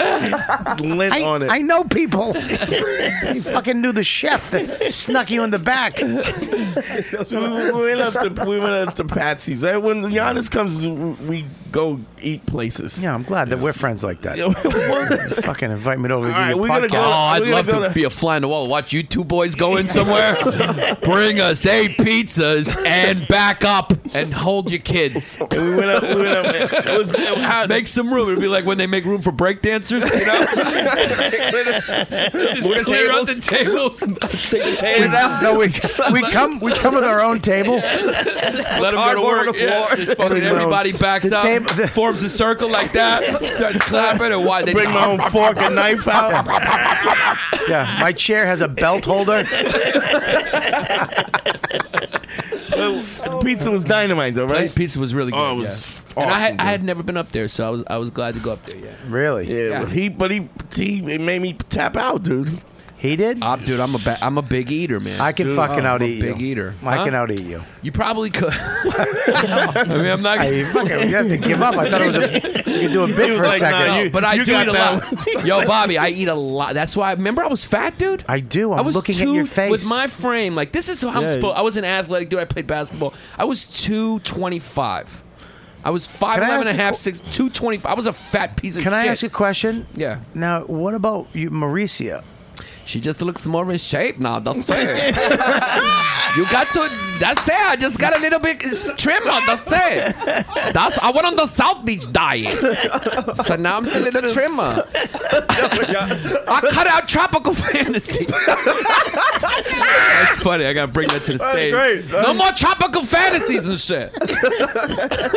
F: lint
B: I,
F: on it.
B: I know people. you fucking knew the chef that snuck you in the back.
F: So we, we went up to we went up to Patsy's. That- When Giannis comes, we go eat places.
B: Yeah, I'm glad that we're friends like that.
F: Well,
B: fucking invite me over to
F: All right,
B: do
F: we're
B: your
F: gonna
H: podcast.
F: go-
H: oh, I'd
F: we're gonna
H: love
F: go
H: to,
F: to-
H: be a fly on the wall. Watch you two boys go in somewhere, bring us eight pizzas, and back up and hold your kids.
F: We went up. We went up. It was,
H: make some room. It'd be like when they make room for break dancers. You know, Just
I: More
H: clear out the
I: tables.
H: tables. Take the
B: We-
H: chairs out.
B: No, we we come we come with our own table.
H: Let them go to work. Yeah, just fucking
B: Bring my own-
H: everybody backs
B: the
H: up,
B: table-
H: forms a circle like that, starts clapping, and why they
B: Bring my own fork and knife out. Yeah, my chair has a belt holder.
F: The pizza was dynamite, though, right?
H: Pizza was really good.
F: Oh, it was
H: yeah. And I
F: awesome,
H: had,
F: dude.
H: I had never been up there, so I was I was glad to go up there. Yeah.
B: Really?
F: Yeah. But he, but he, he it made me tap out, dude.
B: He did.
H: I'm, dude, I'm a ba- I'm a big eater, man.
B: I can
H: Dude,
B: fucking
H: I'm a
B: out eat you.
H: Big eater.
B: I can
H: Huh?
B: out eat you.
H: You probably could. I mean, I'm not.
B: Hey, fucking, you have to give up. I thought it was a, you could do a bit for a second.
H: No, but I do eat a lot. Yo, Bobby, I eat a lot. That's why. Remember, I was fat, dude.
B: I do. I'm
H: was
B: looking
H: too-
B: at your face.
H: with my frame. Like this is how I'm
B: Yeah.
H: supposed. I was an athletic dude. I played basketball. I was two twenty five. I was five
B: Can I
H: eleven
B: ask
H: and a
B: a
H: half,
B: qu-
H: six, two twenty five. I was a fat piece of
B: Can
H: shit.
B: I ask you a question?
H: Yeah.
B: Now, what about you, Mauricia?
H: She just looks more in shape now. That's it. you got to. That's it. I just got a little bit trimmer. That's it. That's. I went on the South Beach diet, so now I'm still a little trimmer. I cut out tropical fantasy. That's funny. I gotta bring that to the
I: That's
H: stage.
I: great.
H: No more tropical fantasies and shit.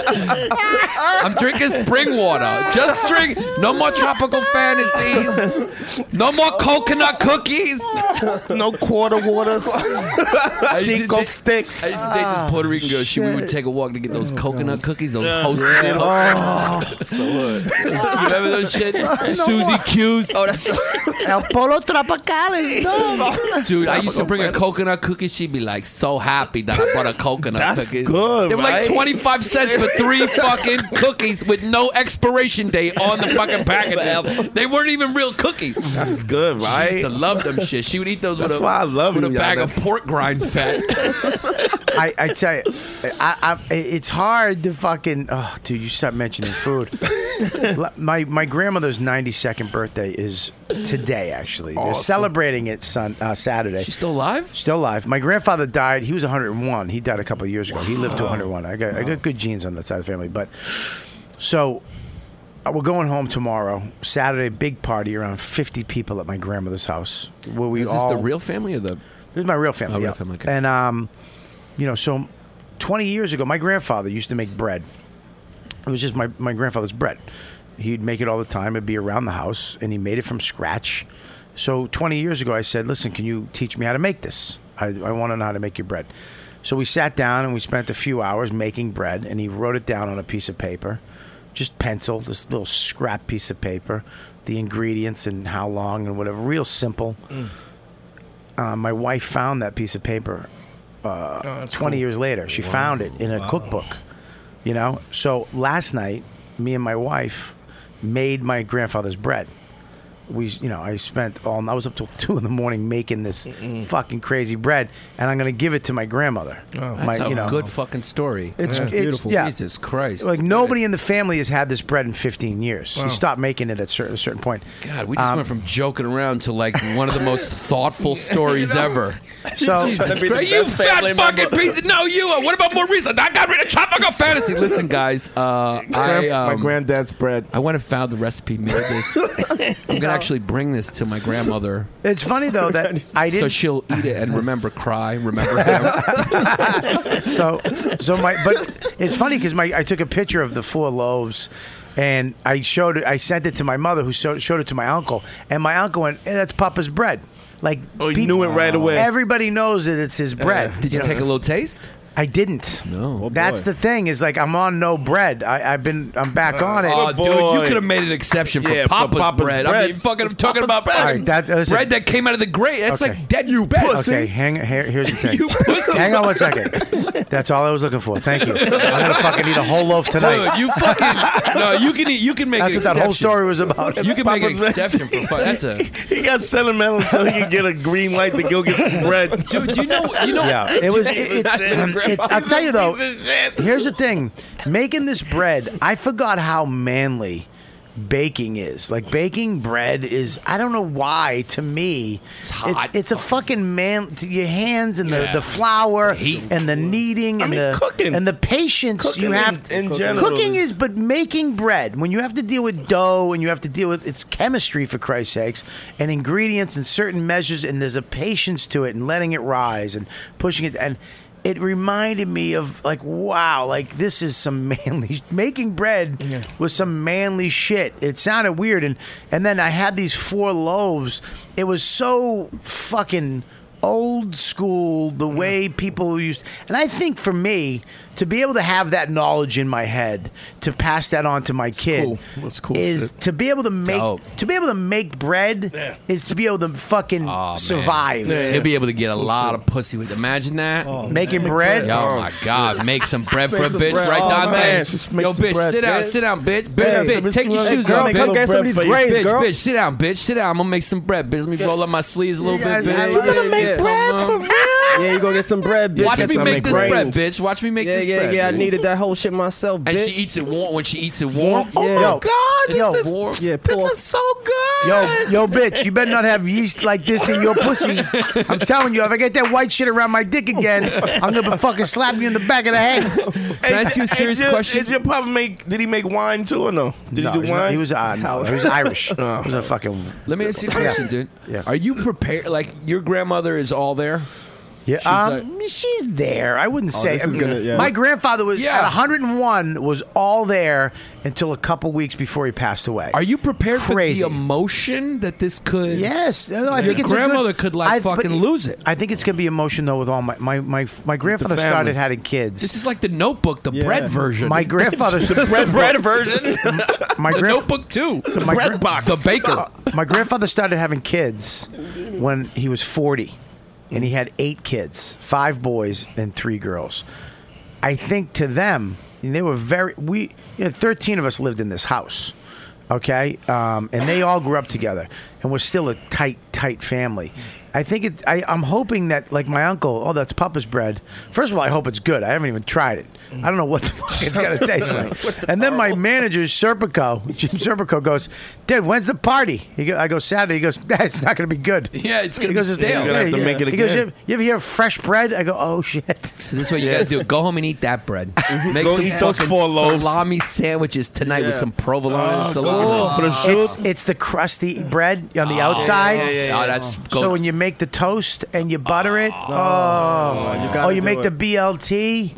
H: I'm drinking spring water. Just drink. No more tropical fantasies. No more coconut cookies.
F: No quarter waters. Chico sticks.
H: I used to date this Puerto Rican girl. She we would take a walk to get those coconut cookies, those
F: Yeah. Yeah.
H: toasted.
F: Oh.
H: little- you remember those shit? Susie Q's. Oh, that's
B: El Polo Tropicales. No.
H: Dude, I used to bring a coconut cookie. She'd be like so happy that I bought a coconut
F: That's
H: cookie.
F: good,
H: They were like
F: right?
H: 25 cents for three fucking cookies with no expiration date on the fucking packaging. They weren't even real cookies.
F: That's good, right?
H: She used to love them shit. She would eat those
F: That's
H: with a,
F: why I love
H: with
F: you,
H: a bag
F: Giannis.
H: of pork grind fat.
B: I, I tell you, I, I, it's hard to fucking. Oh, dude, you stop mentioning food. L- my my grandmother's ninety second birthday is today. Actually, they're
H: Awesome.
B: celebrating it sun uh, Saturday.
H: She's still alive.
B: Still alive. My grandfather died. He was one hundred and one. He died a couple of years ago. He lived to one hundred one. I got I got good genes on that side of the family. But so uh, We're going home tomorrow. Saturday, big party around fifty people at my grandmother's house. Where we
H: Is this
B: all
H: the real family or the?
B: This is my real family.
H: Oh, real
B: yeah.
H: family, okay.
B: And um, you know, so twenty years ago, my grandfather used to make bread. It was just my my grandfather's bread. He'd make it all the time. It'd be around the house, and he made it from scratch. So twenty years ago, I said, "Listen, can you teach me how to make this? I, I want to know how to make your bread." So we sat down and we spent a few hours making bread, and he wrote it down on a piece of paper just pencil, this little scrap piece of paper, the ingredients and how long and whatever, real simple. Uh, my wife found that piece of paper uh, 20 years later. She found it in a cookbook, you know? So last night, me and my wife made my grandfather's bread. We, you know, I spent all, I was up till two in the morning making this fucking crazy bread, and I'm going to give it to my grandmother. my,
H: That's a good fucking story.
B: It's, it's beautiful. Yeah.
H: Jesus Christ.
B: Like nobody in the family has had this bread in 15 years.
H: Wow.
B: You stop making it at cer- a certain point.
H: God, we just
B: Um,
H: went from joking around to like one of the most thoughtful stories ever.
B: So-
H: Jesus
B: That'd be the
H: Christ,
B: best
H: you fat
B: family member.
H: fucking piece of no, you. Are. What about Maurice? I got rid of tropical fantasy. Listen, guys, uh, I
F: Grand- my
H: um,
F: granddad's bread.
H: I went and found the recipe. Made this. I'm gonna actually bring this to my grandmother.
B: It's funny though that I
H: So
B: didn't.
H: she'll eat it and remember, cry, remember him.
B: So, so my but it's funny because my I took a picture of the four loaves, and I showed it. I sent it to my mother, who showed, showed it to my uncle, and my uncle went, "Eh, "That's Papa's bread." Like
F: Oh, you knew it right away.
B: Everybody knows that it's his bread.
H: Did you take a little taste?
B: I didn't.
H: No.
B: That's the thing is like I'm on no bread. I, I've been I'm back on it.
H: Oh, dude, you could have made an exception for
B: Yeah, for
H: Papa's,
B: Papa's
H: bread. I
B: bread.
H: mean, fucking, I'm
B: It's
H: talking
B: Papa's
H: about
B: bread.
H: fucking
B: All right, that- listen.
H: bread that came out of the grate. That's
B: Okay.
H: like dead you bet.
B: Okay, hang here, here's the thing. Hang on one second. That's all I was looking for. Thank you. I'm gonna fucking eat a whole loaf tonight.
H: Dude, you fucking no. You can eat- you can make
B: That's
H: an
B: what that whole
H: exception.
B: story was about.
H: You can make an
F: Papa's bread.
H: exception for fun. That's a
F: He got sentimental, so he could get a green light to go get some bread.
H: Dude, you know, you know.
B: Yeah, it was. It, it, it- I'll tell you though. Here's the thing: making this bread, I forgot how manly baking is. Like baking bread is. I don't know why. To me, it's
F: hot.
B: It's, a fucking man. to Your hands and
F: Yeah.
B: the the flour and the kneading and
F: mean,
B: the
F: cooking.
B: and the patience
F: Cooking
B: you have.
F: in- in general
B: cooking
F: is-
B: is, but making bread when you have to deal with dough and you have to deal with it's chemistry for Christ's sakes and ingredients and certain measures and there's a patience to it and letting it rise and pushing it and. It reminded me of like wow, like this is some manly making bread was some manly shit. It sounded weird and and then I had these four loaves. It was so fucking old school the way people used and i think for me to be able to have that knowledge in my head to pass that on to my kid is to be able to make to be able to make bread is to be able to fucking survive
H: He'll be able to
B: Oh,
H: get a lot of pussy with. Imagine that.
B: Making bread?
H: Oh my God! Make some bread for a
B: Make some
H: bitch,
B: bread.
H: right
B: Oh,
H: down
B: man.
H: there.
B: Just make
H: Yo,
B: some
H: bitch,
B: bread,
H: sit down,
B: bitch.
H: sit down, bitch, bitch,
B: Hey,
H: bitch.
B: Mr.
H: Take your
B: Hey,
H: shoes
B: girl,
H: off,
B: make
H: bitch.
B: some bread for
H: bitch,
B: your
H: bitch,
B: girl.
H: bitch, sit down, bitch, sit down. I'm gonna make some bread, bitch. Let me roll up my sleeves a little
B: guys-
H: bit,
B: I
H: bitch.
B: love
H: Yeah,
B: it. Make
H: yeah.
B: bread
H: Uh-huh.
G: Yeah, you go get some bread, bitch.
H: Watch
G: Get
H: me
G: some
H: make this
G: brains.
H: bread, bitch. Watch me make
G: yeah,
H: this
G: yeah,
H: bread.
G: Yeah, I
H: bitch.
G: needed that whole shit myself, bitch.
H: And she eats it warm. When she eats it warm,
G: Oh my Yo. God,
H: this is warm.
G: yeah, poor.
H: so good.
B: Yo, yo, bitch! You better not have yeast like this in your pussy. I'm telling you, if I get that white shit around my dick again, I'm gonna fucking slap you in the back of the head.
F: Can I ask you a serious question? Did your papa make? Did he make wine too or no? Did
B: No,
F: he do
B: he's
F: wine?
B: not- he Oh. was, uh, no, he was Irish. He was a fucking.
H: Let me ask you a question, dude. Are you prepared? Like your grandmother is all there.
B: Yeah,
H: She's
B: um, she's there. I wouldn't
H: Oh,
B: say.
H: this is gonna- yeah.
B: My grandfather was
H: Yeah.
B: at 101 was all there until a couple weeks before he passed away. Are
H: you prepared
B: Crazy.
H: for the emotion that this could?
B: Yes, no, I
H: Your
B: think it's a
H: grandmother
B: good,
H: could like
B: I- but
H: fucking lose it.
B: I think it's gonna be emotional with all my my my, my grandfather
H: family.
B: started having kids.
H: This is like the Notebook, the bread version.
B: My grandfather's
H: the bread, bread version.
B: My
H: the
B: gran-
H: Notebook too. The
B: my gran-
H: The baker.
B: My grandfather started having kids when he was 40, and he had eight kids five boys and three girls. I think to them, and they were very, we, you know, 13 of us lived in this house, okay? Um, and they all grew up together, and we're still a tight, tight family. I think it, I, I'm hoping that, like my uncle, oh, that's Papa's bread. First of all, I hope it's good. I haven't even tried it. I don't know what the fuck it's going to taste like. And then my manager, Serpico, Jim Serpico, goes, Dude, when's the party? He go, I go, Saturday. He goes, That's not going to be good.
H: Yeah, it's
B: He
H: gonna
B: goes,
H: be stale.
B: yeah, yeah. He goes, you, ever- you ever hear of fresh bread? I go, Oh, shit.
H: So this is what you gotta do: go home and eat that bread. Make
B: Go
H: some
B: eat those
H: fucking
B: four loaves.
H: salami sandwiches tonight with
B: Yeah.
H: some provolone and salami.
B: Uh, it's, it's the crusty bread on the
H: Oh,
B: outside.
H: yeah, yeah, yeah, Oh, that's yeah.
B: so
H: good.
B: when you make the toast and you butter it, oh,
H: you
B: oh,
H: gotta
B: you
H: do
B: make
H: it.
B: the BLT.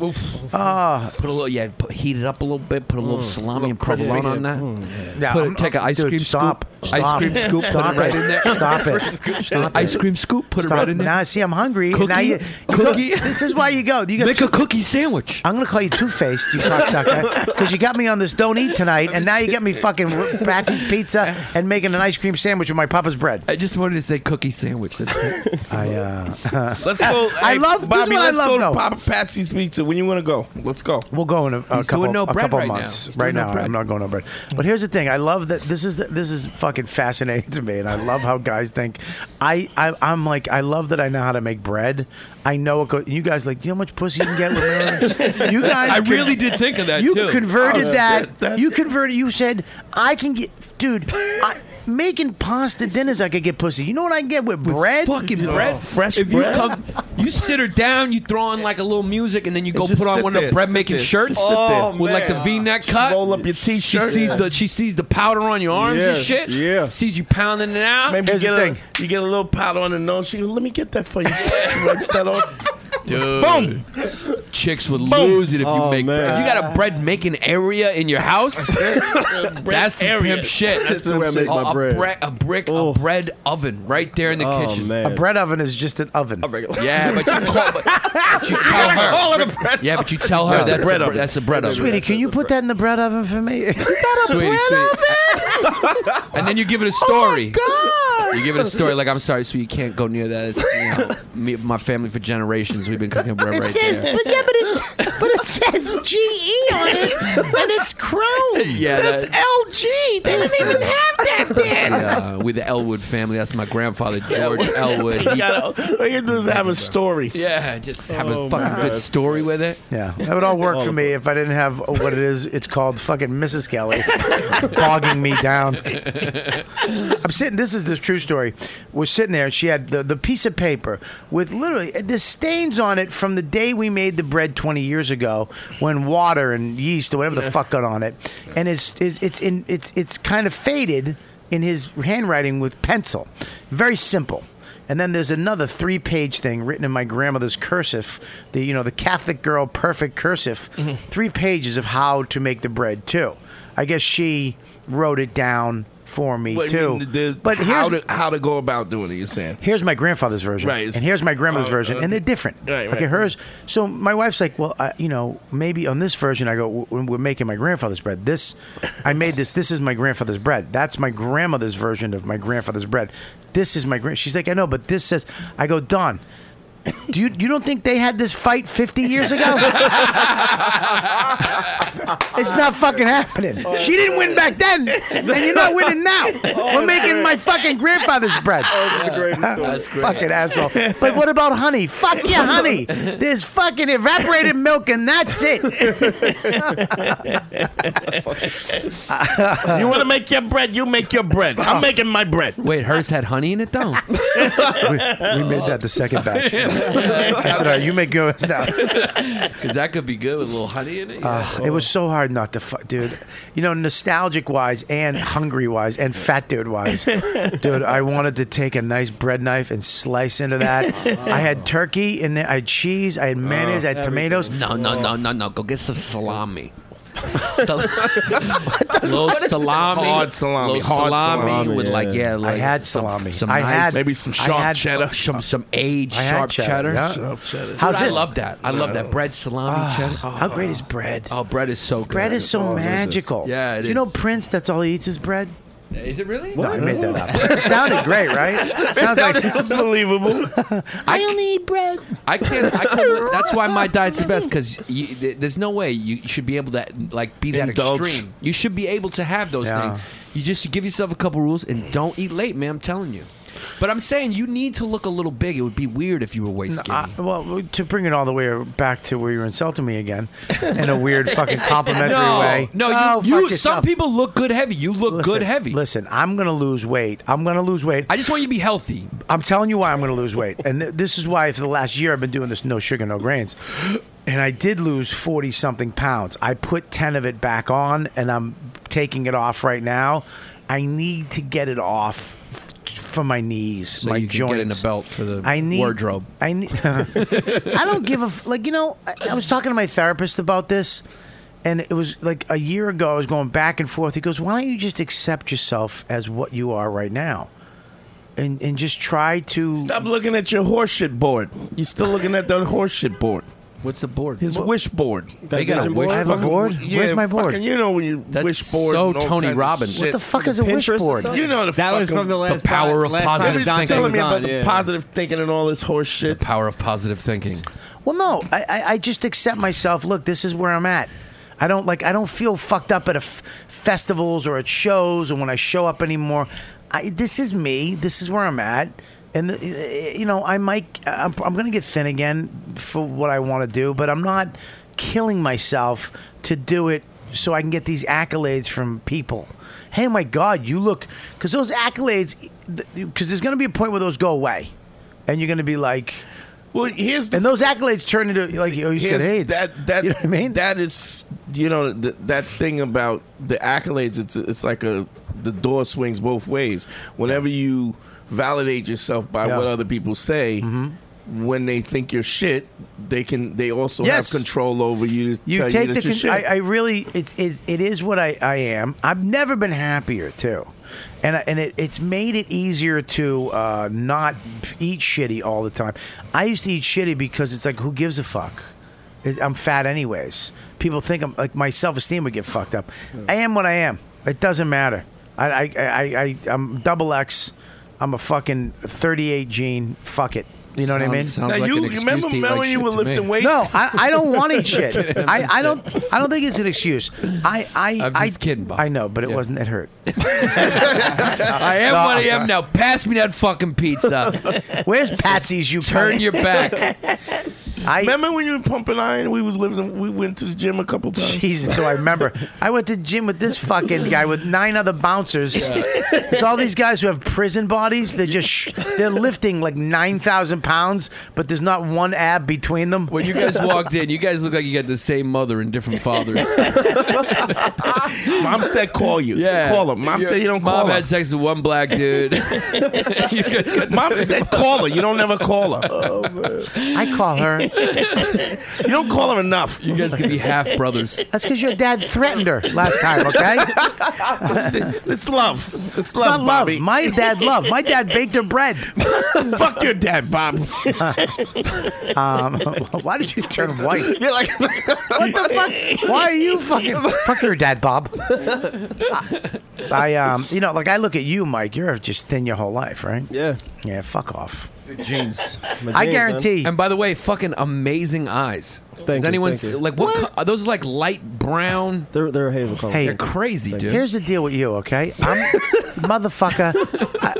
B: Oh,
H: Put a little, yeah, put, heat it up a little bit. Put a little Mm.
B: Mm.
H: salami and
B: crispy.
H: provolone on that.
B: Yeah,
H: put
B: I'm-
H: it, take an ice
B: dude,
H: cream
B: stop.
H: scoop.
B: Stop.
H: Ice cream scoop.
B: Stop
H: put it right
B: it.
H: in there.
B: Stop it.
H: Ice cream scoop.
B: Stop
H: Ice
B: it.
H: cream scoop. Put it
B: Stop.
H: right in there.
B: Now, see, I'm hungry.
H: Cookie?
B: Now you, you
H: Cookie?
B: Go, this is why you go. You got
H: Make a cookie sandwich.
B: I'm gonna call you Two Faced, you cocksucker, because you got me on this don't eat tonight, and now you get me fucking Patsy's pizza and making an ice cream sandwich with my papa's bread.
H: I just wanted to say cookie sandwich. That's it.
B: I uh,
F: Let's go.
B: I
F: Hey,
B: love this is
F: Bobby.
B: what I
F: let's
B: love,
F: go
B: though.
F: to Papa Patsy's Pizza. When you want to go? Let's go.
B: We'll go in a, a
F: He's
B: couple,
F: doing no
B: a
F: bread
B: couple
F: right now.
B: months.
F: He's
B: Right
F: doing no
B: now,
F: bread.
B: I'm not going no bread. But here's the thing: I love that this is this is fucking fascinating to me, and I love how guys think. I, I I'm like I love that I know how to make bread. I know it. Go, you guys like you know how much pussy you can get with me. You guys,
H: I
B: can-
H: really did think of that,
B: You
H: too.
B: converted
H: Oh,
B: that,
H: shit, that-
B: You converted. You said I can get, dude. I, making pasta dinners, I could get pussy. You know what I can get with, bread?
H: Fucking bread. if you come, you sit her down, you throw on like a little music, and then you go
F: just
H: put on
F: sit
H: one of
F: there,
H: the bread
F: sit
H: making
F: there,
H: shirts
F: just sit there.
H: with like the
F: Oh,
H: V-neck cut.
F: Roll up your t-shirt.
H: She sees the she sees the powder on your arms and
F: Yeah,
H: shit. Yeah, sees you pounding it out.
F: Maybe you get, a, you get a little powder on the nose. She goes, let me get that for you. she wipes that off.
H: Dude,
F: Boom.
H: chicks would lose it if you
F: Oh,
H: make
F: man.
H: bread. If you got a bread making area in your house, that's some pimp shit.
F: That's the way I make
H: Oh,
F: my
H: a
F: bread. Oh.
H: bre- a brick, a bread oven right there in the kitchen.
B: A bread oven is just an oven.
H: Yeah, but you, call, but, but you tell her. yeah, but you tell her
B: That's the
H: that's
B: bread
H: the,
B: oven.
H: that's the bread oven.
B: Sweetie, can you put that in the bread oven for me?
H: sweetie, sweetie. and then you give it a story. You give it a story like, "I'm sorry, sweetie, you can't go near that. It's, you know, me, my family for generations, we've been cooking bread
I: It
H: right
I: says,
H: there."
I: but yeah, but it's but E it says GE on it, and it's Chrome.
H: Yeah,
I: it says
H: that-
I: LG. They don't even have that then.
H: uh, with the Elwood family. That's my grandfather, George Elwood.
F: We gotta- all you gotta do is have a story.
H: Yeah, just have
F: Oh,
H: a fucking
F: my
H: good
F: God.
H: story with it.
B: Yeah, that would all work
H: All
B: for
H: of
B: me if I didn't have what it is. It's called fucking Mrs. Kelly bogging me down. I'm sitting. This is the true story. We're sitting there, and she had the, the piece of paper with literally the stains on it from the day we made the bread 20 years ago, when water and yeast or whatever the fuck got on it, and it's it's it's in, it's, it's kind of faded in his handwriting with pencil. Very simple. And then there's another three-page thing written in my grandmother's cursive, the you know the Catholic girl perfect cursive, three pages of how to make the bread too. I guess she wrote it down for me
F: What, I
B: too.
F: mean, the-
B: but
F: how
B: here's
F: to how to go about doing it? You're saying
B: here's my grandfather's version,
F: Right, it's-
B: and here's my grandmother's
F: oh,
B: version,
F: okay.
B: and they're different.
F: Right,
B: okay,
F: right.
B: hers. So my wife's like, well, I, you know, maybe on this version, I go, "W- w- we're making my grandfather's bread. This, I made this. This is my grandfather's bread. That's my grandmother's version of my grandfather's bread. This is my grand. She's like, I know, but this says. I go, Don. Do you you don't think they had this fight 50 years ago? it's not fucking happening. She didn't win back then, and you're not winning now. We're making my fucking grandfather's bread.
F: Oh,
H: That's great.
B: Fucking asshole. But what about honey? Fuck your honey. There's fucking evaporated milk and that's it.
F: you want to make your bread? You make your bread. I'm making my bread.
H: Wait, hers had honey in it though.
B: we made that the second batch. I said, "All right, you make yours now.
H: Because that could be good with a little honey in it.
B: Uh, it was so hard not to fuck, dude. You know, nostalgic wise and hungry wise and fat dude wise, dude. I wanted to take a nice bread knife and slice into that. I had turkey in there. I had cheese. I had mayonnaise.
H: Oh,
B: I had tomatoes.
H: No, no, no, no, no. Go get some salami. Sal- little salami,
F: Hard salami,
H: little
F: hard
H: salami,
F: salami,
H: with like
F: yeah.
H: yeah, like
B: I had
H: some-
B: salami.
H: Some,
B: I
H: nice-
B: had
F: Maybe some
B: I
F: sharp
B: had-
F: cheddar.
H: some some aged
B: I had
H: sharp
B: cheddar,
H: cheddar.
B: yeah.
F: Sharp cheddar.
H: Dude,
B: How's
H: I
B: this? Ah,
H: love that. I love that bread salami cheddar. Oh,
B: How great is bread?
H: oh, bread is so good.
B: Bread is so magical.
H: Yeah, it
B: you know
H: is.
B: Prince? That's all he eats is bread.
H: Is it really?
B: No, I made that up. it sounded great, right? Sounds like
F: That's believable.
H: I only eat bread. I can't. I can't that's why my diet's the best because there's no way you should be able to like be that
F: Indulge.
H: extreme. You should be able to have those
B: Yeah.
H: things. You just give yourself a couple rules and don't eat late, man. I'm telling you. But I'm saying you need to look a little big. It would be weird if you were waist
B: I,
H: skinny.
B: well, to bring it all the way back to where you were insulting me again in a weird fucking complimentary
H: no,
B: way.
H: no. You,
B: Oh, fuck
H: you- some
B: yourself.
H: people look good heavy. You look
B: listen,
H: good heavy.
B: Listen, I'm gonna lose weight. I'm gonna lose weight.
H: I just want you to be healthy.
B: I'm telling you why I'm going to lose weight. And th- this is why for the last year I've been doing this no sugar, no grains. And I did lose 40 something pounds. I put 10 of it back on and I'm taking it off right now. I need to get it off f- for my knees,
H: So
B: my
H: you can
B: joints.
H: get in a belt for the
B: I need
H: wardrobe.
B: I need. I don't give a f- like. You know, I, I was talking to my therapist about this, and it was like a year ago. I was going back and forth. He goes, "Why don't you just accept yourself as what you are right now, and and just try to."
F: Stop looking at your horseshit board. You're still looking at that horseshit board.
H: What's the board?
F: His wish board.
H: They got a wish
B: I have a
F: Fucking-
B: board.
F: yeah,
B: Where's my board?
F: fucking- you know when you
H: That's
F: wish board.
H: so
F: and all
H: Tony
F: kinds of
H: Robbins.
F: shit.
B: what the fuck is a wish
G: Pinterest or
B: board?
G: something?
F: You know the
E: That
F: fucking,
E: was from the last
H: power
E: time-
H: of
E: last time
H: positive
F: Everybody's
E: Don
H: thinking.
F: telling me
E: was
F: about
E: on,
F: the
E: yeah.
F: positive thinking and all this horse shit.
H: Power of positive thinking.
B: Well, no, I, I, I just accept myself. Look, this is where I'm at. I don't like. I don't feel fucked up at a f- festivals or at shows, or when I show up anymore. I, this is me. This is where I'm at, and the, you know, I might. I'm, I'm going to get thin again for what I want to do, but I'm not killing myself to do it so I can get these accolades from people. Hey, my God, you look because those accolades, because there's going to be a point where those go away, and you're going to be like.
F: Well, here's the
B: And those accolades turn into like you used to get
F: Here's-
B: AIDS.
F: That that
B: you know what I mean?
F: That is you know th- that thing about the accolades. It's it's like a the door swings both ways. Whenever you validate yourself by
B: Yeah. Mm-hmm.
F: what other people say. When they think you're shit, they can. They also
B: Yes.
F: have control over you. to
B: you
F: tell
B: take the.
F: you that you're
B: Con-
F: shit.
B: I, I really, it's is it is what I, I am. I've never been happier too, and I, and it, it's made it easier to uh, not eat shitty all the time. I used to eat shitty because it's like who gives a fuck. It- I'm fat anyways. People think I'm like my self esteem would get fucked up. I am what I am. It doesn't matter. I I I, I I'm double X. I'm a fucking 38 gene. Fuck it. You know what I mean?
H: sounds Now, like you- an you excuse remember to eat like when you shit were to me. lifting weights?
B: No, I, I don't want to eat shit.
H: Just kidding. I'm
B: I,
H: just
B: I don't. I don't think it's an excuse. I I
H: I'm
B: I,
H: just kidding, Bob.
B: I know, but it wasn't. It hurt.
H: I am
B: No,
H: what I
B: I'm
H: am
B: sorry.
H: now. Pass me that fucking pizza.
B: Where's Patsy's? You
H: turn
B: cunt?
H: your back.
B: I
F: remember when you were pumping iron. We was living. We went to the gym a couple times.
B: Jesus, do I remember? I went to gym with this fucking guy with nine other bouncers. It's all these guys who have prison bodies. They're just sh- they're lifting like nine thousand pounds, but there's not one ab between them.
H: When you guys walked in, you guys look like you got the same mother and different fathers.
F: Mom said, "Call you.
H: Yeah.
F: Call her." Mom
H: Your
F: said, "You don't
H: mom
F: call her."
H: had sex with one black dude. you guys got the
F: Mom
H: same-
F: said, "Call her. You don't ever call her.
B: I call her.
F: You don't call her enough."
H: You guys could be half brothers.
B: That's because your dad threatened her last time. Okay,
F: It's love. It's,
B: it's not
F: love,
B: love.
F: Bobby.
B: My dad loved. My dad baked her bread.
F: Fuck your dad, Bob.
B: Um, why did you turn white?
F: You're like,
B: What the fuck? Why are you fucking fuck your dad, Bob? I um, you know, like I look at you, Mike. You're just thin your whole life, right?
G: Yeah.
B: Yeah. Fuck off.
H: jeans.
B: I jeans, guarantee- man.
H: And by the way, fucking amazing eyes. Does
G: you,
H: anyone
G: thank
H: see-
G: you.
H: like what? co- are those like light brown?
G: They're they're hazel color.
B: Hey,
H: They're crazy, dude.
B: Here's the deal with you, okay? I'm motherfucker. I,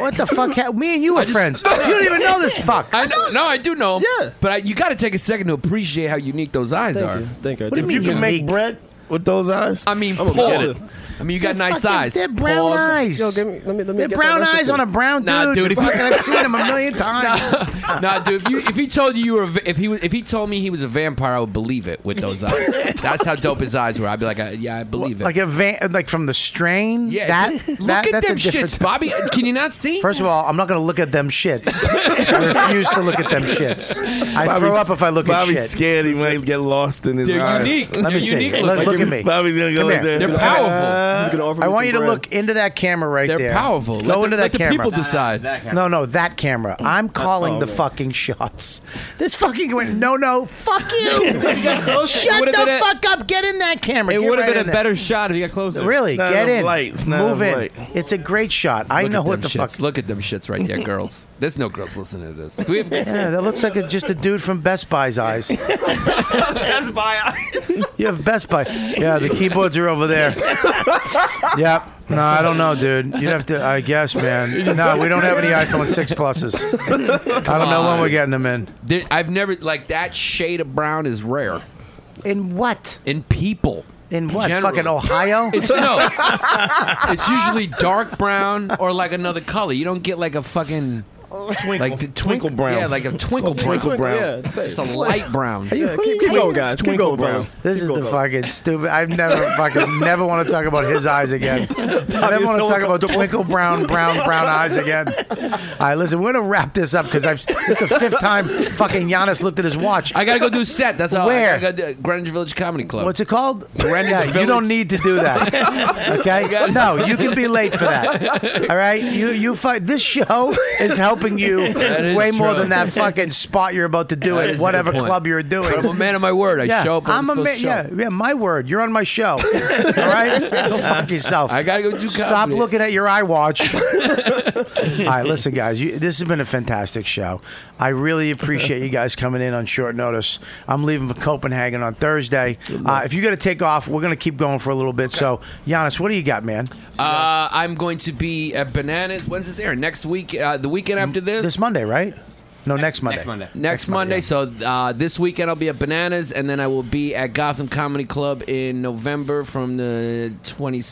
B: what the fuck? ha- Me and you are
H: just-
B: friends. you don't even know this fuck.
H: I know. No, I do know. 'em,
G: Yeah.
H: But I, you got to take a second to appreciate how unique those eyes
G: Thank
H: are.
G: you. Thank you.
B: What do you
F: you
B: mean
F: can make
B: unique?
F: bread with those eyes.
H: I mean,
F: I'm
H: Paul.
F: gonna get it.
H: I mean, you got nice
B: Fucking-
H: eyes.
B: They're brown
H: Pause.
B: eyes.
G: Yo, give me, let me, let me
B: they're
G: get that
B: brown eyes
G: recipe.
B: on a brown dude.
H: Nah, dude, if you-
B: Fucking, I've seen him a million times.
H: nah, dude. If, you, if he told you you were, a, va- if he was, if he told me he was a vampire, I would believe it with those eyes. That's how dope his eyes were. I'd be like, I, yeah, I believe it.
B: Like a van, like from the strain.
H: yeah,
B: that,
H: look
B: that-
H: at
B: that's
H: them
B: a different
H: shits, Bobby. Can you not see?
B: First of all, I'm not going to look at them shits. I refuse to look at them shits. I
F: Bobby's-
B: throw up if I look
F: Bobby's
B: at shit.
F: scared he might get lost in his
H: They're
F: eyes.
H: unique.
B: Let
H: They're
B: me see.
H: unique.
B: Look,
H: looking.
B: look at me.
F: Bobby's gonna go
B: Come
F: like
B: here.
F: that.
H: They're powerful.
G: He's gonna offer
B: I
G: me
B: want you
G: some
B: to
G: bread.
B: look into that camera right
H: They're
B: there.
H: powerful.
B: Go
H: let
B: into
H: the,
B: that
H: let
B: camera.
H: the people decide. Mm.
B: No, no, that camera. I'm calling the fucking shots. This fucking went, no, no, fuck you. Shut
E: would've been
B: the
E: a-
B: fuck up. Get in that camera.
E: It
B: Get
E: would have
B: right
E: been
B: in
E: a
B: there.
E: better shot if you got closer.
B: Really,
F: Not
B: get
F: enough
B: in.
F: light. It's not
B: Move
F: enough
B: in.
F: light.
B: It's a great shot. I
H: Look
B: know
H: at
B: what
H: them
B: the
H: shits.
B: fuck.
H: Look at them shits right there, girls. There's no girls listening to this. We have-
B: Yeah, that looks like a, just a dude from Best Buy's eyes.
E: That's by
B: You have Best Buy. Yeah, the keyboards are over there. Yep. No, I don't know, dude. You'd have to, I guess, man. No, we don't have any iPhone 6 pluses. I don't know when we're getting them in.
H: there- I've never like that shade of brown is rare
B: In what?
H: in people.
B: In what?
H: Generally.
B: Fucking Ohio?
H: It's no. it's usually dark brown or like another color. You don't get like a fucking
F: Twinkle,
H: like the twink-
F: twinkle brown.
H: Yeah, like a twinkle brown.
F: twinkle brown.
G: Yeah, it's
H: It's a light brown.
G: Yeah, keep, keep going, guys. Keep
F: Twinkle
G: going,
F: brown.
G: fellas.
B: This is
G: Keep
B: the
G: going,
B: fucking stupid. I've never fucking never want to talk about his eyes again. I never want to talk about twinkle brown, brown, brown eyes again. All right, listen, we're gonna wrap this up because I've it's the fifth time fucking Giannis looked at his watch.
H: I gotta go do set. That's all.
B: Where?
H: I gotta go do Greenwich Village Comedy Club.
B: What's it called? Yeah, you
H: Village.
B: don't need to do that. Okay? No, you can be late for that. All right? You you fight this show is helping you
H: That is
B: way more
H: true.
B: than that fucking spot you're about to do
H: That
B: at
H: is a
B: whatever
H: good point.
B: club you're doing.
H: I'm a man of my word. I
B: yeah,
H: show up. when I'm,
B: a
H: supposed
B: man.
H: to show
B: Yeah,
H: up.
B: yeah, my word. You're on my show. All right? Go fuck yourself.
H: I gotta go do
B: Stop
H: comedy.
B: looking at your eye watch. All right, listen, guys. You, this has been a fantastic show. I really appreciate you guys coming in on short notice. I'm leaving for Copenhagen on Thursday. Uh, if you got to take off, we're gonna keep going for a little bit. So, Giannis, what do you got, man?
H: Uh, I'm going to be at Bananas. When's this air? Next week? Uh, the weekend after this?
B: Mm, This Monday, right? No, next Monday.
E: Next Monday.
H: Next, Monday. So uh, this weekend I'll be at Bananas, and then I will be at Gotham Comedy Club in November from the 20.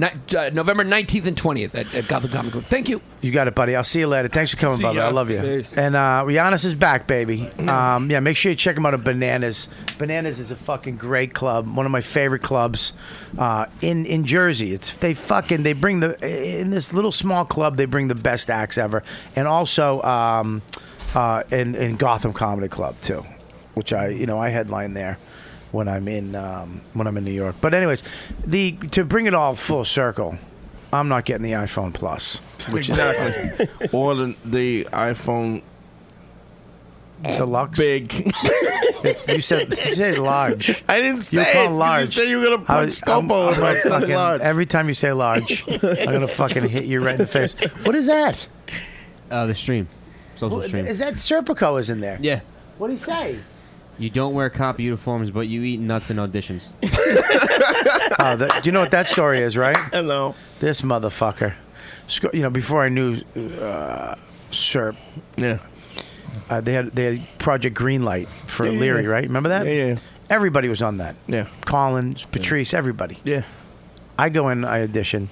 H: Not, uh, November 19th and 20th at, at Gotham Comedy Club. Thank you.
B: You got it, buddy. I'll see you later. Thanks for coming, brother. I
F: ya.
B: love you. And uh, Giannis is back, baby. Um, yeah, make sure you check him out at Bananas. Bananas is a fucking great club, one of my favorite clubs uh, in in Jersey. It's they fucking they bring the in this little small club they bring the best acts ever, and also um, uh, in in Gotham Comedy Club too, which I you know I headline there when I'm in um, when I'm in New York. But anyways, the to bring it all full circle, I'm not getting the iPhone Plus.
F: Exactly. or the, the iPhone
B: Deluxe.
F: big.
B: It's, you said you said large.
F: I didn't
B: You
F: say
B: call
F: it.
B: large.
F: You said you were gonna punch Scopo if
B: I'm
F: I said
B: fucking-
F: large.
B: Every time you say large, I'm gonna fucking hit you right in the face. What is that?
E: Uh, the stream. Social stream.
B: Is that Serpico is in there?
E: Yeah.
B: What do you say?
E: You don't wear cop uniforms, but you eat nuts in auditions.
B: oh, that, you know what that story is, right?
F: Hello.
B: This motherfucker. Sc- You know, before I knew uh, Serp.
F: Yeah.
B: Uh, they had they had Project Greenlight for
F: Yeah, yeah,
B: Leary,
F: yeah.
B: right? Remember that?
F: Yeah, yeah.
B: Everybody was on that.
F: Yeah.
B: Collins, Patrice, everybody.
F: Yeah.
B: I go in, I audition.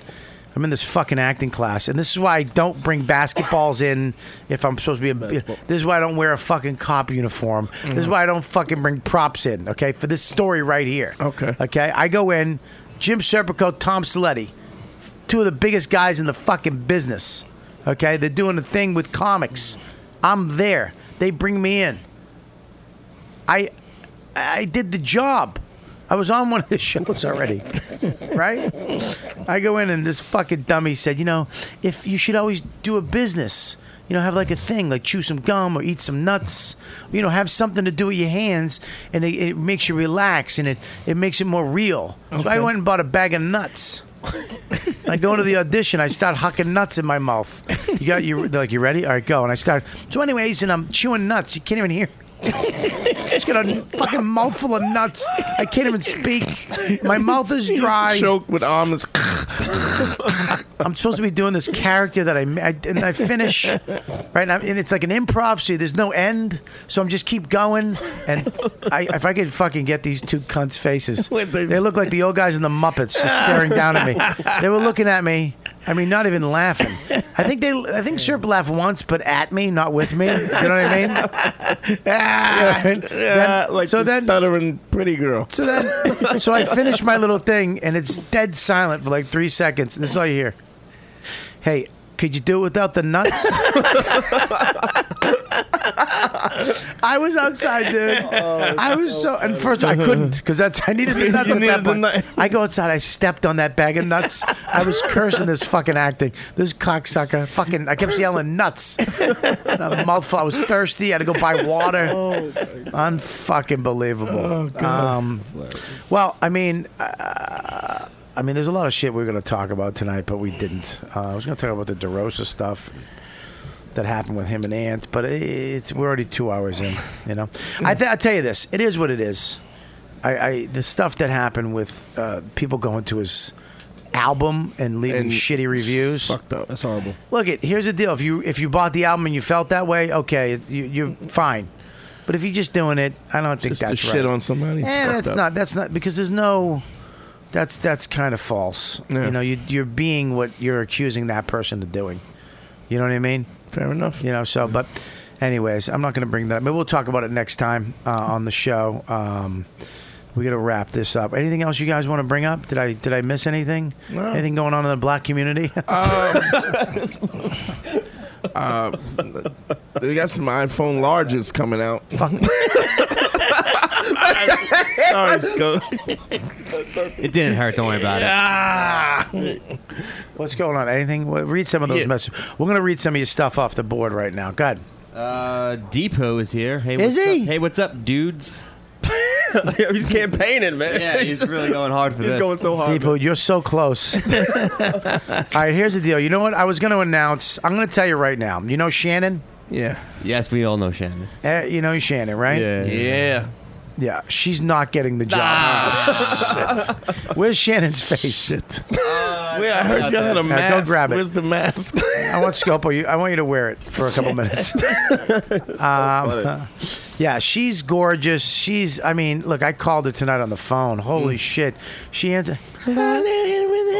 B: I'm in this fucking acting class, and this is why I don't bring basketballs in if I'm supposed to be a. This is why I don't wear a fucking cop uniform. This is why I don't fucking bring props in. Okay, for this story right here. Okay. Okay, I go in. Jim Serpico, Tom Saletti, two of the biggest guys in the fucking business. Okay, they're doing a thing with comics. I'm there. They bring me in. I I did the job. I was on one of the shows already, right? I go in and this fucking dummy said, you know, if you should always do a business, you know, have like a thing, like chew some gum or eat some nuts, you know, have something to do with your hands, and it, it makes you relax and it it makes it more real. So I
K: Okay.
B: went and bought a bag of nuts. I go into the audition. I start hucking nuts in my mouth. You got you they're like you ready? All right, go. And I start. So, anyways, and I'm chewing nuts. You can't even hear. Just got a fucking mouthful of nuts. I can't even speak. My mouth is dry.
F: Choke with almonds.
B: I'm supposed to be doing this character that I, I and I finish right, and, I'm, and it's like an improv. So there's no end. So I'm just keep going, and I, if I could fucking get these two cunts' faces, they look like the old guys in the Muppets just staring down at me. They were looking at me. I mean, not even laughing. I think they, I think Serp laughed once, but at me, not with me. You know what I mean?
F: Yeah, like
B: so
F: the
B: then
F: stuttering pretty girl.
B: So then, so I finish my little thing, and it's dead silent for like three seconds. This is all you hear. Hey, could you do it without the nuts? I was outside, dude.
F: Oh,
B: I was so, and first I couldn't because that's I needed the nuts.
F: You
B: at that
F: needed the
B: point. I go outside. I stepped on that bag of nuts. I was cursing this fucking acting. This cocksucker. Fucking. I kept yelling nuts. And a mouthful. I was thirsty. I had to go buy water. Unfucking believable. um, well, I mean. Uh, I mean, there's a lot of shit we are going to talk about tonight, but we didn't. Uh, I was going to talk about the DeRosa stuff that happened with him and Ant, but it's we're already two hours in. You know, I th- I tell you this, it is what it is. I, I the stuff that happened with uh, people going to his album and leaving
F: And
B: shitty reviews.
F: Fucked up. That's horrible.
B: Look, it here's the deal: if you if you bought the album and you felt that way, okay, you, you're fine. But if you're just doing it, I don't think
F: Just to
B: that's
F: shit
B: right.
F: on somebody, it's
B: Eh,
F: fucked
B: that's
F: up.
B: not. That's not because there's no. That's that's kind of false. You know, you, you're being what you're accusing that person of doing. You know what I mean?
F: Fair enough.
B: You know. So, but, anyways, I'm not going to bring that. up. Maybe we'll talk about it next time uh, on the show. Um, we got to wrap this up. Anything else you guys want to bring up? Did I did I miss anything?
F: No.
B: Anything going on in the black community?
F: Uh, they got some iPhone larges coming out. Sorry, Scope.
E: It didn't hurt. Don't worry about it.
B: What's going on? Anything? Well, Read some of those messages. We're going to read some of your stuff off the board right now. Go ahead.
E: Uh, Depot is here. Hey,
B: Is
E: what's
B: he?
E: Up? Hey, what's up, dudes?
G: he's campaigning, man.
E: Yeah, he's really going hard for
G: He's
E: this.
G: going so hard.
B: Depot, you're so close. All right, here's the deal. You know what? I was going to announce. I'm going to tell you right now. You know Shannon.
F: Yeah.
E: Yes, we all know Shannon.
B: Eh, you know Shannon, right?
E: Yeah.
F: Yeah.
B: Yeah, she's not getting the job. Where's Shannon's face? Shit.
F: Wait, I heard y'all had a
B: Go
F: mask.
B: grab it.
F: Where's the mask?
B: I want Scopo. You, I want you to wear it for a couple minutes. um, yeah, she's gorgeous. She's. I mean, look, I called her tonight on the phone. Holy shit, she answered.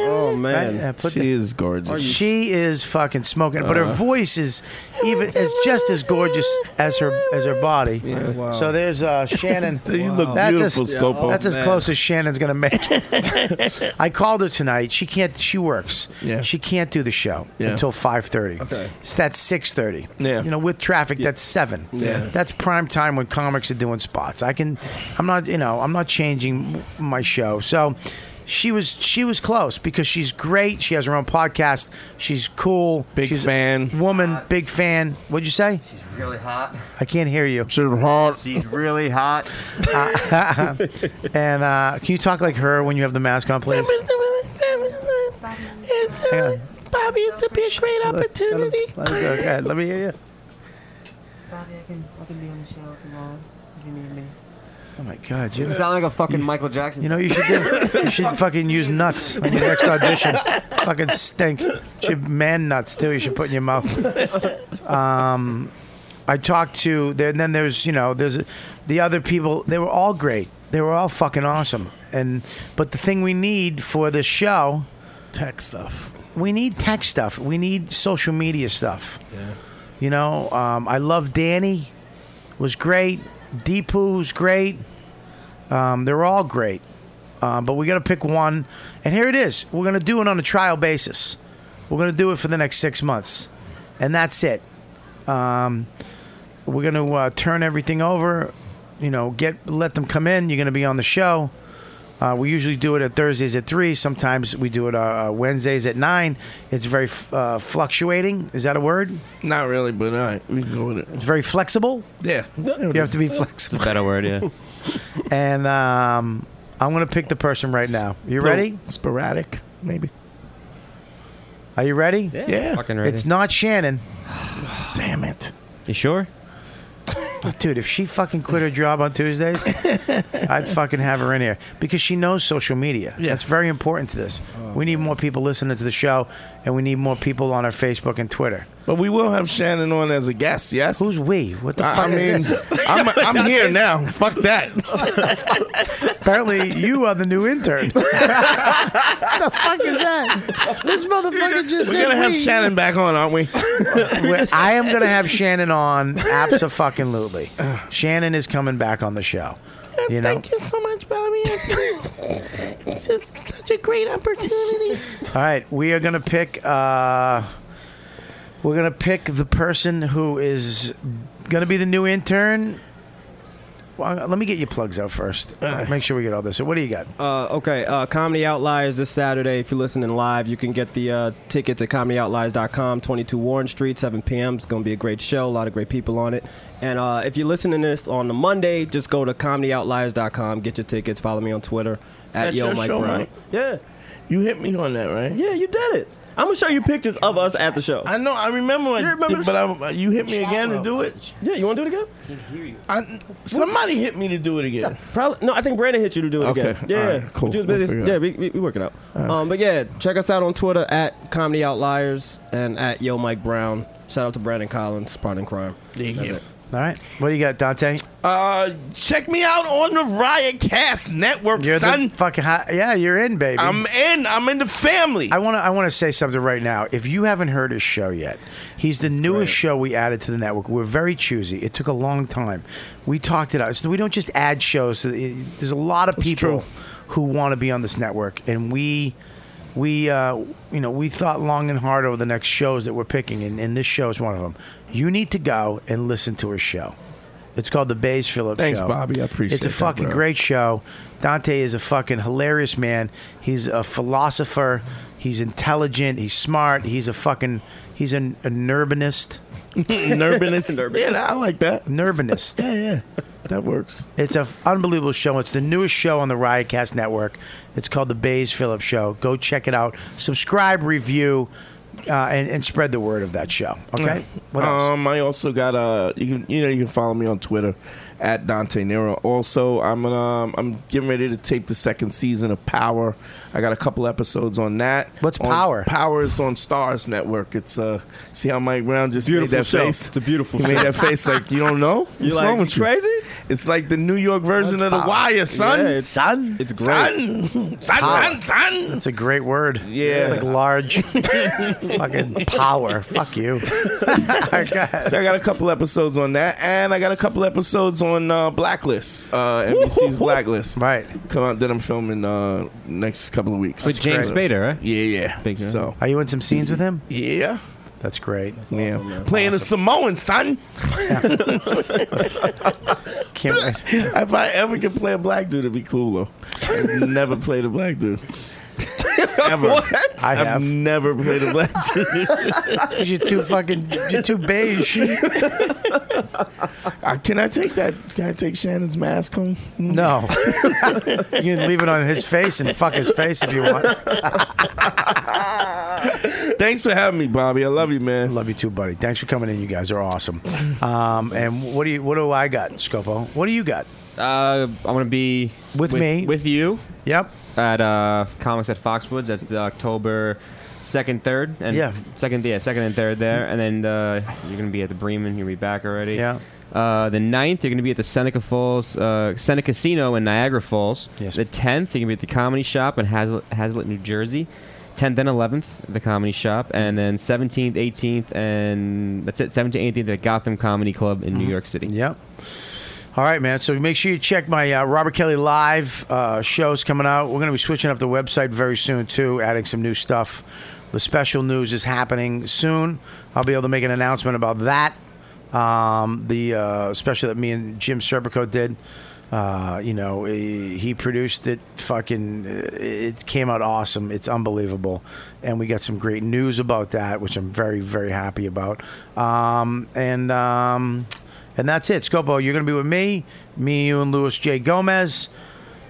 G: Oh
B: man. Yeah, put
F: she
B: the-
F: is gorgeous.
B: She is fucking smoking, but her
F: Uh.
B: voice is even is just as gorgeous as her as her body.
F: wow.
B: So there's uh, Shannon.
F: Dude, you look beautiful,
B: as,
F: Scopo. Oh,
B: That's as
F: Man.
B: close as Shannon's gonna make. it. I called her tonight. She can't. She works.
F: Yeah.
B: She can't do the show
F: Yeah.
B: until five thirty.
F: Okay.
B: So that's six thirty.
F: Yeah.
B: You know, with traffic, that's seven.
F: Yeah.
B: That's prime time when comics are doing spots. I can. I'm not. You know. I'm not changing my show. So. She was she was close because she's great. She has her own podcast. She's cool. Big
F: fan.
B: Woman, big fan. What'd you say?
E: Really hot.
B: I can't hear you.
F: She's hot.
E: She's really hot.
B: and uh, can you talk like her when you have the mask on, please?
I: It's
B: Hang on.
I: Bobby, it's a big great
B: Let me hear you.
K: Bobby, I can, I can be on the show if you want, if you need me.
B: Oh my God!
K: You sound like
B: a
K: fucking Michael Jackson.
B: You know what you should do. You should fucking use nuts on your next audition. fucking stink. You should man nuts too. You should put in your mouth. Um, I talked to there, and then there's you know there's the other people. They were all great. They were all fucking awesome. And but the thing we need for this show,
F: tech stuff.
B: We need tech stuff. We need social media stuff. Yeah. You know, um, I love Danny. Was great. Deepu was great. Um, they're all great. Um, but we got to pick one. And here it is. We're going to do it on a trial basis. We're going to do it for the next six months. And that's it. Um, we're going to uh, turn everything over, you know, get let them come in. You're going to be on the show. Uh, we usually do it at Thursdays at 3. Sometimes we do it uh, Wednesdays at 9. It's very f- uh, fluctuating. Is that a word?
F: Not really, but all right, we can go with it.
B: It's very flexible.
F: Yeah.
B: You have to be
E: It's a
B: flexible.
E: better word, yeah.
B: and um, I'm going to pick the person right now. You
F: Spor-
B: ready?
F: Sporadic, maybe.
B: Are you ready?
F: Yeah. Yeah. Fucking ready.
B: It's not Shannon.
F: Damn it.
E: You sure?
B: Dude, if she fucking quit her job on Tuesdays, I'd fucking have her in here because she knows social media. That's very important to this. we need more people listening to the show, and we need more people on our Facebook and Twitter.
F: But we will have Shannon on as a guest. Yes. Who's
B: we? What the
F: I,
B: fuck
F: I mean,
B: is this?
F: I'm, I'm here now. Fuck that.
B: Apparently, you are the new intern. the fuck is that? This motherfucker just
F: We're
B: said
F: gonna have
B: we.
F: Shannon back on, aren't we?
B: Well, I am going to have Shannon on absolutely. Shannon is coming back on the show. You know,
I: you so much, Bobby. it's just such a great opportunity.
B: All right, we are gonna pick. Uh, we're gonna pick the person who is gonna be the new intern. Well, uh, let me get your plugs out first.
I: Uh.
B: Make sure we get all this. So, what do you got?
G: Uh, okay, uh, Comedy Outliers this Saturday. If you're listening live, you can get the uh, tickets at comedyoutliers.com, 22 Warren Street, 7 p.m. It's going to be a great show, a lot of great people on it. And uh, if you're listening to this on the Monday, just go to comedyoutliers.com, get your tickets, follow me on Twitter at
F: That's
G: Yo
F: your
G: Mike
F: show,
G: Brown.
F: Mike.
G: Yeah.
F: You hit me on that, right?
G: Yeah, you did it. I'm going to show you pictures of us at the show.
F: I know. I remember. I
G: You remember
F: did,
G: the
F: but
G: show?
F: I, you hit me again to do it.
G: Yeah, you want to do it again?
F: I, somebody hit me to do it again.
G: Probably no. I think Brandon hit you to do it
F: Okay.
G: again. Yeah,
F: All right,
G: yeah.
F: cool.
G: Just
F: We'll
G: busy-
F: figure it
G: yeah,
F: out.
G: we, we, we working out. Um, but yeah, check us out on Twitter at Comedy Outliers and at Yo Mike Brown. Shout out to Brandon Collins, partner in crime. That's it.
B: All right, what do you got, Dante?
F: Uh, check me out on the Riotcast Network,
B: You're the
F: son.
B: fucking hot. Yeah, you're in, baby.
F: I'm in. I'm in the family.
B: I want to. I want to say something right now. If you haven't heard his show yet, he's the newest show we added to the network. We're very choosy. It took a long time. We talked it out. So we don't just add shows. to the- There's a lot of people who want to be on this network, and we. We, uh, you know, we thought long and hard over the next shows that we're picking, and, and this show is one of them. You need to go and listen to his show. It's called the Bays Phillips
F: Thanks,
B: Show.
F: Bobby. I appreciate
B: It's a
F: that,
B: fucking
F: bro.
B: great great show. Dante is a fucking hilarious man. He's a philosopher. He's intelligent. He's smart. He's a fucking. He's an, an urbanist.
F: Nerviness. Yeah, I like that.
B: Nervinist.
F: Yeah, yeah. That works.
B: It's an unbelievable show. It's the newest show on the Riotcast Network. It's called The Bays Phillips Show. Go check it out. Subscribe, review, uh, and, and spread the word of that show. Okay? What else?
F: Um, I also got uh, you can you know you can follow me on Twitter at Dante Nero. Also, I'm gonna, um, I'm getting ready to tape the second season of Power. I got a couple episodes on that. What's
B: Power?
F: Power is on Stars Network. It's uh, see how Mike Brown just
G: Beautiful
F: made that
G: show.
F: face.
G: It's a beautiful
F: He made
G: show.
F: that face like you don't know.
G: You
F: What's
G: like,
F: wrong with
G: you
F: you?
G: crazy?
F: It's like the New York version
B: What's
F: of The
B: Power?
F: Wire, son.
G: Yeah, it's-
B: Son?
G: It's great.
F: son, son,
B: Power.
F: son, son.
B: That's a great word.
F: Yeah.
B: It's like large. fucking power. Fuck you.
F: So I got a couple episodes on that, and I got a couple episodes on uh, Blacklist, uh, NBC's Blacklist.
B: Right.
F: Come out that I'm filming uh, next couple of weeks
E: With James
F: Great.
E: Spader, right?
F: Yeah, yeah.
E: Big time.
F: So
B: Are you in some scenes with him?
F: yeah,
B: That's great.
F: yeah. Playing a Samoan son.
B: Can't wait.
F: if I ever could play a black dude, it'd be cool though. I've never played a black dude. Ever.
B: I
F: I've
B: have.
F: never played a black dude.
B: Because you're too fucking, you're too beige.
F: Uh, can I take that? Can I take Shannon's mask home?
B: No. you can leave it on his face and fuck his face if you want.
F: Thanks for having me, Bobby. I love you, man.
B: Love you too, buddy. Thanks for coming in. You guys are awesome. Um, and what do you? What do I got, Scopo? What do you got?
E: Uh, I'm gonna be
B: with, me.
E: with you.
B: Yep.
E: At uh, comics at Foxwoods. That's the October second, third, and
B: Yeah.
E: second, yeah, second and third there. And then uh, you're gonna be at the Bremen. You'll be back already.
B: Yeah.
E: Uh, the 9th, you're going to be at the Seneca Falls, uh, Seneca Casino in Niagara Falls. Yes. The 10th, you're going to be at the Comedy Shop in Hazlet, Hazlet, New Jersey. 10th and 11th, the Comedy Shop. And then 17th, 18th, and that's it, 17th, 18th at Gotham Comedy Club in
B: Mm-hmm.
E: New York City.
B: Yep. All right, man. So make sure you check my uh, Robert Kelly Live uh, shows coming out. We're going to be switching up the website very soon, too, adding some new stuff. The special news is happening soon. I'll be able to make an announcement about that. Um, the uh, special that me and Jim Serpico did. Uh, you know, he, he produced it. Fucking, uh, it came out awesome. It's unbelievable, and we got some great news about that, which I'm very, very happy about. Um, and um, and that's it. Scopo, you're going to be with me, me, you, and Luis J. Gomez.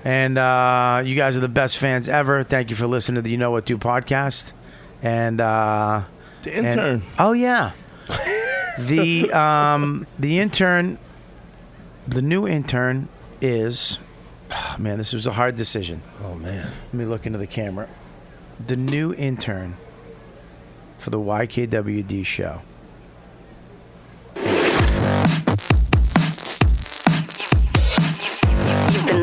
B: And uh, you guys are the best fans ever. Thank you for listening to the You Know What Do podcast. And uh,
F: The
B: and-
F: intern.
B: oh yeah, the um, the intern, the new intern is, man, this was a hard decision. Oh man, let me look into the camera. The new intern for the YKWd show.
L: You've been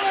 L: free.